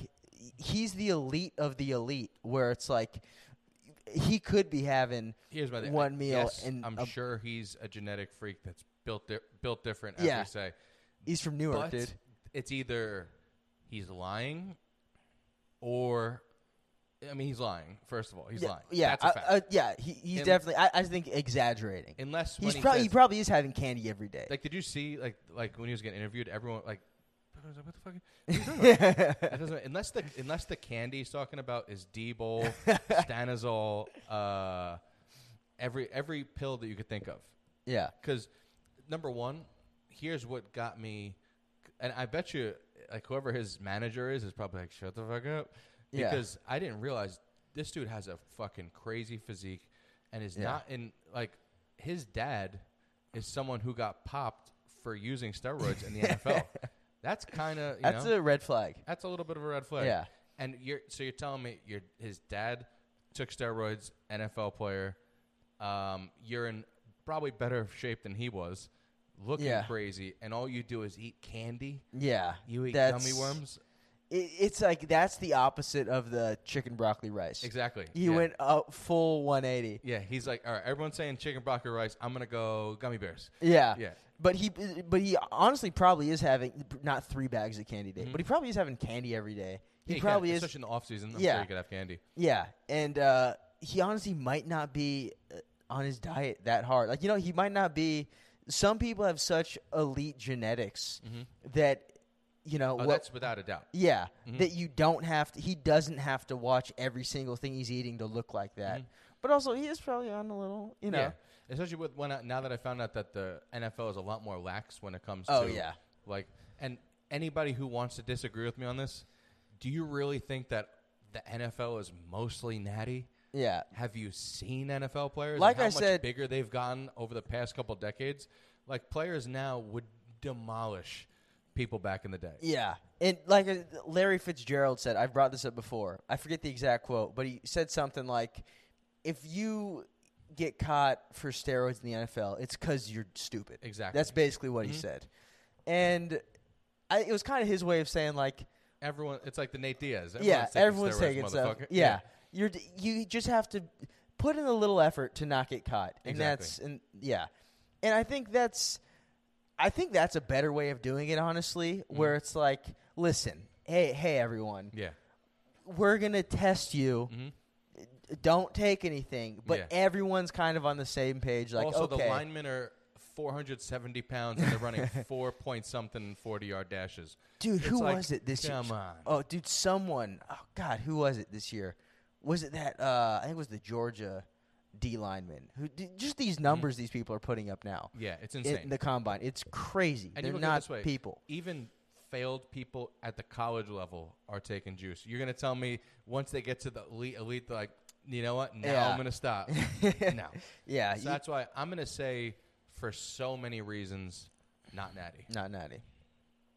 [SPEAKER 2] he's the elite of the elite where it's like he could be having
[SPEAKER 1] Here's my thing.
[SPEAKER 2] One
[SPEAKER 1] I-
[SPEAKER 2] meal
[SPEAKER 1] yes,
[SPEAKER 2] and
[SPEAKER 1] I'm
[SPEAKER 2] a-
[SPEAKER 1] sure he's a genetic freak that's built di- built different, as
[SPEAKER 2] Yeah.
[SPEAKER 1] we say.
[SPEAKER 2] he's from Newark,
[SPEAKER 1] But
[SPEAKER 2] dude.
[SPEAKER 1] it's either he's lying, or I mean, he's lying. First of all, he's
[SPEAKER 2] yeah,
[SPEAKER 1] lying.
[SPEAKER 2] yeah,
[SPEAKER 1] that's a
[SPEAKER 2] I-
[SPEAKER 1] fact.
[SPEAKER 2] I- yeah, he, he's
[SPEAKER 1] And-
[SPEAKER 2] definitely. I, I think exaggerating.
[SPEAKER 1] Unless when
[SPEAKER 2] He's
[SPEAKER 1] he
[SPEAKER 2] probably
[SPEAKER 1] says-
[SPEAKER 2] he probably is having candy every <laughs> day.
[SPEAKER 1] Like, did you see like like when he was getting interviewed? Everyone like, what the
[SPEAKER 2] <laughs>
[SPEAKER 1] fuck? What are you talking about?" That doesn't- unless the unless the candy he's talking about is D-bol,
[SPEAKER 2] <laughs>
[SPEAKER 1] Stanozol, uh, every every pill that you could think of.
[SPEAKER 2] yeah,
[SPEAKER 1] Because number one, here's what got me, and I bet you like whoever his manager is is probably like shut the fuck up
[SPEAKER 2] Yeah.
[SPEAKER 1] because I didn't realize this dude has a fucking crazy physique and is
[SPEAKER 2] Yeah.
[SPEAKER 1] not in like his dad is someone who got popped for using steroids
[SPEAKER 2] <laughs>
[SPEAKER 1] in the NFL. That's kind of
[SPEAKER 2] that's
[SPEAKER 1] know,
[SPEAKER 2] a red flag.
[SPEAKER 1] that's a little bit of a red flag.
[SPEAKER 2] Yeah.
[SPEAKER 1] And you're so you're telling me your his dad took steroids, NFL player. Um, you're in probably better shape than he was, looking
[SPEAKER 2] Yeah.
[SPEAKER 1] crazy, and all you do is eat candy.
[SPEAKER 2] Yeah,
[SPEAKER 1] You eat
[SPEAKER 2] that's,
[SPEAKER 1] gummy worms.
[SPEAKER 2] It, it's like that's the opposite of the chicken broccoli rice.
[SPEAKER 1] Exactly.
[SPEAKER 2] He
[SPEAKER 1] yeah.
[SPEAKER 2] went up full 180.
[SPEAKER 1] Yeah, he's like, all right, everyone's saying chicken broccoli rice. I'm gonna go gummy bears.
[SPEAKER 2] Yeah.
[SPEAKER 1] Yeah.
[SPEAKER 2] But he, but he honestly probably is having not three bags of candy a day,
[SPEAKER 1] Mhm.
[SPEAKER 2] but he probably is having candy every day. He
[SPEAKER 1] Yeah, you can,
[SPEAKER 2] probably is.
[SPEAKER 1] especially in the off season. I'm
[SPEAKER 2] Yeah.
[SPEAKER 1] sure you could have candy.
[SPEAKER 2] Yeah, and uh, he honestly might not be uh, on his diet that hard. Like you know, he might not be. Some people have such elite genetics that you know.
[SPEAKER 1] Mm-hmm. Oh,
[SPEAKER 2] what-
[SPEAKER 1] that's Mm-hmm. without a doubt.
[SPEAKER 2] yeah, that you don't have to. He doesn't have to watch every single thing he's eating to look like that. But also, he is probably on a little. You know.
[SPEAKER 1] Mm-hmm. Yeah. Especially with when I, now that I found out that the NFL is a lot more lax when it comes
[SPEAKER 2] Oh,
[SPEAKER 1] to
[SPEAKER 2] yeah.
[SPEAKER 1] like and anybody who wants to disagree with me on this, do you really think that the NFL is mostly natty?
[SPEAKER 2] Yeah.
[SPEAKER 1] Have you seen NFL players? and
[SPEAKER 2] Like
[SPEAKER 1] how
[SPEAKER 2] I
[SPEAKER 1] much
[SPEAKER 2] said-
[SPEAKER 1] bigger they've gotten over the past couple decades. Like players now would demolish people back in the day.
[SPEAKER 2] Yeah. And like uh, Larry Fitzgerald said, I've brought this up before. I forget the exact quote, but he said something like, if you get caught for steroids in the NFL, it's because you're stupid.
[SPEAKER 1] Exactly.
[SPEAKER 2] That's basically what he
[SPEAKER 1] Mhm.
[SPEAKER 2] said. And I, it was kind of his way of saying, like,
[SPEAKER 1] Everyone, it's like the Nate Diaz. Everyone's
[SPEAKER 2] yeah,
[SPEAKER 1] taking
[SPEAKER 2] everyone's
[SPEAKER 1] steroids,
[SPEAKER 2] taking stuff.
[SPEAKER 1] motherfucker.
[SPEAKER 2] Yeah. You're, d- you just have to put in a little effort to not get caught. And
[SPEAKER 1] Exactly.
[SPEAKER 2] that's, and yeah. And I think that's, I think that's a better way of doing it, honestly,
[SPEAKER 1] Mm-hmm.
[SPEAKER 2] where it's like, listen, hey, hey, everyone,
[SPEAKER 1] Yeah.
[SPEAKER 2] we're gonna test you.
[SPEAKER 1] Mhm.
[SPEAKER 2] Don't take anything, but
[SPEAKER 1] Yeah.
[SPEAKER 2] everyone's kind of on the same page. Like,
[SPEAKER 1] also,
[SPEAKER 2] okay,
[SPEAKER 1] the linemen are 470 pounds and they're running
[SPEAKER 2] <laughs>
[SPEAKER 1] four point something 40 yard dashes.
[SPEAKER 2] dude,
[SPEAKER 1] It's
[SPEAKER 2] who
[SPEAKER 1] like,
[SPEAKER 2] was it this year?
[SPEAKER 1] Come on.
[SPEAKER 2] Oh, dude, someone. Oh God, who was it this year? Was it that? Uh, I think it was the Georgia D lineman. Who d- just these numbers these people are putting up now
[SPEAKER 1] Yeah, it's
[SPEAKER 2] in,
[SPEAKER 1] Mm-hmm. insane.
[SPEAKER 2] the combine? It's crazy.
[SPEAKER 1] And you
[SPEAKER 2] They're
[SPEAKER 1] look at it
[SPEAKER 2] not
[SPEAKER 1] this way.
[SPEAKER 2] people.
[SPEAKER 1] Even failed people at the college level are taking juice. You're going to tell me once they get to the elite, elite, they're like, you know what? Now
[SPEAKER 2] Yeah.
[SPEAKER 1] I'm going to
[SPEAKER 2] <laughs>
[SPEAKER 1] stop. no.
[SPEAKER 2] Yeah,
[SPEAKER 1] So
[SPEAKER 2] you-
[SPEAKER 1] that's why I'm going to say, for so many reasons, not natty.
[SPEAKER 2] not natty.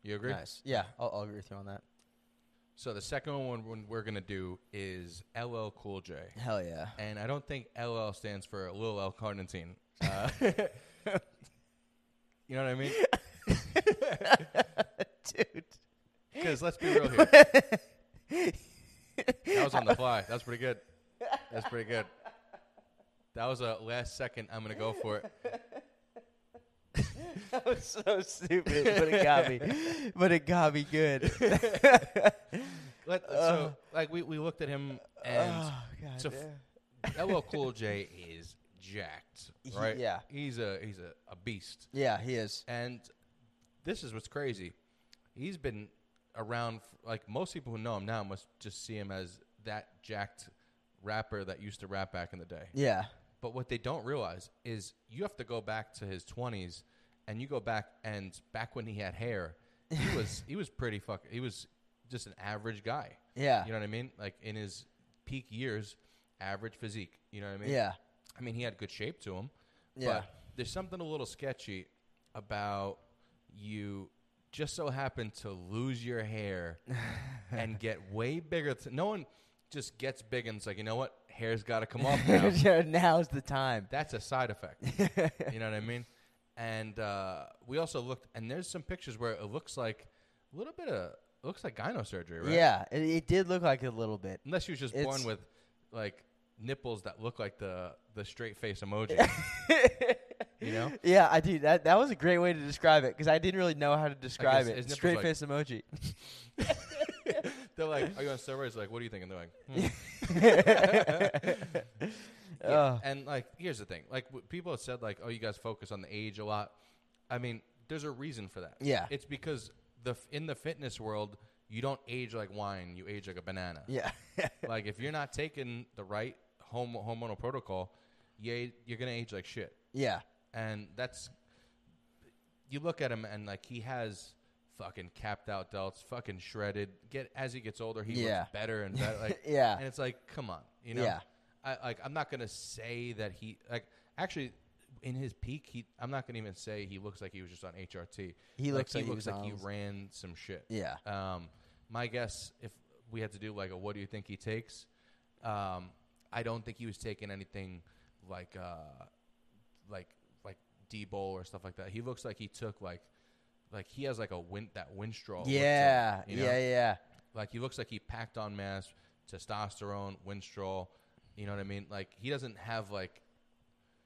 [SPEAKER 1] You agree?
[SPEAKER 2] Nice. Yeah, I'll, I'll agree with you on that.
[SPEAKER 1] So the second one we're- we're going to do is LL Cool J.
[SPEAKER 2] Hell
[SPEAKER 1] <laughs>
[SPEAKER 2] yeah.
[SPEAKER 1] And I don't think LL stands for Lil L Carnitine. Uh, <laughs> you know what I mean?
[SPEAKER 2] <laughs> Dude.
[SPEAKER 1] Because let's be real here. That was on the fly. That's pretty good. That's pretty good. That was a last second. I'm gonna go for it.
[SPEAKER 2] That was so stupid, but it got me. <laughs> But it got me good.
[SPEAKER 1] Let,
[SPEAKER 2] Uh,
[SPEAKER 1] so, like we, we looked at him, <laughs> and
[SPEAKER 2] oh, God.
[SPEAKER 1] so f- LL Cool J is jacked,
[SPEAKER 2] He-
[SPEAKER 1] right?
[SPEAKER 2] uh. yeah.
[SPEAKER 1] he's a he's a, a beast.
[SPEAKER 2] yeah, he is.
[SPEAKER 1] And this is what's crazy. He's been around, f like most people who know him now must just see him as that jacked rapper that used to rap back in the day.
[SPEAKER 2] Yeah.
[SPEAKER 1] But what they don't realize is you have to go back to his 20s and you go back and back when he had hair,
[SPEAKER 2] <laughs>
[SPEAKER 1] he was he was pretty fuck he was just an average guy.
[SPEAKER 2] Yeah.
[SPEAKER 1] You know what I mean? Like in his peak years, average physique, you know what I mean?
[SPEAKER 2] yeah.
[SPEAKER 1] I mean, he had good shape to him.
[SPEAKER 2] Yeah.
[SPEAKER 1] But there's something a little sketchy about you just so happen to lose your
[SPEAKER 2] <laughs>
[SPEAKER 1] hair and get way bigger. th- no one just gets big and it's like, you know what? Hair's got to come
[SPEAKER 2] <laughs>
[SPEAKER 1] off now.
[SPEAKER 2] Yeah, Now's the time.
[SPEAKER 1] That's a side effect.
[SPEAKER 2] <laughs>
[SPEAKER 1] you know what I mean? And uh, we also looked, and there's some pictures where it looks like a little bit of, it looks like gyno surgery, right?
[SPEAKER 2] Yeah, it, it did look like it a little bit.
[SPEAKER 1] Unless she was just born
[SPEAKER 2] It's-
[SPEAKER 1] with like nipples that look like the the straight face
[SPEAKER 2] <laughs>
[SPEAKER 1] emoji. you know?
[SPEAKER 2] Yeah, I do. That that was a great way to describe it because I didn't really know how to describe
[SPEAKER 1] his- his
[SPEAKER 2] it.
[SPEAKER 1] nipples
[SPEAKER 2] Straight
[SPEAKER 1] like-
[SPEAKER 2] face
[SPEAKER 1] <laughs>
[SPEAKER 2] emoji. <laughs>
[SPEAKER 1] They're like, Are you on steroids? Like, what do you think? And they're like, "Hmm."
[SPEAKER 2] Ugh.
[SPEAKER 1] And like, here's the thing. Like w- people have said like, Oh, you guys focus on the age a lot. I mean, there's a reason for that.
[SPEAKER 2] Yeah.
[SPEAKER 1] It's because the f- in the fitness world, you don't age like wine, you age like a banana.
[SPEAKER 2] yeah,
[SPEAKER 1] like if you're not taking the right home, hormonal protocol, you, you're gonna age like shit.
[SPEAKER 2] yeah,
[SPEAKER 1] And that's you look at him and like he has fucking capped out delts, fucking shredded. Get as he gets older, he
[SPEAKER 2] Yeah.
[SPEAKER 1] looks better
[SPEAKER 2] <laughs>
[SPEAKER 1] and better. Like
[SPEAKER 2] Yeah.
[SPEAKER 1] and it's like, come on, you know.
[SPEAKER 2] Yeah.
[SPEAKER 1] I like I'm not gonna say that he like actually. In his peak, he I'm not gonna even say he looks like he was just on HRT.
[SPEAKER 2] He looks like
[SPEAKER 1] he
[SPEAKER 2] he
[SPEAKER 1] looks
[SPEAKER 2] was
[SPEAKER 1] like he
[SPEAKER 2] on-
[SPEAKER 1] ran some shit.
[SPEAKER 2] yeah.
[SPEAKER 1] Um, my guess, if we had to do like a what do you think he takes, um, I don't think he was taking anything like uh, like like D bowl or stuff like that. He looks like he took like like he has like a win that winstraw. look to him,
[SPEAKER 2] Yeah,
[SPEAKER 1] you know?
[SPEAKER 2] yeah, yeah,
[SPEAKER 1] Like he looks like he packed on mass, testosterone, winstraw. You know what I mean? Like he doesn't have like.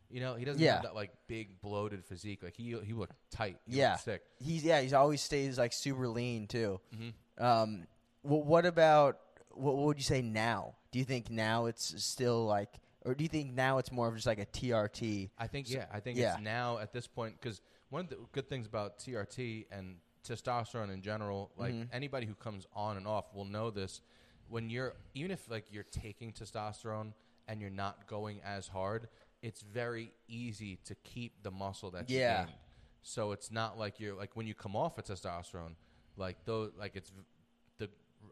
[SPEAKER 1] You know, he doesn't
[SPEAKER 2] Yeah.
[SPEAKER 1] have that like big bloated physique. Like he he looked tight. He
[SPEAKER 2] yeah.
[SPEAKER 1] looked sick.
[SPEAKER 2] He's yeah. He's always stays like super lean too.
[SPEAKER 1] Mm-hmm.
[SPEAKER 2] Um, well, what about what, what would you say now? Do you think now it's still like, or do you think now it's more of just like a TRT?
[SPEAKER 1] I think yeah. I think
[SPEAKER 2] yeah.
[SPEAKER 1] it's now at this point because one of the good things about TRT and testosterone in general, like
[SPEAKER 2] Mm-hmm.
[SPEAKER 1] anybody who comes on and off will know this. When you're even if like you're taking testosterone and you're not going as hard, it's very easy to keep the muscle that you
[SPEAKER 2] Yeah.
[SPEAKER 1] gained. So it's not like you're like when you come off of testosterone, like though like it's v- the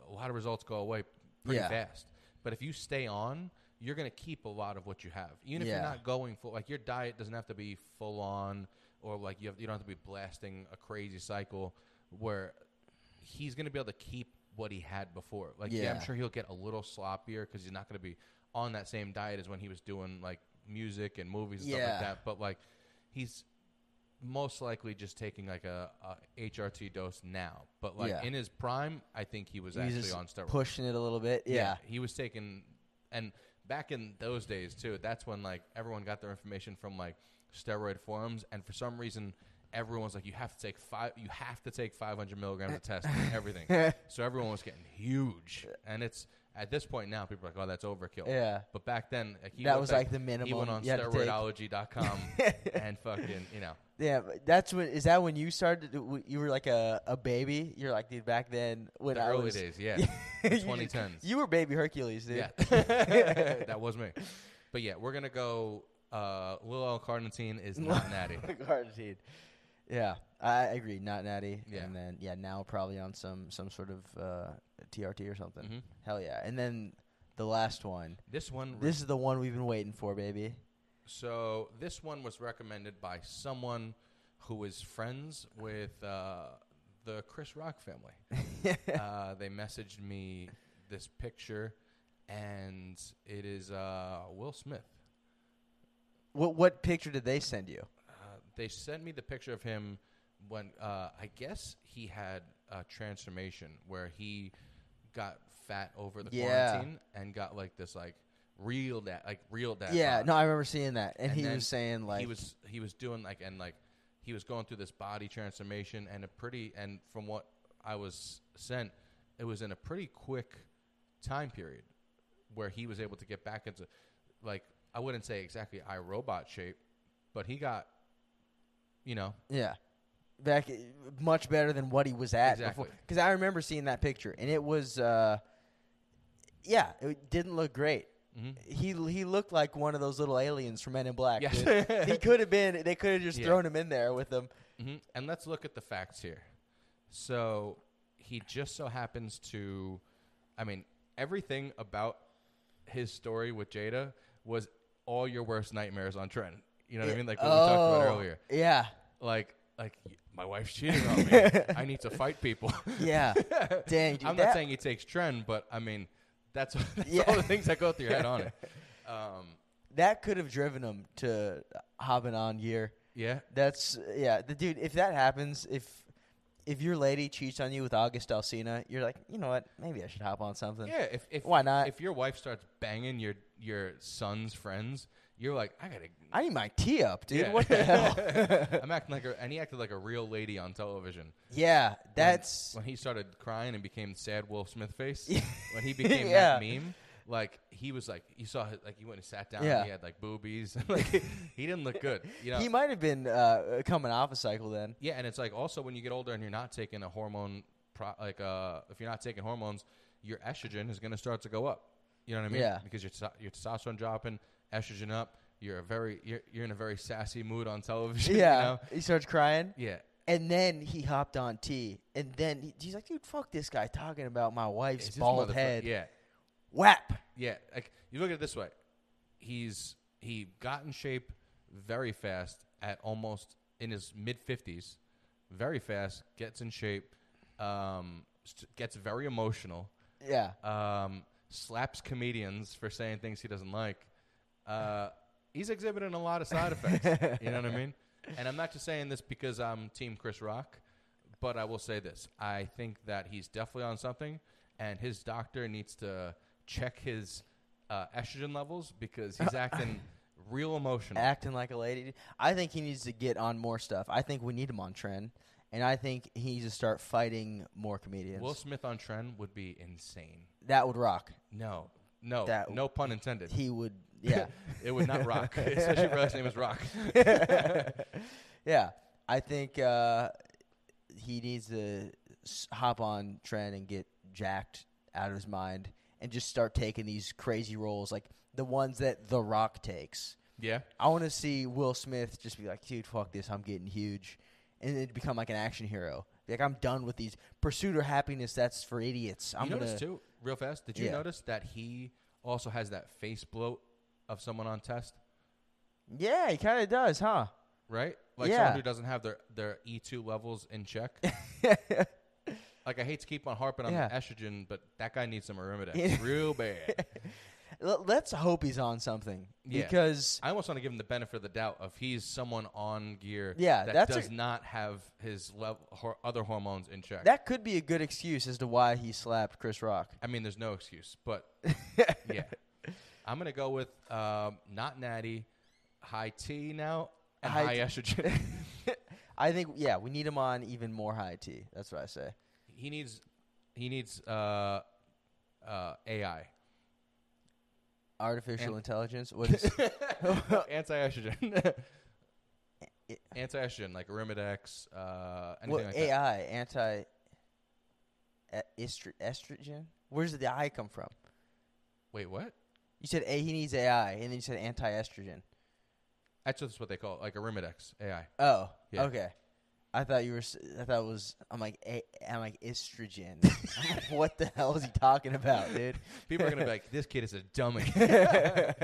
[SPEAKER 1] a lot of results go away pretty
[SPEAKER 2] Yeah.
[SPEAKER 1] fast. But if you stay on, you're gonna keep a lot of what you have, even if
[SPEAKER 2] Yeah.
[SPEAKER 1] you're not going full like your diet doesn't have to be full on or like you have you don't have to be blasting a crazy cycle where he's going to be able to keep what he had before like yeah, i'm
[SPEAKER 2] Yeah.
[SPEAKER 1] sure he'll get a little sloppier cuz he's not going to be on that same diet as when he was doing like music and movies and stuff
[SPEAKER 2] Yeah.
[SPEAKER 1] like that but like he's most likely just taking like a, a HRT dose now but like
[SPEAKER 2] Yeah.
[SPEAKER 1] in his prime i think he was
[SPEAKER 2] He's
[SPEAKER 1] actually
[SPEAKER 2] just
[SPEAKER 1] on steroids
[SPEAKER 2] pushing it a little bit. Yeah,
[SPEAKER 1] he was taking, and back in those days too. That's when like everyone got their information from like steroid forums, and for some reason, everyone's like, you have to take five, you have to take 500 milligrams of
[SPEAKER 2] <laughs>
[SPEAKER 1] test everything. <laughs> so everyone was getting huge, and it's at this point now people are like, oh, that's overkill.
[SPEAKER 2] Yeah.
[SPEAKER 1] But back then, like, he
[SPEAKER 2] That
[SPEAKER 1] went
[SPEAKER 2] was,
[SPEAKER 1] back-
[SPEAKER 2] like, the
[SPEAKER 1] He
[SPEAKER 2] minimum
[SPEAKER 1] went on
[SPEAKER 2] you had to take. <laughs>
[SPEAKER 1] steroidology.com and fucking, you know,
[SPEAKER 2] Yeah, but that's when is that when you started? to- w- You were like a, a baby. You're like dude back then when
[SPEAKER 1] the
[SPEAKER 2] I
[SPEAKER 1] early
[SPEAKER 2] was <laughs>
[SPEAKER 1] days, yeah,
[SPEAKER 2] you
[SPEAKER 1] the
[SPEAKER 2] just-
[SPEAKER 1] 2010s.
[SPEAKER 2] You were baby Hercules, dude.
[SPEAKER 1] Yeah,
[SPEAKER 2] <laughs>
[SPEAKER 1] <laughs> that was me. But yeah, we're gonna go. Uh, Lil L Carnitine is
[SPEAKER 2] <laughs>
[SPEAKER 1] not natty.
[SPEAKER 2] Carnitine. Yeah, I agree. Not natty.
[SPEAKER 1] Yeah.
[SPEAKER 2] And then yeah, now probably on some some sort of uh, TRT or something.
[SPEAKER 1] Mhm.
[SPEAKER 2] Hell yeah. And then the last one.
[SPEAKER 1] This one,
[SPEAKER 2] This is the one we've been waiting for, baby. <laughs>
[SPEAKER 1] so this one was recommended by someone who is friends with uh, the Chris Rock
[SPEAKER 2] <laughs>
[SPEAKER 1] family. uh, they messaged me this picture, and it is uh, Will Smith.
[SPEAKER 2] What what picture did they send you?
[SPEAKER 1] Uh, they sent me the picture of him when uh, I guess he had a transformation where he got fat over the
[SPEAKER 2] Yeah.
[SPEAKER 1] quarantine and got like this like real dad like real dad.
[SPEAKER 2] yeah,
[SPEAKER 1] bod.
[SPEAKER 2] no, I remember seeing that, and, he
[SPEAKER 1] then
[SPEAKER 2] was saying like
[SPEAKER 1] he was he was doing like and like he was going through this body transformation and a pretty and from what I was sent, it was in a pretty quick time period where he was able to get back into like I wouldn't say exactly iRobot shape, but he got you know
[SPEAKER 2] Yeah. Back much better than what he was at before.
[SPEAKER 1] Exactly.
[SPEAKER 2] Because I remember seeing that picture, and it was, uh, yeah, it didn't look great.
[SPEAKER 1] mm-hmm.
[SPEAKER 2] He he looked like one of those little aliens from Men in Black.
[SPEAKER 1] Yes. <laughs>
[SPEAKER 2] dude. he could have been. They could have just
[SPEAKER 1] Yeah.
[SPEAKER 2] thrown him in there with them.
[SPEAKER 1] hmm And let's look at the facts here. So he just so happens to, I mean, everything about his story with Jada was all your worst nightmares on Trent. You know what I mean? Like what we talked about
[SPEAKER 2] Oh,
[SPEAKER 1] earlier.
[SPEAKER 2] Yeah,
[SPEAKER 1] Like, like y- my wife's
[SPEAKER 2] <laughs>
[SPEAKER 1] cheating on me. I need to fight people. <laughs>
[SPEAKER 2] yeah. Dang, dude,
[SPEAKER 1] I'm
[SPEAKER 2] that-
[SPEAKER 1] not saying he takes Trent, but I mean, that's, <laughs> that's
[SPEAKER 2] Yeah.
[SPEAKER 1] all the things that go through your head on
[SPEAKER 2] <laughs>
[SPEAKER 1] it. Um,
[SPEAKER 2] that could have driven him to hobbing on gear.
[SPEAKER 1] yeah.
[SPEAKER 2] That's yeah, the dude. If that happens, if if your lady cheats on you with August Alsina, you're like, you know what? Maybe I should hop on something.
[SPEAKER 1] Yeah, if, if
[SPEAKER 2] Why not?
[SPEAKER 1] If your wife starts banging your your son's friends, you're like, I gotta.
[SPEAKER 2] I need my tea up, dude.
[SPEAKER 1] Yeah. <laughs>
[SPEAKER 2] What the hell? <laughs>
[SPEAKER 1] I'm acting like, a, and he acted like a real lady on television.
[SPEAKER 2] yeah,
[SPEAKER 1] <laughs>
[SPEAKER 2] that's <laughs>
[SPEAKER 1] When he started crying and became sad Will Smith face, when he became that
[SPEAKER 2] Yeah.
[SPEAKER 1] meme, like he was like, you saw, his, like he went and sat down.
[SPEAKER 2] Yeah.
[SPEAKER 1] and He had like
[SPEAKER 2] <laughs>
[SPEAKER 1] boobies. <laughs> like he didn't look good. You know.
[SPEAKER 2] he might have been uh, coming off a cycle then.
[SPEAKER 1] yeah, and it's like also when you get older and you're not taking a hormone, pro- like uh, if you're not taking hormones, your estrogen is gonna start to go up. You know what I mean?
[SPEAKER 2] Yeah.
[SPEAKER 1] Because your testo- your testosterone dropping, estrogen up. You're a very you're, you're in a very sassy mood on television. <laughs> <laughs>
[SPEAKER 2] Yeah,
[SPEAKER 1] You know?
[SPEAKER 2] he starts crying,
[SPEAKER 1] Yeah.
[SPEAKER 2] and then he hopped on tea, and then he, he's like, "Dude, fuck this guy talking about my wife's
[SPEAKER 1] It's
[SPEAKER 2] bald head."
[SPEAKER 1] Yeah,
[SPEAKER 2] Whap.
[SPEAKER 1] yeah. Like you look at it this way, he's he got in shape very fast at almost in his mid fifties, very fast. Gets in shape, um, st- gets very emotional,
[SPEAKER 2] Yeah,
[SPEAKER 1] um, slaps comedians for saying things he doesn't like. Uh, he's exhibiting a lot of side
[SPEAKER 2] <laughs>
[SPEAKER 1] effects. you know what I mean? And I'm not just saying this because I'm Team Chris Rock, but I will say this: I think that he's definitely on something, and his doctor needs to check his uh, estrogen levels because
[SPEAKER 2] <laughs>
[SPEAKER 1] he's acting real emotional.
[SPEAKER 2] acting like a lady. I think he needs to get on more stuff. I think we need him on trend, and I think he needs to start fighting more comedians.
[SPEAKER 1] Will Smith on trend would be insane.
[SPEAKER 2] that would rock.
[SPEAKER 1] No, no,
[SPEAKER 2] That-
[SPEAKER 1] no pun intended.
[SPEAKER 2] He would. <laughs> Yeah.
[SPEAKER 1] <laughs> it would not
[SPEAKER 2] <laughs>
[SPEAKER 1] rock, especially if your last name is Rock.
[SPEAKER 2] yeah, I think uh, he needs to s- hop on trend and get jacked out of his mind and just start taking these crazy roles, like the ones that The Rock takes.
[SPEAKER 1] Yeah.
[SPEAKER 2] I want to see Will Smith just be like, dude, fuck this, I'm getting huge, and then become like an action hero. Be Like I'm done with these pursuit or happiness. That's for idiots. I'm
[SPEAKER 1] you
[SPEAKER 2] gonna.
[SPEAKER 1] noticed too, real fast. Did you
[SPEAKER 2] Yeah.
[SPEAKER 1] notice that he also has that face bloat of someone on test,
[SPEAKER 2] Yeah, he kind of does, huh?
[SPEAKER 1] right? Like
[SPEAKER 2] Yeah.
[SPEAKER 1] someone who doesn't have their their E two levels in check.
[SPEAKER 2] <laughs>
[SPEAKER 1] like I hate to keep on harping on
[SPEAKER 2] Yeah.
[SPEAKER 1] the estrogen, but that guy needs some
[SPEAKER 2] Yeah.
[SPEAKER 1] arimidex <laughs> real
[SPEAKER 2] <laughs>
[SPEAKER 1] bad.
[SPEAKER 2] L- let's hope he's on something
[SPEAKER 1] Yeah.
[SPEAKER 2] because
[SPEAKER 1] I almost want to give him the benefit of the doubt of he's someone on gear
[SPEAKER 2] Yeah,
[SPEAKER 1] that
[SPEAKER 2] that's a-
[SPEAKER 1] does not have his level, hor- other hormones in check.
[SPEAKER 2] that could be a good excuse as to why he slapped Chris Rock.
[SPEAKER 1] I mean, there's no excuse,
[SPEAKER 2] <laughs>
[SPEAKER 1] but yeah, I'm gonna go with um, not natty, high T now, and
[SPEAKER 2] High
[SPEAKER 1] high,
[SPEAKER 2] T. <laughs>
[SPEAKER 1] estrogen.
[SPEAKER 2] I think yeah, we need him on even more high T. That's what I say.
[SPEAKER 1] He needs he needs uh, uh,
[SPEAKER 2] <laughs>
[SPEAKER 1] AI
[SPEAKER 2] Artificial
[SPEAKER 1] And-
[SPEAKER 2] intelligence. What
[SPEAKER 1] <laughs>
[SPEAKER 2] is
[SPEAKER 1] anti
[SPEAKER 2] <laughs>
[SPEAKER 1] estrogen.
[SPEAKER 2] Yeah.
[SPEAKER 1] anti estrogen like Arimidex, uh, anything
[SPEAKER 2] what
[SPEAKER 1] like that.
[SPEAKER 2] AI anti e- estri- estrogen? Where's the I come from?
[SPEAKER 1] Wait, what?
[SPEAKER 2] You said a, he needs AI, and then you said anti estrogen.
[SPEAKER 1] That's just what they call it, like Arimidex AI.
[SPEAKER 2] Oh,
[SPEAKER 1] Yeah.
[SPEAKER 2] okay. I thought you were. s- I thought it was. I'm like. A, I'm like estrogen.
[SPEAKER 1] <laughs>
[SPEAKER 2] what the hell is he talking about, dude?
[SPEAKER 1] People are gonna be like, "This kid is a
[SPEAKER 2] <laughs>
[SPEAKER 1] dummy." <laughs> Yes.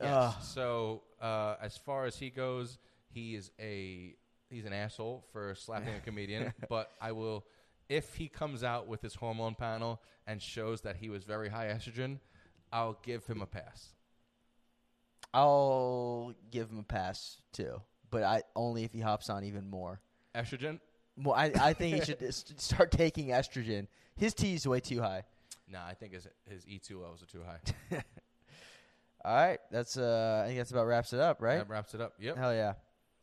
[SPEAKER 2] Ugh.
[SPEAKER 1] so uh, as far as he goes, he is a he's an asshole for slapping a <laughs> comedian. but I will, if he comes out with his hormone panel and shows that he was very high estrogen, I'll give him a pass.
[SPEAKER 2] I'll give him a pass too, but I only if he hops on even more.
[SPEAKER 1] Estrogen?
[SPEAKER 2] Well, I, I think he should s- start taking estrogen. His T is way too high.
[SPEAKER 1] Nah, I think his his E two levels are too high.
[SPEAKER 2] All right, that's uh, I think that's about wraps it up, right?
[SPEAKER 1] That wraps it up. Yep.
[SPEAKER 2] Hell yeah.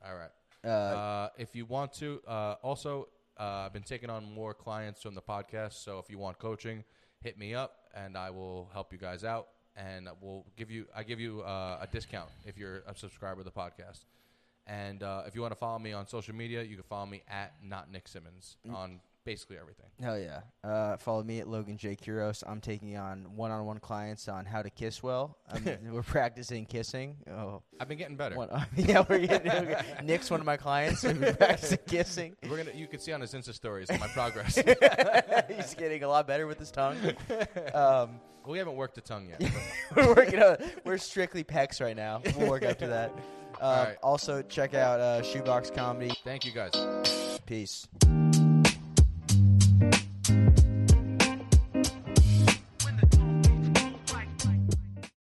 [SPEAKER 1] All right.
[SPEAKER 2] Uh,
[SPEAKER 1] Uh, if you want to, uh, also, uh, I've been taking on more clients from the podcast. So if you want coaching, hit me up and I will help you guys out. And we'll give you, I give you uh, a discount if you're a subscriber of the podcast. And uh, if you want to follow me on social media, you can follow me at not Nick Simmons on basically everything.
[SPEAKER 2] Hell yeah. Uh, follow me at Logan J. Kuros. I'm taking on one on one clients on how to kiss well.
[SPEAKER 1] <laughs>
[SPEAKER 2] I mean, we're practicing kissing. Oh,
[SPEAKER 1] I've been getting better.
[SPEAKER 2] one, <laughs> yeah, we're getting, okay. Nick's one of my clients.
[SPEAKER 1] <laughs>
[SPEAKER 2] We've been practicing kissing.
[SPEAKER 1] We're gonna, you can see on his Insta stories my
[SPEAKER 2] <laughs>
[SPEAKER 1] progress.
[SPEAKER 2] He's getting a lot better with his tongue. Um, <laughs>
[SPEAKER 1] we haven't worked a tongue yet. but-
[SPEAKER 2] we're working on, we're strictly pecs right now. We'll work up to that. Um,
[SPEAKER 1] <laughs> All right.
[SPEAKER 2] Also, check out uh, Shoebox Comedy.
[SPEAKER 1] Thank you guys.
[SPEAKER 2] Peace.